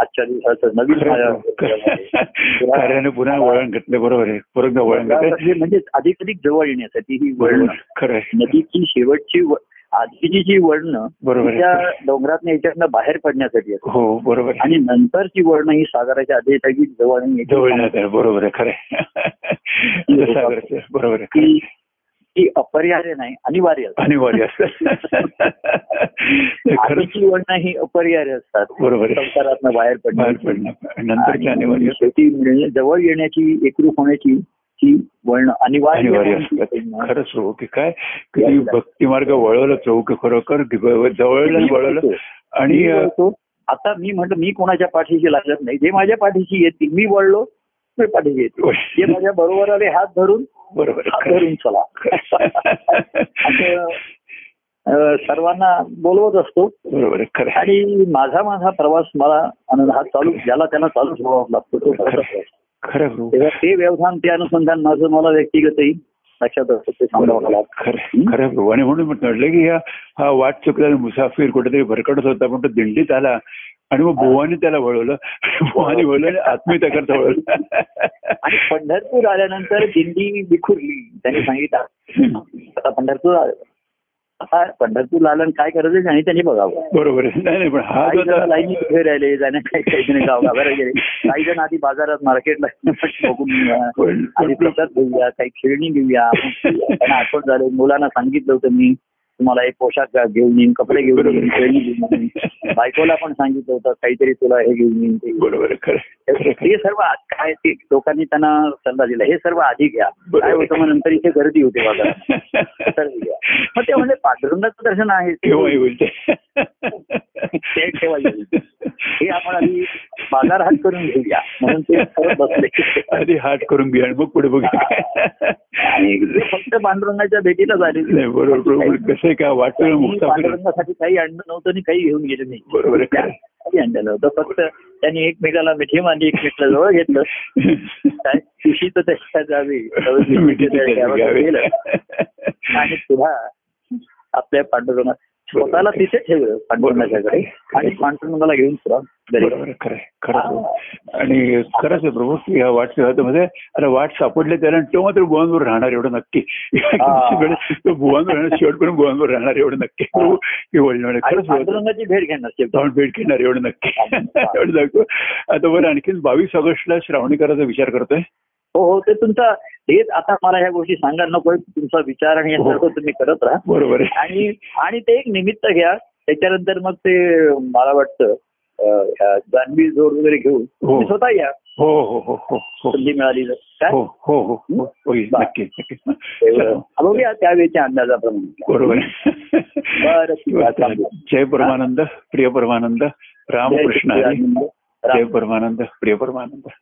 [SPEAKER 1] आजच्या दिवसाचं नवीन माझ्या-
[SPEAKER 2] खरं आहे. कार्याने पुन्हा वळण घेतले बरोबर आहे परत वळण घेतले
[SPEAKER 1] हे म्हणजे अधिक अधिक जवळ येण्यासाठी ही वळण
[SPEAKER 2] बरोबर खरं आहे.
[SPEAKER 1] नदीची शेवटची व- आधीची जी वळणं
[SPEAKER 2] बरोबर आहे.
[SPEAKER 1] त्या डोंगरात याच्यातनं बाहेर पडण्यासाठी असतात
[SPEAKER 2] हो बरोबर आहे.
[SPEAKER 1] आणि नंतरची वळणं ही सागराच्या आधी अधिक जवळ येण्याची
[SPEAKER 2] जवळ येण्यात आहे. बरोबर आहे खरं आहे. सागराचं बरोबर आहे खरं
[SPEAKER 1] की
[SPEAKER 2] आहे.
[SPEAKER 1] ही अपरिहार्य नाही अनिवार्य असतात.
[SPEAKER 2] अनिवार्य असतात खरंच
[SPEAKER 1] आधीची वर्ण ही अपरिहार्य असतात
[SPEAKER 2] बरोबर आहे.
[SPEAKER 1] संसारातनं बाहेर
[SPEAKER 2] बाहेर
[SPEAKER 1] पडण्याची
[SPEAKER 2] पडणं नंतरची अनिवार्य
[SPEAKER 1] आणि शेवटी मिळणे- जवळ येण्याची एकरूप होण्याची ही वर्ण अनिवार्य
[SPEAKER 2] अनिवार्य
[SPEAKER 1] म्हणून
[SPEAKER 2] असतात
[SPEAKER 1] ती वर्ण.
[SPEAKER 2] खरंच हो की काय कधी भक्ती मार्ग वळवला चौक खरोखर जवळला वळवलं आणि
[SPEAKER 1] मी
[SPEAKER 2] अ,
[SPEAKER 1] वळतो. आता मी म्हटलं मी कोणाच्या पाठीशी लागत नाही जे माझ्या पाठीशी येतील मी वळलो ते पाठीशी येतील जे माझ्या बरोबर आले हात धरून
[SPEAKER 2] बरोबर
[SPEAKER 1] हात
[SPEAKER 2] आहे,
[SPEAKER 1] धरून चला असं, अ, सर्वांना बोलवत असतो
[SPEAKER 2] बरोबर आहे, खरं आहे.
[SPEAKER 1] आणि माझा माझा प्रवास मला आनंद हा चालू ज्याला त्याला चालू ठेवावा लागतो तो करत असतो.
[SPEAKER 2] खरं आहे, हो.
[SPEAKER 1] तेव्हा ते व्यवधान ते अनुसंधान माझं मला व्यक्तिगतही लक्षात असतं ते सांगावं
[SPEAKER 2] बरोबर
[SPEAKER 1] मला
[SPEAKER 2] आहे, खरं आहे, खरं आहे, हो. आणि म्हणून म्हटलं की हा हा वाट चुकल्याला मुसाफिर कुठेतरी भरकटत होता पण तो दिंडीत आला आणि मग भुवानी त्याला वळवलं भुवानी वळवलं आणि आत्मीयतेकरता
[SPEAKER 1] आणि
[SPEAKER 2] वळवलं
[SPEAKER 1] पंढरपूर आल्यानंतर दिंडी विखुरली त्यांनी सांगितलं आता पंढरपूर आलं. आता पंढरपूरला आलं आणि काय करायचं आणि त्यांनी बघावं
[SPEAKER 2] बरोबर आहे नाही नाही पण हा जो
[SPEAKER 1] काही जण
[SPEAKER 2] आता-
[SPEAKER 1] लाईनीत उभे राहिले जाण्या काही काही जण गावगावर गेले काही जण आधी बाजारात मार्केटला बघून येऊया.
[SPEAKER 2] पण-
[SPEAKER 1] आधी
[SPEAKER 2] पण-
[SPEAKER 1] प्रसाद घेऊया काही खेळणी घेऊया आपण खेळूया. त्यांना आठवण झाले मुलांना सांगितलं होतं मी तुम्हाला एक पोशाख घेऊन येईन कपडे घेऊन येईन खेळणी घेऊन येईन बायकोला पण सांगितलं होतं काहीतरी तुला हे घेऊन येईन ते घेऊन येईन.
[SPEAKER 2] बरोबर आहे, खरं आहे, खरं आहे, खरं आहे.
[SPEAKER 1] हे सर्व आ- काय ते लोकांनी त्यांना सल्ला दिला हे सर्व आधी घ्या
[SPEAKER 2] बरोबर.
[SPEAKER 1] काय होतं मग नंतर इथे गर्दी होते बाजारात तर घ्या. मग ते म्हणजे पांडुरंगाचं दर्शन आहे
[SPEAKER 2] ठेवा हे
[SPEAKER 1] ते
[SPEAKER 2] बोलते
[SPEAKER 1] ठेवा हे बोलते. हे आपण आधी बाजार हात करून घेऊया म्हणून ते परत बसले
[SPEAKER 2] आधी हात करून घ्या आणि मग पुढे बघूया
[SPEAKER 1] आणि ते फक्त पांडुरंगाच्या भेटीला झाले
[SPEAKER 2] नाही बरोबर बरोबर कसं आहे का वाटलं मुसाफिर
[SPEAKER 1] पांडुरंगासाठी काही आणलं नव्हतं आणि काही घेऊन गेले नाही
[SPEAKER 2] बरोबर आहे, खरं आहे.
[SPEAKER 1] काही आणलेलं होतं फक्त त्यांनी एकमेकाला मिठी मारली एकमेकाला जवळ घेतलं काय तुशी तर त्याच्या जावी
[SPEAKER 2] मिठी तिथे घ्यावी.
[SPEAKER 1] गेलं आणि तुला आपल्या पांडुरंगा स्वतःला तिथे ठेवलं पांडुरंगाच्याकडे आणि पांडुरंगाला घेऊन तुला घरी.
[SPEAKER 2] बरोबर आहे, खरं आहे, खरं आहे, प्रभू. आणि खरंच आहे प्रभू की ह्या वाट मध्ये म्हणजे, अरे वाट सापडले त्याला आणि तो मात्र भुवनवर राहणार एवढं नक्की सगळे तो भुवनवर राहणार शेवटपर्यंत भुवनवर राहणार एवढं नक्की प्रभू की बोलणार
[SPEAKER 1] आणि
[SPEAKER 2] खरंच बोलणार.
[SPEAKER 1] पांडुरंगाची भेट घेणार शेवटी.
[SPEAKER 2] जाऊन भेट घेणार एवढं नक्की एवढं सांगतो आता बरं आणखीन बावीस ऑगस्टला श्रावणीकराचा विचार करतोय
[SPEAKER 1] हो हो ते तुमचा हेच आता मला ह्या गोष्टी सांगायला नको तुमचा विचार आणि हे
[SPEAKER 2] हो.
[SPEAKER 1] सर्व तुम्ही करत राहा
[SPEAKER 2] बरोबर आहे
[SPEAKER 1] आणि आणि ते एक निमित्त घ्या त्याच्यानंतर मग ते मला वाटतं अं, ह्या जान्हवी जोड वगैरे घेऊन
[SPEAKER 2] हो.
[SPEAKER 1] तुम्ही स्वतः या
[SPEAKER 2] हो हो हो हो हो
[SPEAKER 1] संधी मिळाली तर. काय
[SPEAKER 2] हो हो हो हो होईल नक्की नक्की
[SPEAKER 1] तेवढं. बघूया त्यावेळेच्या अंदाजाप्रमाणे
[SPEAKER 2] हो. बरोबर आहे
[SPEAKER 1] बरं, ठीक आहे, चालेल.
[SPEAKER 2] जय परमानंद प्रिय परमानंद रामकृष्ण हरी
[SPEAKER 1] रामकृष्ण
[SPEAKER 2] जय
[SPEAKER 1] हरी.
[SPEAKER 2] परमानंद प्रिय परमानंद